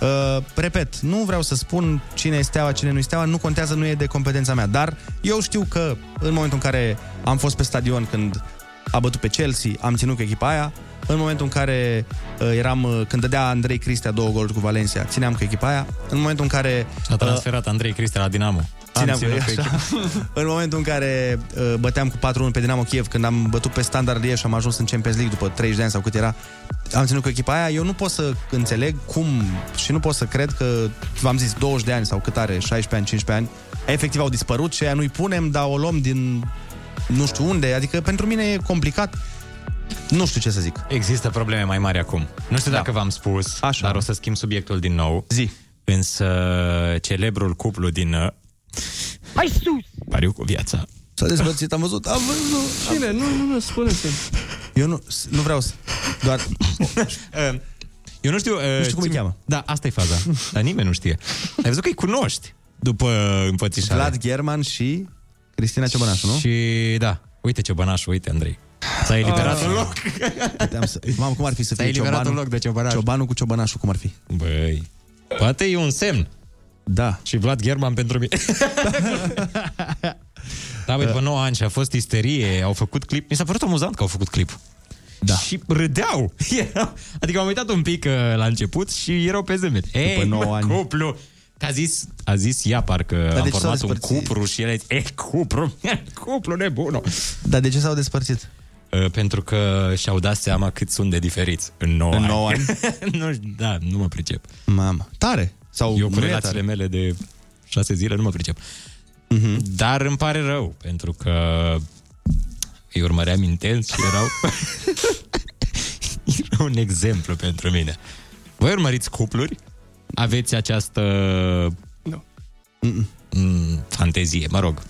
[SPEAKER 7] Uh, repet, nu vreau să spun cine e Steaua, cine nu e Steaua. Nu contează, nu e de competența mea. Dar eu știu că în momentul în care am fost pe stadion când a bătut pe Chelsea, am ținut cu echipa aia. În momentul în care uh, eram, uh, când dădea Andrei Cristea două goluri cu Valencia, țineam cu echipa aia. În momentul în care...
[SPEAKER 8] S-a transferat Andrei Cristea la Dinamo.
[SPEAKER 7] Țineam
[SPEAKER 8] Am ținut pe
[SPEAKER 7] cu
[SPEAKER 8] echipă.
[SPEAKER 7] așa. în momentul în care uh, băteam cu 4-1 pe Dinamo Kiev, când am bătut pe Standard Liege și am ajuns în Champions League după 30 de ani sau cât era, am ținut cu echipa aia. Eu nu pot să înțeleg cum și nu pot să cred că, v-am zis, 20 de ani sau cât are, 16 ani, 15 ani, efectiv au dispărut și aia nu-i punem, dar o luăm din nu știu unde. Adică pentru mine e complicat. Nu știu ce să zic.
[SPEAKER 8] Există probleme mai mari acum. Nu știu dacă v-am spus, Așa. dar o să schimb subiectul din nou.
[SPEAKER 7] Da. Zi.
[SPEAKER 8] Însă celebrul cuplu din uh,
[SPEAKER 21] Hai sus!
[SPEAKER 8] Pariu cu viața.
[SPEAKER 7] S-a despărțit, am văzut, am văzut.
[SPEAKER 9] Cine? Nu, nu, nu, spune-te.
[SPEAKER 7] Eu nu, nu vreau să... Doar...
[SPEAKER 8] Ehm, Eu nu știu... Uh,
[SPEAKER 7] Nu știu cum îi
[SPEAKER 8] țin-
[SPEAKER 7] cheamă.
[SPEAKER 8] Da, asta e faza. Dar nimeni nu știe. Ai văzut că îi cunoști după înfățișare.
[SPEAKER 7] Vlad German și Cristina Ciobănașu, nu?
[SPEAKER 8] Și da, uite Ciobănașul, uite Andrei. S-a eliberat
[SPEAKER 7] Ah.
[SPEAKER 8] un loc.
[SPEAKER 7] Puteam Să... Mamă, cum ar fi să
[SPEAKER 8] S-a
[SPEAKER 7] fie
[SPEAKER 8] eliberat
[SPEAKER 7] ciobanul,
[SPEAKER 8] un loc de ciobănaș.
[SPEAKER 7] ciobanul cu ciobănașul, cum ar fi?
[SPEAKER 8] Băi, poate e un semn.
[SPEAKER 7] Da.
[SPEAKER 8] Și Vlad German pentru mine. da, băi, după 9 ani și a fost isterie, au făcut clip. Mi s-a părut amuzant că au făcut clip. Da. Și râdeau. Erau- adică am uitat un pic uh, la început și erau pe zâmbet. După Ei,
[SPEAKER 7] nouă
[SPEAKER 8] mă,
[SPEAKER 7] ani.
[SPEAKER 8] cuplu. Că a zis, a zis ea, parcă
[SPEAKER 7] Dar
[SPEAKER 8] am
[SPEAKER 7] de ce s-au
[SPEAKER 8] format un
[SPEAKER 7] despărțit?
[SPEAKER 8] cuplu și el a zis, e, cuplu, cuplu nebunul.
[SPEAKER 7] Dar de ce s-au despărțit?
[SPEAKER 8] Uh, Pentru că și-au dat seama cât sunt de diferiți în 9
[SPEAKER 7] În
[SPEAKER 8] ani.
[SPEAKER 7] nouă ani?
[SPEAKER 8] nu, știu, da, nu mă pricep.
[SPEAKER 7] Mamă. Tare. Sau
[SPEAKER 8] Eu
[SPEAKER 7] nu
[SPEAKER 8] cu
[SPEAKER 7] e
[SPEAKER 8] relațiile
[SPEAKER 7] tare? Mhm.
[SPEAKER 8] mele de șase zile nu mă pricep. Mm-hmm. Dar îmi pare rău, pentru că îi urmăream intens și erau... era un exemplu pentru mine. Voi urmăriți cupluri? Aveți această... Nu. Fantezie, mă rog.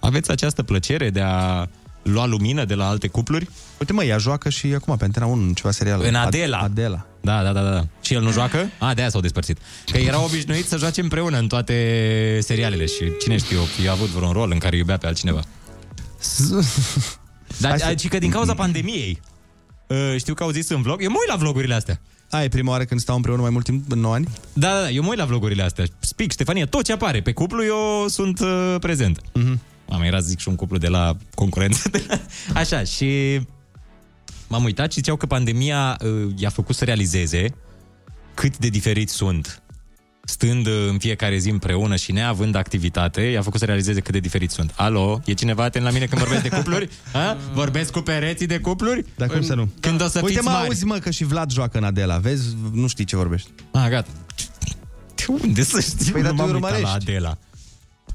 [SPEAKER 8] Aveți această plăcere de a lua lumină de la alte cupluri?
[SPEAKER 7] Uite mă, ea joacă și acum pe Antena 1 în ceva serial.
[SPEAKER 8] În Adela.
[SPEAKER 7] Adela.
[SPEAKER 8] Da, da, da, da. Și el nu joacă? Ah, de aia s-au despărțit. Că erau obișnuiți să joace împreună în toate serialele și cine știu, i-a avut vreun rol în care iubea pe altcineva. Dar să... că din cauza pandemiei, uh, știu că au zis în vlog, eu mă uit la vlogurile astea.
[SPEAKER 7] Ai e prima oară când stau împreună mai mult timp, în 9 ani?
[SPEAKER 8] Da, da, da, eu mă uit la vlogurile astea. Spic, Ștefania, tot ce apare pe cuplu, eu sunt uh, prezent. Mm-hmm. Am era zic și un cuplu de la concurență. De la... Așa, și m-am uitat și ziceau că pandemia uh, i-a făcut să realizeze cât de diferiți sunt. Stând uh, în fiecare zi împreună și neavând activitate, i-a făcut să realizeze cât de diferiți sunt. Alo, e cineva atent la mine când vorbesc de cupluri? Ha? Vorbesc cu pereții de cupluri? Păi,
[SPEAKER 7] Dar cum să nu?
[SPEAKER 8] Când o să
[SPEAKER 7] Uite
[SPEAKER 8] fiți
[SPEAKER 7] mă,
[SPEAKER 8] mari?
[SPEAKER 7] auzi mă că și Vlad joacă în Adela, vezi? Nu știi ce vorbești.
[SPEAKER 8] Ah, gata. De unde să știu?
[SPEAKER 7] Păi,
[SPEAKER 8] nu
[SPEAKER 7] dar tu
[SPEAKER 8] m-am uitat
[SPEAKER 7] urmărești.
[SPEAKER 8] la Adela.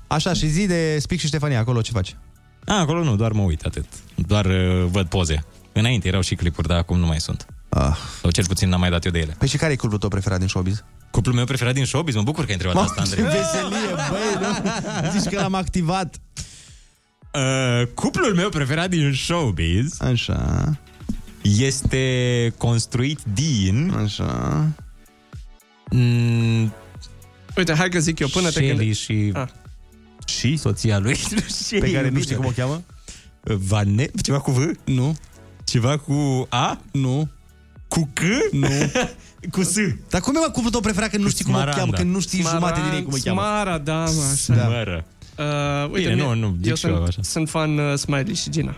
[SPEAKER 7] Așa, și zi de Spic și Ștefania, acolo ce faci?
[SPEAKER 8] A, acolo nu, doar mă uit atât. Doar uh, văd poze. Înainte erau și clipuri, dar acum nu mai sunt.
[SPEAKER 7] Ah.
[SPEAKER 8] Sau cel puțin n-am mai dat eu de ele.
[SPEAKER 7] Păi și care e cuplul tău preferat din showbiz?
[SPEAKER 8] Cuplul meu preferat din showbiz, mă bucur că ai întrebat
[SPEAKER 7] Mamă,
[SPEAKER 8] asta,
[SPEAKER 7] ce
[SPEAKER 8] Andrei.
[SPEAKER 7] veselie, băi, nu? Zici că l-am activat.
[SPEAKER 8] Uh, cuplul meu preferat din showbiz
[SPEAKER 7] Așa
[SPEAKER 8] Este construit din
[SPEAKER 7] Așa
[SPEAKER 8] mm,
[SPEAKER 5] Uite, hai că zic eu până te
[SPEAKER 8] Shelly
[SPEAKER 5] gândești.
[SPEAKER 8] și...
[SPEAKER 5] Ah.
[SPEAKER 8] Și? Soția lui
[SPEAKER 5] Pe care nu
[SPEAKER 7] știi cum o cheamă?
[SPEAKER 8] Vane... Ceva cu V?
[SPEAKER 7] Nu
[SPEAKER 8] Ceva cu A?
[SPEAKER 7] Nu
[SPEAKER 8] Cu C?
[SPEAKER 7] Nu
[SPEAKER 8] Cu S
[SPEAKER 7] Dar cum e mă cuplul tău preferat când nu știi cum o
[SPEAKER 8] Smaranda.
[SPEAKER 7] cheamă? Când nu știi jumate din ei cum o cheamă?
[SPEAKER 5] Smara, da, mă, așa.
[SPEAKER 7] Da.
[SPEAKER 8] Mără.
[SPEAKER 5] Uh, uite,
[SPEAKER 8] Bine, nu,
[SPEAKER 5] mie-
[SPEAKER 8] nu, zic
[SPEAKER 5] eu
[SPEAKER 8] și
[SPEAKER 5] sunt,
[SPEAKER 8] eu așa.
[SPEAKER 5] sunt fan uh, Smiley și Gina.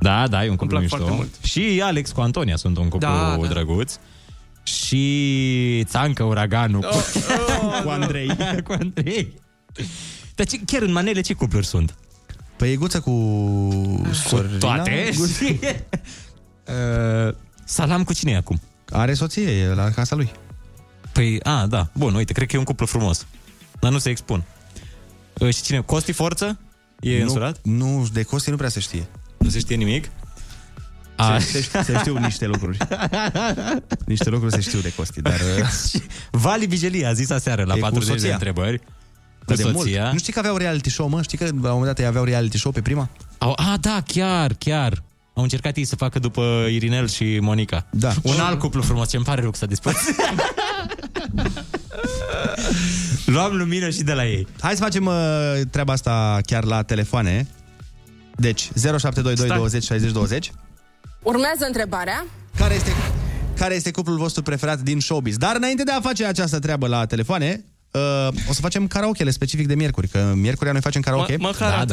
[SPEAKER 8] Da, da, e un cuplu
[SPEAKER 5] plac
[SPEAKER 8] mișto.
[SPEAKER 5] foarte mult.
[SPEAKER 8] Și Alex cu Antonia sunt un cuplu
[SPEAKER 5] Da,
[SPEAKER 8] da,
[SPEAKER 5] da.
[SPEAKER 8] drăguț. Și Țancă Uraganul oh, oh, cu Andrei. cu Andrei. Dar ce, chiar în manele ce cupluri sunt? Ah.
[SPEAKER 7] Păi e guță cu... Sorina?
[SPEAKER 8] Toate?
[SPEAKER 7] Guță-
[SPEAKER 8] Și- Uh, Salam cu cine e acum?
[SPEAKER 7] Are soție e la casa lui
[SPEAKER 8] Păi, a, da, bun, uite, cred că e un cuplu frumos. Dar nu se expun. Uh, și cine? Costi Forță? E
[SPEAKER 7] nu,
[SPEAKER 8] însurat?
[SPEAKER 7] Nu, de Costi nu prea se știe
[SPEAKER 8] Nu se știe nimic? A.
[SPEAKER 7] se, se, se știu niște lucruri Niște lucruri se știu de Costi Dar uh,
[SPEAKER 8] Vali Vigelie a zis aseară
[SPEAKER 7] E
[SPEAKER 8] la
[SPEAKER 7] cu
[SPEAKER 8] 40 de
[SPEAKER 7] soția.
[SPEAKER 8] întrebări. Cu
[SPEAKER 7] de
[SPEAKER 8] soția.
[SPEAKER 7] mult. Nu știi că aveau reality show, mă? Știi că la un moment dat ei aveau reality show pe prima?
[SPEAKER 8] Au, a, da, chiar, chiar. Au încercat ei să facă după Irinel și Monica. Da. Un alt cuplu frumos, ce îmi pare rău că s-a dispărțit. Luam lumină și de la ei.
[SPEAKER 7] Hai să facem uh, treaba asta chiar la telefoane. Deci, 0722
[SPEAKER 13] Stai.
[SPEAKER 7] 20 60 20.
[SPEAKER 13] Urmează întrebarea.
[SPEAKER 7] Care este, care este cuplul vostru preferat din showbiz? Dar înainte de a face această treabă la telefoane, uh, o să facem karaokele specific de miercuri, că miercurea noi facem karaoke.
[SPEAKER 8] Mă- măcar Da, atât.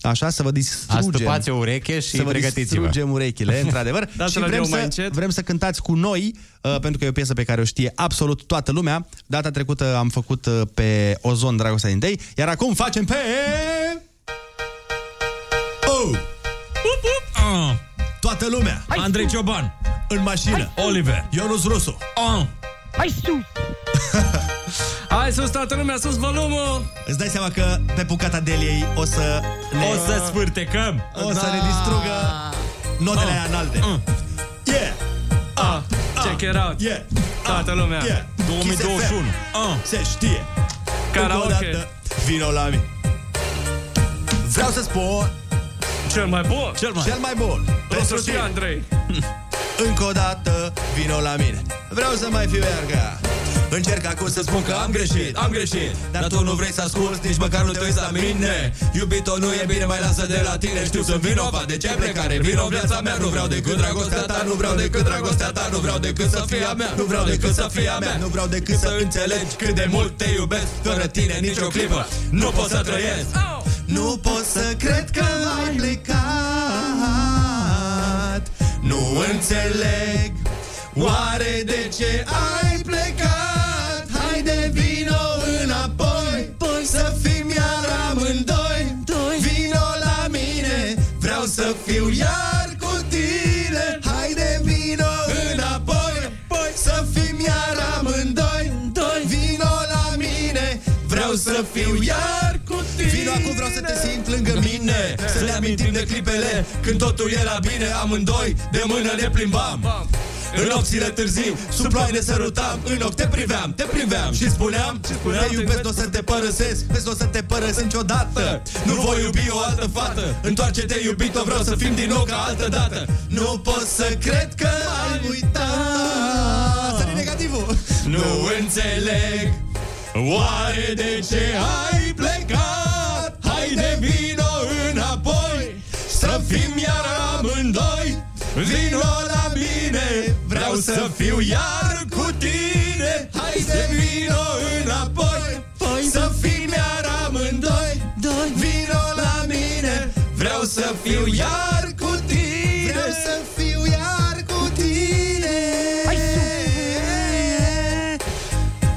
[SPEAKER 7] da. Așa, să vă distrugem.
[SPEAKER 8] Astăpați o ureche și
[SPEAKER 7] să vă
[SPEAKER 8] pregătiți-vă.
[SPEAKER 7] distrugem urechile, într-adevăr.
[SPEAKER 8] Dați
[SPEAKER 7] și
[SPEAKER 8] Da, la
[SPEAKER 7] vrem
[SPEAKER 8] radio mai
[SPEAKER 7] să, vrem să cântați cu noi, uh, pentru că e o piesă pe care o știe absolut toată lumea. Data trecută am făcut uh, pe Ozon Dragostea din Tei, iar acum facem pe... Oh!
[SPEAKER 30] Ah.
[SPEAKER 7] Toată lumea!
[SPEAKER 30] Andrei Cioban.
[SPEAKER 7] În mașină.
[SPEAKER 30] Oliver.
[SPEAKER 7] Ionus Rusu.
[SPEAKER 30] Ah.
[SPEAKER 5] Hai sus! Hai sus, toată lumea, sus volumul!
[SPEAKER 7] Îți dai seama că pe bucata Deliei o să ne...
[SPEAKER 5] O să
[SPEAKER 8] sfârtecăm!
[SPEAKER 7] O să ne distrugă notele aia înalte. Yeah!
[SPEAKER 5] Mm. Ah, check it out!
[SPEAKER 7] Yeah! Ah,
[SPEAKER 5] Toată lumea!
[SPEAKER 7] Yeah.
[SPEAKER 5] 2021.
[SPEAKER 7] Ah. Se știe!
[SPEAKER 5] Karaoke.
[SPEAKER 7] Încă o dată, Vino la mine! Vreau să spun
[SPEAKER 5] Cel mai bun!
[SPEAKER 7] Cel mai, cel mai bun
[SPEAKER 5] Rusu și Andrei!
[SPEAKER 7] Încă o dată vino la mine Vreau să mai fiu iarga Încerc acum să spun că am greșit, am greșit Dar tu nu vrei să asculti, nici măcar nu te uiți la mine Iubito, nu e bine, mai lasă de la tine Știu, sunt vinovat, de ce ai plecare? Vino în viața mea, nu vreau decât dragostea ta Nu vreau decât dragostea ta, nu vreau decât să fie a mea Nu vreau decât să fie a mea, nu vreau decât să înțelegi Cât de mult te iubesc, fără tine nicio clipă Nu pot să trăiesc Nu pot să cred că m-ai plecat Nu înțeleg Oare de ce ai plecat? Haide vino înapoi Poi să fim iar amândoi Vino la mine Vreau să fiu iar cu tine
[SPEAKER 5] să fiu iar cu tine Vino acum vreau să te simt lângă mine Să ne amintim de clipele Când totul era bine Amândoi de mână ne plimbam în nopțile târzii, sub ploaie ne sărutam În ochi te priveam, te priveam și spuneam și spuneam Te iubesc, nu o să te părăsesc, vezi, nu o să te părăsesc niciodată Nu voi iubi o altă fată, întoarce-te iubito Vreau să fim din nou ca altă dată Nu pot să cred că ai uitat Sări negativul Ah. Nu înțeleg Oare de ce ai plecat? Haide vino înapoi Să fim iar amândoi Vino la mine Vreau să fiu iar cu tine Hai să vino înapoi Poi Să fim iar amândoi Doi. Vino la mine Vreau să fiu iar cu tine Vreau să fiu iar cu tine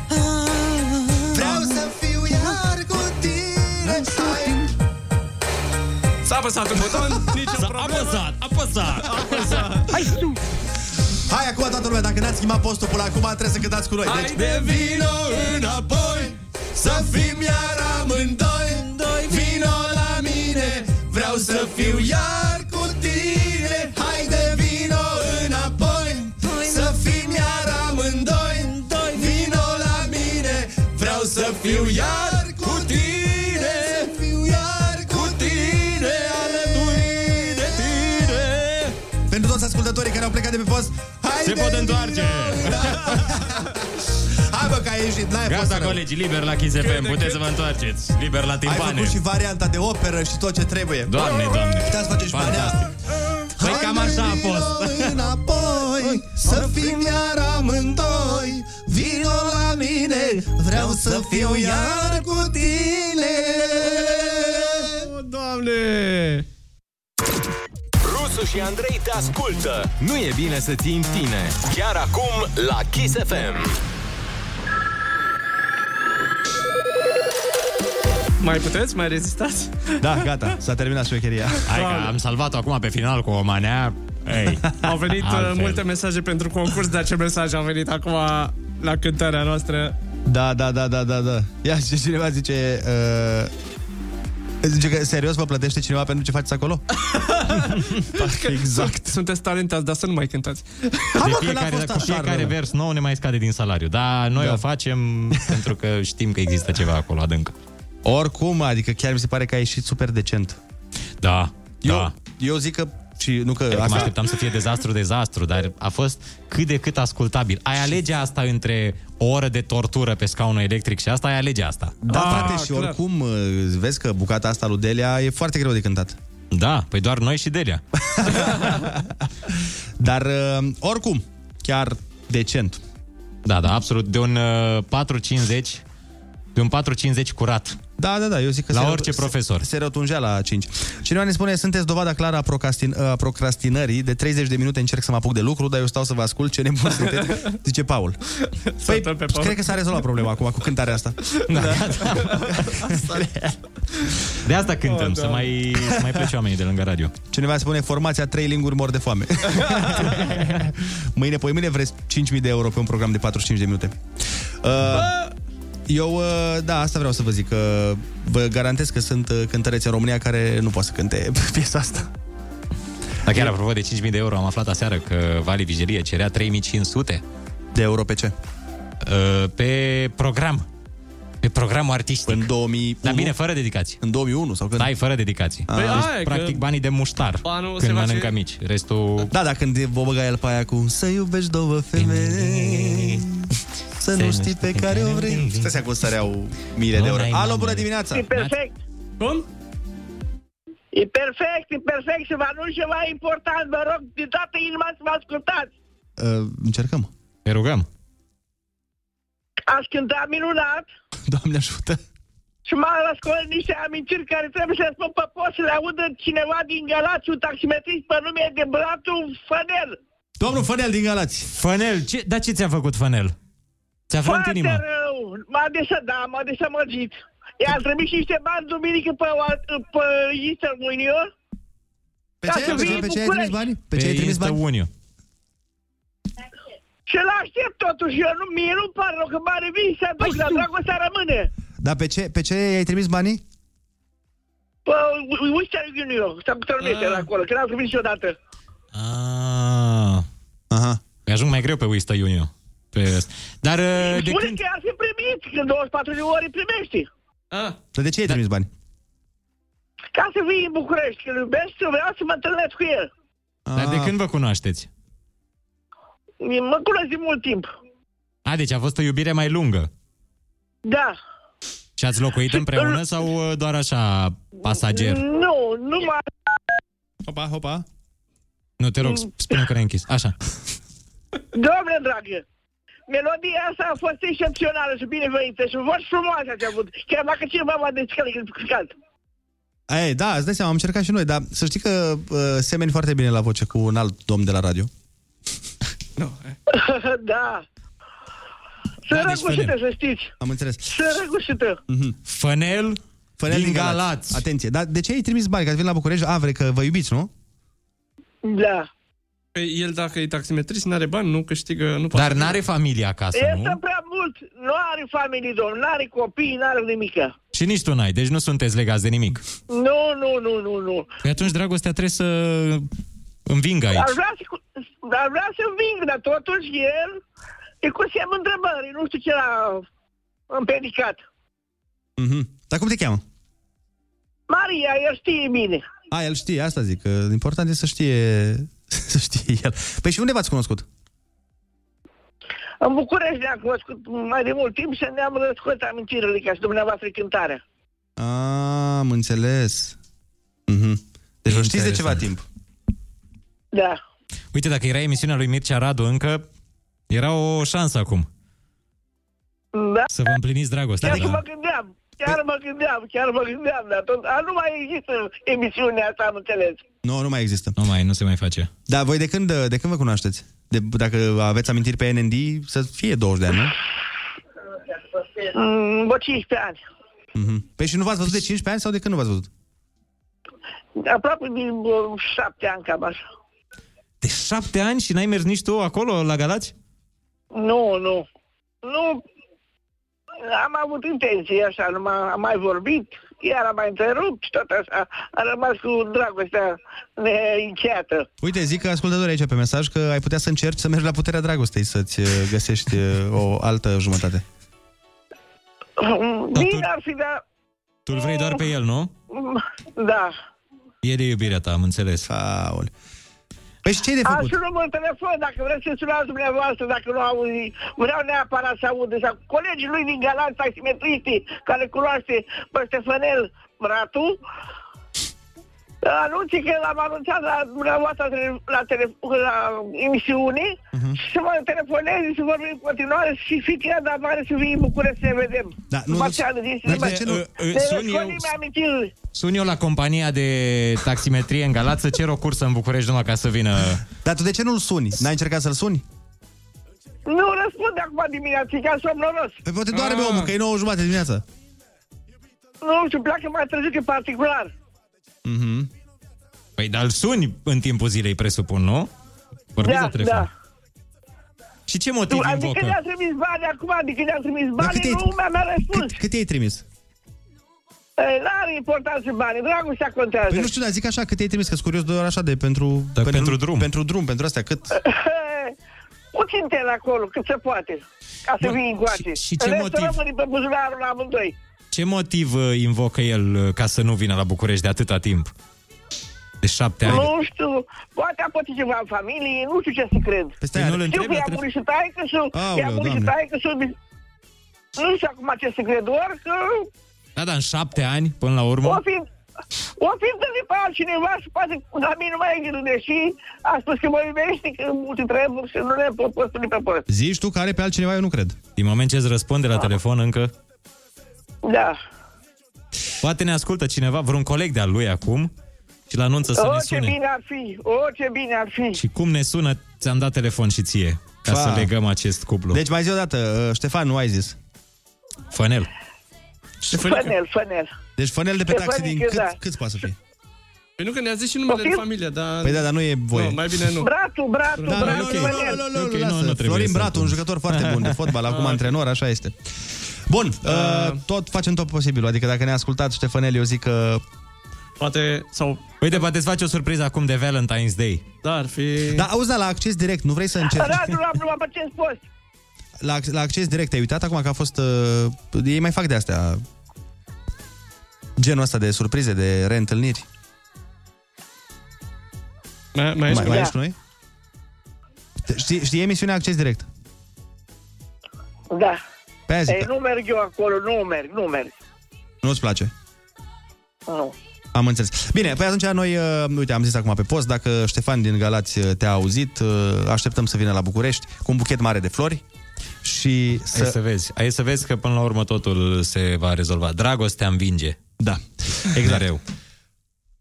[SPEAKER 5] Ah. Vreau să fiu iar cu tine Hai.
[SPEAKER 9] S-a apăsat un buton, nicio problemă.
[SPEAKER 8] Apăsat, apăsat.
[SPEAKER 5] Hai tu! Hai acum toată lumea, dacă n-ați schimbat postul până acum, trebuie să cântați cu noi. Deci... Hai de vino înapoi, să fim iar amândoi. Doi vino la mine, vreau să fiu iar cu tine. Hai de vino înapoi, să fim iar amândoi. Doi vino la mine, vreau să fiu iar cu tine. Să fiu iar cu tine, alături de tine. Pentru toți ascultătorii care au plecat de pe post, hai
[SPEAKER 8] Se
[SPEAKER 5] de
[SPEAKER 8] pot
[SPEAKER 5] vino
[SPEAKER 8] întoarce.
[SPEAKER 5] Hai bă, că ai ieșit, n-ai fost
[SPEAKER 8] Gata,
[SPEAKER 5] rău.
[SPEAKER 8] colegi, liber la Kiss FM, puteți să vă întoarceți. Liber la
[SPEAKER 5] Ai
[SPEAKER 8] timpane.
[SPEAKER 5] făcut și varianta de operă și tot ce trebuie.
[SPEAKER 8] Doamne, doamne.
[SPEAKER 5] Puteți face și varianta.
[SPEAKER 8] Păi cam așa a fost.
[SPEAKER 5] Înapoi, să fim iar amândoi, vino la mine, vreau să fiu iar cu tine.
[SPEAKER 9] Doamne!
[SPEAKER 6] Rusu și Andrei te ascultă. Nu e bine să ții în tine. Chiar acum la Kiss FM.
[SPEAKER 9] Mai puteți? Mai rezistați?
[SPEAKER 7] Da, gata, s-a terminat șmecheria.
[SPEAKER 8] Hai că am salvat-o acum pe final cu o manea. Ei,
[SPEAKER 9] Au venit uh,
[SPEAKER 8] altfel.
[SPEAKER 9] multe mesaje pentru concurs, dar ce mesaje au venit acum la cântarea noastră?
[SPEAKER 7] Da, da, da, da, da, da. Ia și cineva zice... Uh... Zice că serios vă plătește cineva pentru ce faceți acolo?
[SPEAKER 9] Exact. Sunteți talentați, dar să nu mai cântați.
[SPEAKER 8] de fiecare, dacă cu fiecare vers nou ne mai scade din salariu. Dar noi da. o facem pentru că știm că există ceva acolo adânc.
[SPEAKER 7] Oricum, adică chiar mi se pare că ai ieșit super decent.
[SPEAKER 8] Da,
[SPEAKER 7] eu,
[SPEAKER 8] da.
[SPEAKER 7] Eu zic că... Și nu că...
[SPEAKER 8] Acum așteptam să fie dezastru, dezastru, dar a fost cât de cât ascultabil. Ai alege asta între o oră de tortură pe scaunul electric și asta, ai alege asta.
[SPEAKER 7] Da,
[SPEAKER 5] Ah,
[SPEAKER 7] frate, și oricum uh, vezi că bucata asta lui Delia e foarte greu de cântat.
[SPEAKER 8] Da, păi doar noi și Delia.
[SPEAKER 7] Dar uh, oricum, chiar decent.
[SPEAKER 8] Da, da, absolut. De un uh, 4,50, de un 4,50 curat.
[SPEAKER 7] Da, da, da, eu zic că
[SPEAKER 8] La
[SPEAKER 7] se
[SPEAKER 8] orice profesor.
[SPEAKER 7] Se, se rotunjea la 5. Cineva ne spune, sunteți dovada clară a, procrastin, a procrastinării. De 30 de minute încerc să mă apuc de lucru, dar eu stau să vă ascult ce nebun sunteți, zice Paul. Păi,
[SPEAKER 9] pe Paul.
[SPEAKER 7] cred că s-a rezolvat problema acum cu cântarea asta.
[SPEAKER 8] Da. De asta
[SPEAKER 9] Oh,
[SPEAKER 8] cântăm,
[SPEAKER 9] da.
[SPEAKER 8] să mai, să mai plece oamenii de lângă radio.
[SPEAKER 7] Cineva spune, formația 3 linguri mor de foame. mâine, poi mâine vreți 5.000 de euro pe un program de 45 de minute. Uh, eu, uh, da, asta vreau să vă zic, că vă garantez că sunt uh, cântăreți în România care nu pot să cânte piesa asta.
[SPEAKER 8] Dar chiar apropo de 5.000 de euro, am aflat aseară că Vali Vigilie cerea 3.500.
[SPEAKER 7] De euro pe ce?
[SPEAKER 8] Uh, Pe program. Pe programul artistic. În
[SPEAKER 7] 2001?
[SPEAKER 8] Dar bine, fără dedicații.
[SPEAKER 7] În 2001 sau când?
[SPEAKER 8] Stai, fără dedicații.
[SPEAKER 7] Ah.
[SPEAKER 8] Deci,
[SPEAKER 7] Păi aia e că
[SPEAKER 8] practic, banii de muștar
[SPEAKER 7] banul se
[SPEAKER 8] când
[SPEAKER 7] face-
[SPEAKER 8] mănâncă mici. Restul...
[SPEAKER 7] Da, da, când vă băga el pe aia cu Să iubești două femei Să nu știi pe care o vrei Stai să cum săreau mile de euro Alo, bună dimineața!
[SPEAKER 31] E perfect.
[SPEAKER 9] Cum?
[SPEAKER 31] E perfect, e perfect și vă anunț ceva important, vă rog, de toată inima să mă ascultați.
[SPEAKER 7] Uh, încercăm.
[SPEAKER 8] Te rugăm.
[SPEAKER 31] Aș cânta minunat
[SPEAKER 7] Doamne ajută!
[SPEAKER 31] și m-am răscolit niște amintiri care trebuie să le spun pe post să le audă cineva din Galați, un taximetrist pe nume de Bratu Fănel.
[SPEAKER 7] Domnul Fănel din Galați.
[SPEAKER 8] Fănel, ce, da ce ți-a făcut Fănel? Ți-a frânt
[SPEAKER 31] Foarte
[SPEAKER 8] inima.
[SPEAKER 31] rău, m-a desădat, m-a desămăgit. I-am trimis și niște bani duminică pe, o- pe Eastern Union.
[SPEAKER 7] Pe
[SPEAKER 31] Ca
[SPEAKER 7] ce?
[SPEAKER 31] să
[SPEAKER 7] Pe ce?
[SPEAKER 31] vii
[SPEAKER 7] Pe ce ai
[SPEAKER 31] București.
[SPEAKER 7] trimis bani? Pe ce ai trimis bani?
[SPEAKER 31] Și l aștept totuși, eu nu, mie nu-mi pare rău că mare vii să duc, la dragostea rămâne.
[SPEAKER 7] Dar Da, pe ce, pe ce i-ai trimis banii?
[SPEAKER 31] Bă, u- uite ce vin eu, să dormește la acolo, că n-am primit niciodată.
[SPEAKER 8] Ah. Aha. Păi Ajung mai greu pe Wista Union. Pe... Dar uh, de
[SPEAKER 31] Spune
[SPEAKER 8] când...
[SPEAKER 31] că ar fi primit, că în 24 de ore primești. Ah.
[SPEAKER 7] Dar de ce
[SPEAKER 8] Da.
[SPEAKER 7] i-ai trimis bani?
[SPEAKER 31] Ca să vii în București, că îl iubesc și vreau să mă întâlnesc cu el.
[SPEAKER 8] Dar
[SPEAKER 7] Ah.
[SPEAKER 8] de când vă cunoașteți?
[SPEAKER 31] Mă cunosc de mult timp.
[SPEAKER 8] A, deci a fost o iubire mai lungă.
[SPEAKER 31] Da.
[SPEAKER 8] Și ați locuit împreună sau uh, doar așa pasager?
[SPEAKER 31] Nu, nu mai...
[SPEAKER 7] Hopa, hopa.
[SPEAKER 8] Nu, te rog, sp- spune că ne-ai închis. Așa.
[SPEAKER 31] Doamne dragă! Melodia asta a fost excepțională și binevenită și voci frumoase ați avut. Chiar dacă cineva m-a descălcat.
[SPEAKER 7] Ei, da, îți dai seama, am încercat și noi, dar să știi că uh, semeni foarte bine la voce cu un alt domn de la radio.
[SPEAKER 31] da. Sunt da, răgușită, să știți.
[SPEAKER 7] Am înțeles.
[SPEAKER 31] Sunt răgușită.
[SPEAKER 7] Mm-hmm.
[SPEAKER 8] Fănel,
[SPEAKER 7] Fănel din, Galați. Atenție, dar de ce ai trimis bani? Că ați venit la București? A, vrei că vă iubiți, nu?
[SPEAKER 31] Da.
[SPEAKER 9] Păi el dacă e taximetrist, n-are bani, nu câștigă... Nu
[SPEAKER 8] Dar n-are familie acasă,
[SPEAKER 31] Este prea mult. Nu are familie, domn. N-are copii, n-are nimică.
[SPEAKER 8] Și nici tu n-ai, deci nu sunteți legați de nimic.
[SPEAKER 31] Nu, nu, nu, nu, nu.
[SPEAKER 8] Păi atunci dragostea trebuie să învingă
[SPEAKER 31] Ar
[SPEAKER 8] aici.
[SPEAKER 31] vrea să, ar vrea să ving, dar totuși el e cu semn întrebării. Nu știu ce l-a împedicat.
[SPEAKER 7] Mm-hmm. Dar cum te cheamă?
[SPEAKER 31] Maria, el știe bine.
[SPEAKER 7] A, el știe, asta zic, că important e să știe, să știe el. Păi și unde v-ați cunoscut?
[SPEAKER 31] În București ne-am cunoscut mai de mult timp și ne-am răscut amintirile ca și dumneavoastră cântarea.
[SPEAKER 7] Am înțeles. Mm-hmm. Deci vă știți de ceva timp.
[SPEAKER 31] Da.
[SPEAKER 8] Uite, dacă era emisiunea lui Mircea Radu încă, era o șansă acum.
[SPEAKER 31] Da.
[SPEAKER 8] Să vă împliniți dragostea.
[SPEAKER 31] Chiar da. mă gândeam. Chiar mă gândeam, chiar mă gândeam, dar tot, a, nu mai există emisiunea asta, am înțeles.
[SPEAKER 7] Nu, nu mai există.
[SPEAKER 8] Nu mai, nu se mai face.
[SPEAKER 7] Dar voi de când, de când vă cunoașteți? De, dacă aveți amintiri pe NND, să fie 20 de ani, nu?
[SPEAKER 31] Mm, Vă 15 ani.
[SPEAKER 7] Mm-hmm. Păi și nu v-ați văzut de 15 ani sau de când nu v-ați văzut?
[SPEAKER 31] Aproape din uh, șapte ani cam așa.
[SPEAKER 8] De șapte ani și n-ai mers nici tu acolo, la Galați?
[SPEAKER 31] Nu, nu. Nu, am avut intenții așa, nu m-a- am mai vorbit, iar am mai întrerupt și tot așa. Am rămas cu dragostea neîncheiată.
[SPEAKER 7] Uite, zic că ascultători aici pe mesaj că ai putea să încerci să mergi la puterea dragostei să-ți uh, găsești uh, o altă jumătate.
[SPEAKER 31] Bine ar fi, dar...
[SPEAKER 8] Tu îl vrei doar pe el, nu?
[SPEAKER 31] Da.
[SPEAKER 8] E de iubirea ta, am înțeles.
[SPEAKER 7] Aole. Păi și ce de
[SPEAKER 31] Aș rămân în telefon, dacă vreți să sunați dumneavoastră, dacă nu auzi, vreau neapărat să aud. Sau colegii lui din Galanți, taximetriștii, care cunoaște pe Ștefanel Ratu, anunții că l-am anunțat la dumneavoastră la, tele- la, tele, la emisiune
[SPEAKER 7] Mhm.
[SPEAKER 31] uh-huh. și să mă telefonez și să vorbim în continuare și fi chiar de afară să vii în București să ne vedem.
[SPEAKER 8] Da, nu-
[SPEAKER 31] Marceanu, din
[SPEAKER 8] Dar
[SPEAKER 31] Sliman.
[SPEAKER 8] de ce nu-
[SPEAKER 31] Ne
[SPEAKER 8] Sun eu-
[SPEAKER 31] răscolim amintiri.
[SPEAKER 8] Sun eu la compania de taximetrie în Galați să cer o cursă în București numai ca să vină...
[SPEAKER 7] Dar tu de ce nu-l suni? N-ai încercat să-l suni?
[SPEAKER 31] Nu răspunde acum dimineața, e ca somnoros.
[SPEAKER 7] Păi poate doarme
[SPEAKER 31] Ah.
[SPEAKER 7] omul, că e 9 jumate dimineața.
[SPEAKER 31] Nu știu, pleacă mai târziu de particular.
[SPEAKER 8] Mm-hmm. Păi, dar îl suni în timpul zilei, presupun, nu? Vorbiți
[SPEAKER 31] Da,
[SPEAKER 8] la telefon.
[SPEAKER 31] da.
[SPEAKER 8] Și ce motiv
[SPEAKER 31] Tu, adică
[SPEAKER 8] invocă?
[SPEAKER 31] ne-a trimis bani acum, adică ne-a trimis bani,
[SPEAKER 7] cât e-
[SPEAKER 31] nu mi-a răspuns.
[SPEAKER 7] Cât i-ai trimis?
[SPEAKER 31] Ei, N-are importanță banii, dragostea contează.
[SPEAKER 7] Păi nu știu, dar zic așa, cât i-ai trimis, că sunt curios doar așa de pentru... Da, pentru, drum. Pentru drum, pentru astea, cât?
[SPEAKER 31] Puțin te acolo, cât se poate, ca să
[SPEAKER 8] Bun,
[SPEAKER 31] vii încoace.
[SPEAKER 8] Da. și- și ce
[SPEAKER 31] Restul
[SPEAKER 8] motiv?
[SPEAKER 31] rămâne pe buzunarul amândoi.
[SPEAKER 8] Ce motiv uh, invocă el uh, ca să nu vină la București de atâta timp? De șapte ani.
[SPEAKER 31] Nu știu, poate a pățit ceva în familie, nu știu ce să cred.
[SPEAKER 8] stai, Păi nu-l
[SPEAKER 31] știu
[SPEAKER 8] întrebi,
[SPEAKER 31] că i-a
[SPEAKER 8] trebuie-
[SPEAKER 31] murit și taică și
[SPEAKER 8] Aoleu,
[SPEAKER 31] i-a murit și
[SPEAKER 8] Doamne.
[SPEAKER 31] taică și nu știu acum ce să cred, doar că
[SPEAKER 8] Da, dar în șapte ani, până la urmă...
[SPEAKER 31] o fi o fi întâlnit pe altcineva și poate la mine nu mai e gândit, deși a spus că mă iubește, că multe treburi și nu le pot pot spune pe păst.
[SPEAKER 7] Zici tu care pe altcineva, eu nu cred.
[SPEAKER 8] Din moment ce îți răspunde la telefon încă...
[SPEAKER 31] Da.
[SPEAKER 8] Poate ne ascultă cineva, vreun coleg de-al lui acum, și l anunță să
[SPEAKER 31] o,
[SPEAKER 8] ne
[SPEAKER 31] Oh, ce
[SPEAKER 8] sune.
[SPEAKER 31] bine ar fi, o, ce bine ar fi.
[SPEAKER 8] Și cum ne sună, ți-am dat telefon și ție, ca
[SPEAKER 7] Fa.
[SPEAKER 8] să legăm acest cuplu.
[SPEAKER 7] Deci mai zi o dată, uh, Ștefan, nu ai zis.
[SPEAKER 8] Fănel.
[SPEAKER 31] Fănel, fănel.
[SPEAKER 7] Deci fănel de pe
[SPEAKER 9] Ștefanică,
[SPEAKER 7] taxi din cât,
[SPEAKER 9] da.
[SPEAKER 7] cât poate să fie?
[SPEAKER 9] Păi nu că ne-a zis și numele de familie, dar...
[SPEAKER 7] Păi da, dar nu e voie.
[SPEAKER 9] Nu, mai bine nu.
[SPEAKER 31] Bratu, bratu,
[SPEAKER 9] Da,
[SPEAKER 31] bratu,
[SPEAKER 9] ok.
[SPEAKER 31] fănel.
[SPEAKER 7] Florin Bratu, un jucător foarte bun de fotbal, acum antrenor, așa este. Bun,
[SPEAKER 9] Da.
[SPEAKER 7] uh, tot facem tot posibilul. Adică dacă ne-a ascultat Ștefanel, eu zic că...
[SPEAKER 9] Poate, sau...
[SPEAKER 8] Uite, poate îți faci o surpriză acum de Valentine's Day.
[SPEAKER 9] Da, ar fi...
[SPEAKER 7] Da, auzi, da, la acces direct, nu vrei să încerci?
[SPEAKER 31] Radu, l-am luat pe ce post.
[SPEAKER 7] La, la acces direct, te-ai uitat acum că a fost... Uh, ei mai fac de astea... Genul ăsta de surprize, de reîntâlniri.
[SPEAKER 9] Mai,
[SPEAKER 7] mai,
[SPEAKER 9] mai ești?
[SPEAKER 7] mai
[SPEAKER 9] Da.
[SPEAKER 7] ești noi? Te- Știi, știi emisiunea Acces Direct?
[SPEAKER 31] Da.
[SPEAKER 7] Pe aia zic,
[SPEAKER 31] Ei, nu merg eu acolo, nu merg, nu merg.
[SPEAKER 7] nu-ți place.
[SPEAKER 31] Nu.
[SPEAKER 7] Am înțeles. Bine, păi atunci noi, uh, uite, am zis acum pe post, dacă Ștefan din Galați uh, te-a auzit, uh, așteptăm să vină la București cu un buchet mare de flori și
[SPEAKER 8] Să... Ai să
[SPEAKER 7] să...
[SPEAKER 8] vezi. Ai să vezi că până la urmă totul se va rezolva. Dragostea învinge.
[SPEAKER 7] Da.
[SPEAKER 8] Exact. Mereu.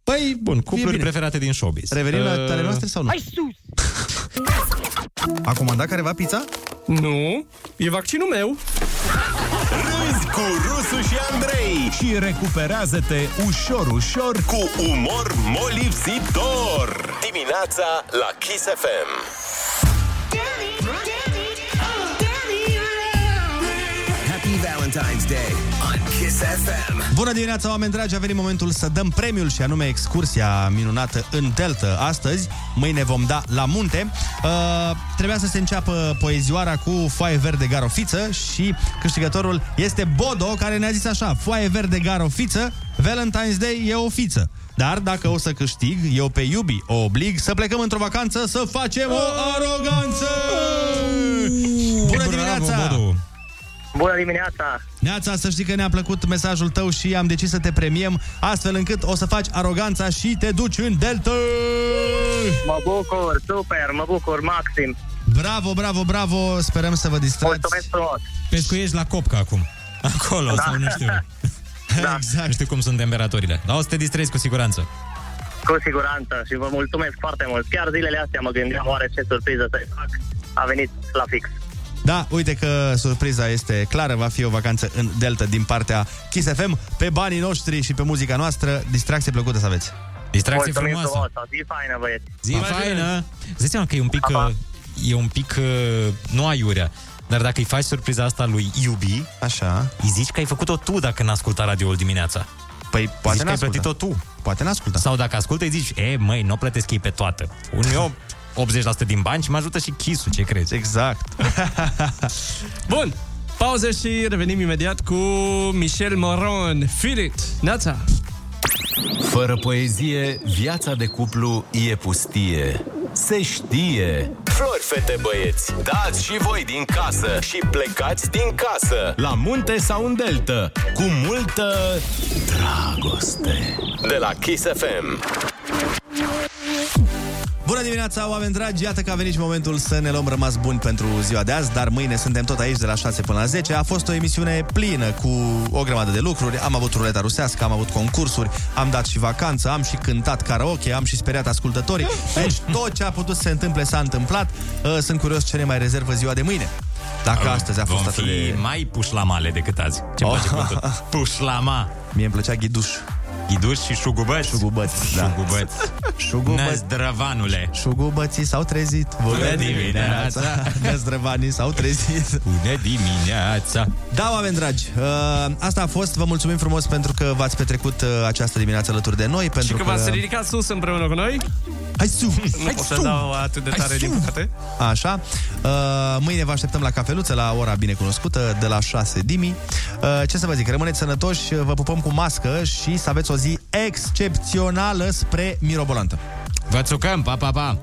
[SPEAKER 7] Păi,
[SPEAKER 8] bun, cupluri
[SPEAKER 7] bine.
[SPEAKER 8] preferate din showbiz. Uh,
[SPEAKER 7] Revenim la tale noastre sau nu?
[SPEAKER 21] Hai sus!
[SPEAKER 7] A comandat careva pizza?
[SPEAKER 9] Nu. E vaccinul meu.
[SPEAKER 6] Râzi cu Rusu și Andrei și recuperează-te ușor, ușor cu umor molipsitor. Dimineața la Kiss FM.
[SPEAKER 15] Happy Valentine's Day on Kiss FM.
[SPEAKER 7] Bună dimineața, oameni dragi! A venit momentul să dăm premiul și anume excursia minunată în Delta astăzi. Mâine vom da la munte. Uh, trebuia să se înceapă poezioara cu foaie verde garofiță și câștigătorul este Bodo, care ne-a zis așa, foaie verde garofiță, Valentine's Day e o fiță. Dar dacă o să câștig, eu pe iubi o oblig să plecăm într-o vacanță să facem o aroganță! Bună dimineața!
[SPEAKER 26] Bună dimineața!
[SPEAKER 7] Neața, să știi că ne-a plăcut mesajul tău și am decis să te premiem, astfel încât o să faci aroganța și te duci în Delta!
[SPEAKER 26] Mă bucur, super, mă bucur, maxim.
[SPEAKER 7] Bravo, bravo, bravo! Sperăm să vă distrați. Mulțumesc
[SPEAKER 26] frumos!
[SPEAKER 8] Pescuiești la copca acum. Acolo, da. sau nu știu. Da. Exact. Nu știu cum sunt temperaturile. Dar o să te distrezi cu siguranță.
[SPEAKER 26] Cu siguranță și vă mulțumesc foarte mult. Chiar zilele astea mă gândeam oare ce surpriză să-i fac. A venit la fix.
[SPEAKER 7] Da, uite că surpriza este clară, va fi o vacanță în Delta din partea Kiss FM, pe banii noștri și pe muzica noastră. Distracție plăcută să aveți!
[SPEAKER 8] Distracție
[SPEAKER 26] Mulțumim
[SPEAKER 8] frumoasă.
[SPEAKER 26] frumos, o zi faină, băieți.
[SPEAKER 8] Zi faină! da. Îți dai seama că e un pic... uh, E un pic... uh, Nu aiurea. Dar dacă îi faci surpriza asta lui Iubi,
[SPEAKER 7] Așa.
[SPEAKER 8] îi zici că ai făcut-o tu dacă n-a ascultat radioul dimineața.
[SPEAKER 7] Păi
[SPEAKER 8] poate
[SPEAKER 7] n-a
[SPEAKER 8] zici că
[SPEAKER 7] ascultat.
[SPEAKER 8] ai plătit-o tu.
[SPEAKER 7] Poate n-ascultă.
[SPEAKER 8] Sau dacă ascultă, îi zici, e, măi, nu o plătesc ei pe toată. Un eu 80% din bani și mă ajută și chisul, ce crezi?
[SPEAKER 7] Exact.
[SPEAKER 9] Bun. Pauză și revenim imediat cu Michel Moron. Feel it. Neața.
[SPEAKER 6] Fără poezie, viața de cuplu e pustie. Se știe.
[SPEAKER 32] Flori, fete, băieți, dați și voi din casă și plecați din casă.
[SPEAKER 6] La munte sau în delta, cu multă dragoste.
[SPEAKER 32] De la Kiss FM.
[SPEAKER 7] Bună dimineața, oameni dragi! Iată că a venit și momentul să ne luăm rămas bun pentru ziua de azi, dar mâine suntem tot aici de la 6 până la 10. A fost o emisiune plină cu o grămadă de lucruri. Am avut ruleta rusească, am avut concursuri, am dat și vacanță, am și cântat karaoke, am și speriat ascultătorii. Deci tot ce a putut să se întâmple s-a întâmplat. Uh, Sunt curios ce ne mai rezervă ziua de mâine. Dacă astăzi a fost
[SPEAKER 8] Vom
[SPEAKER 7] atât
[SPEAKER 8] fi
[SPEAKER 7] de...
[SPEAKER 8] mai pușlamale decât azi. Ce oh. place cuvântul? Pușlama.
[SPEAKER 7] Mie îmi plăcea ghiduș.
[SPEAKER 8] Ghiduș și șugubăț.
[SPEAKER 7] Șugubăț, da.
[SPEAKER 8] Șugubăț.
[SPEAKER 7] Șugubăț.
[SPEAKER 8] Năzdrăvanule.
[SPEAKER 7] Șugubății s-au trezit.
[SPEAKER 8] Bună dimineața!
[SPEAKER 7] Năzdrăvanii s-au trezit.
[SPEAKER 8] Bună dimineața!
[SPEAKER 7] Da, oameni dragi, uh, asta a fost. Vă mulțumim frumos pentru că v-ați petrecut uh, această dimineață alături de noi. Pentru
[SPEAKER 9] Și că v-ați ridicat sus împreună cu noi.
[SPEAKER 7] Hai sus!
[SPEAKER 9] Nu pot să dau atât de tare din păcate.
[SPEAKER 7] Așa. Uh, mâine vă așteptăm la cafeluță, la ora binecunoscută, de la 6 dimi. Uh, ce să vă zic, rămâneți sănătoși, vă pupăm cu mască și să aveți o zi excepțională spre mirobolantă.
[SPEAKER 8] Vă țucăm, pa, pa, pa!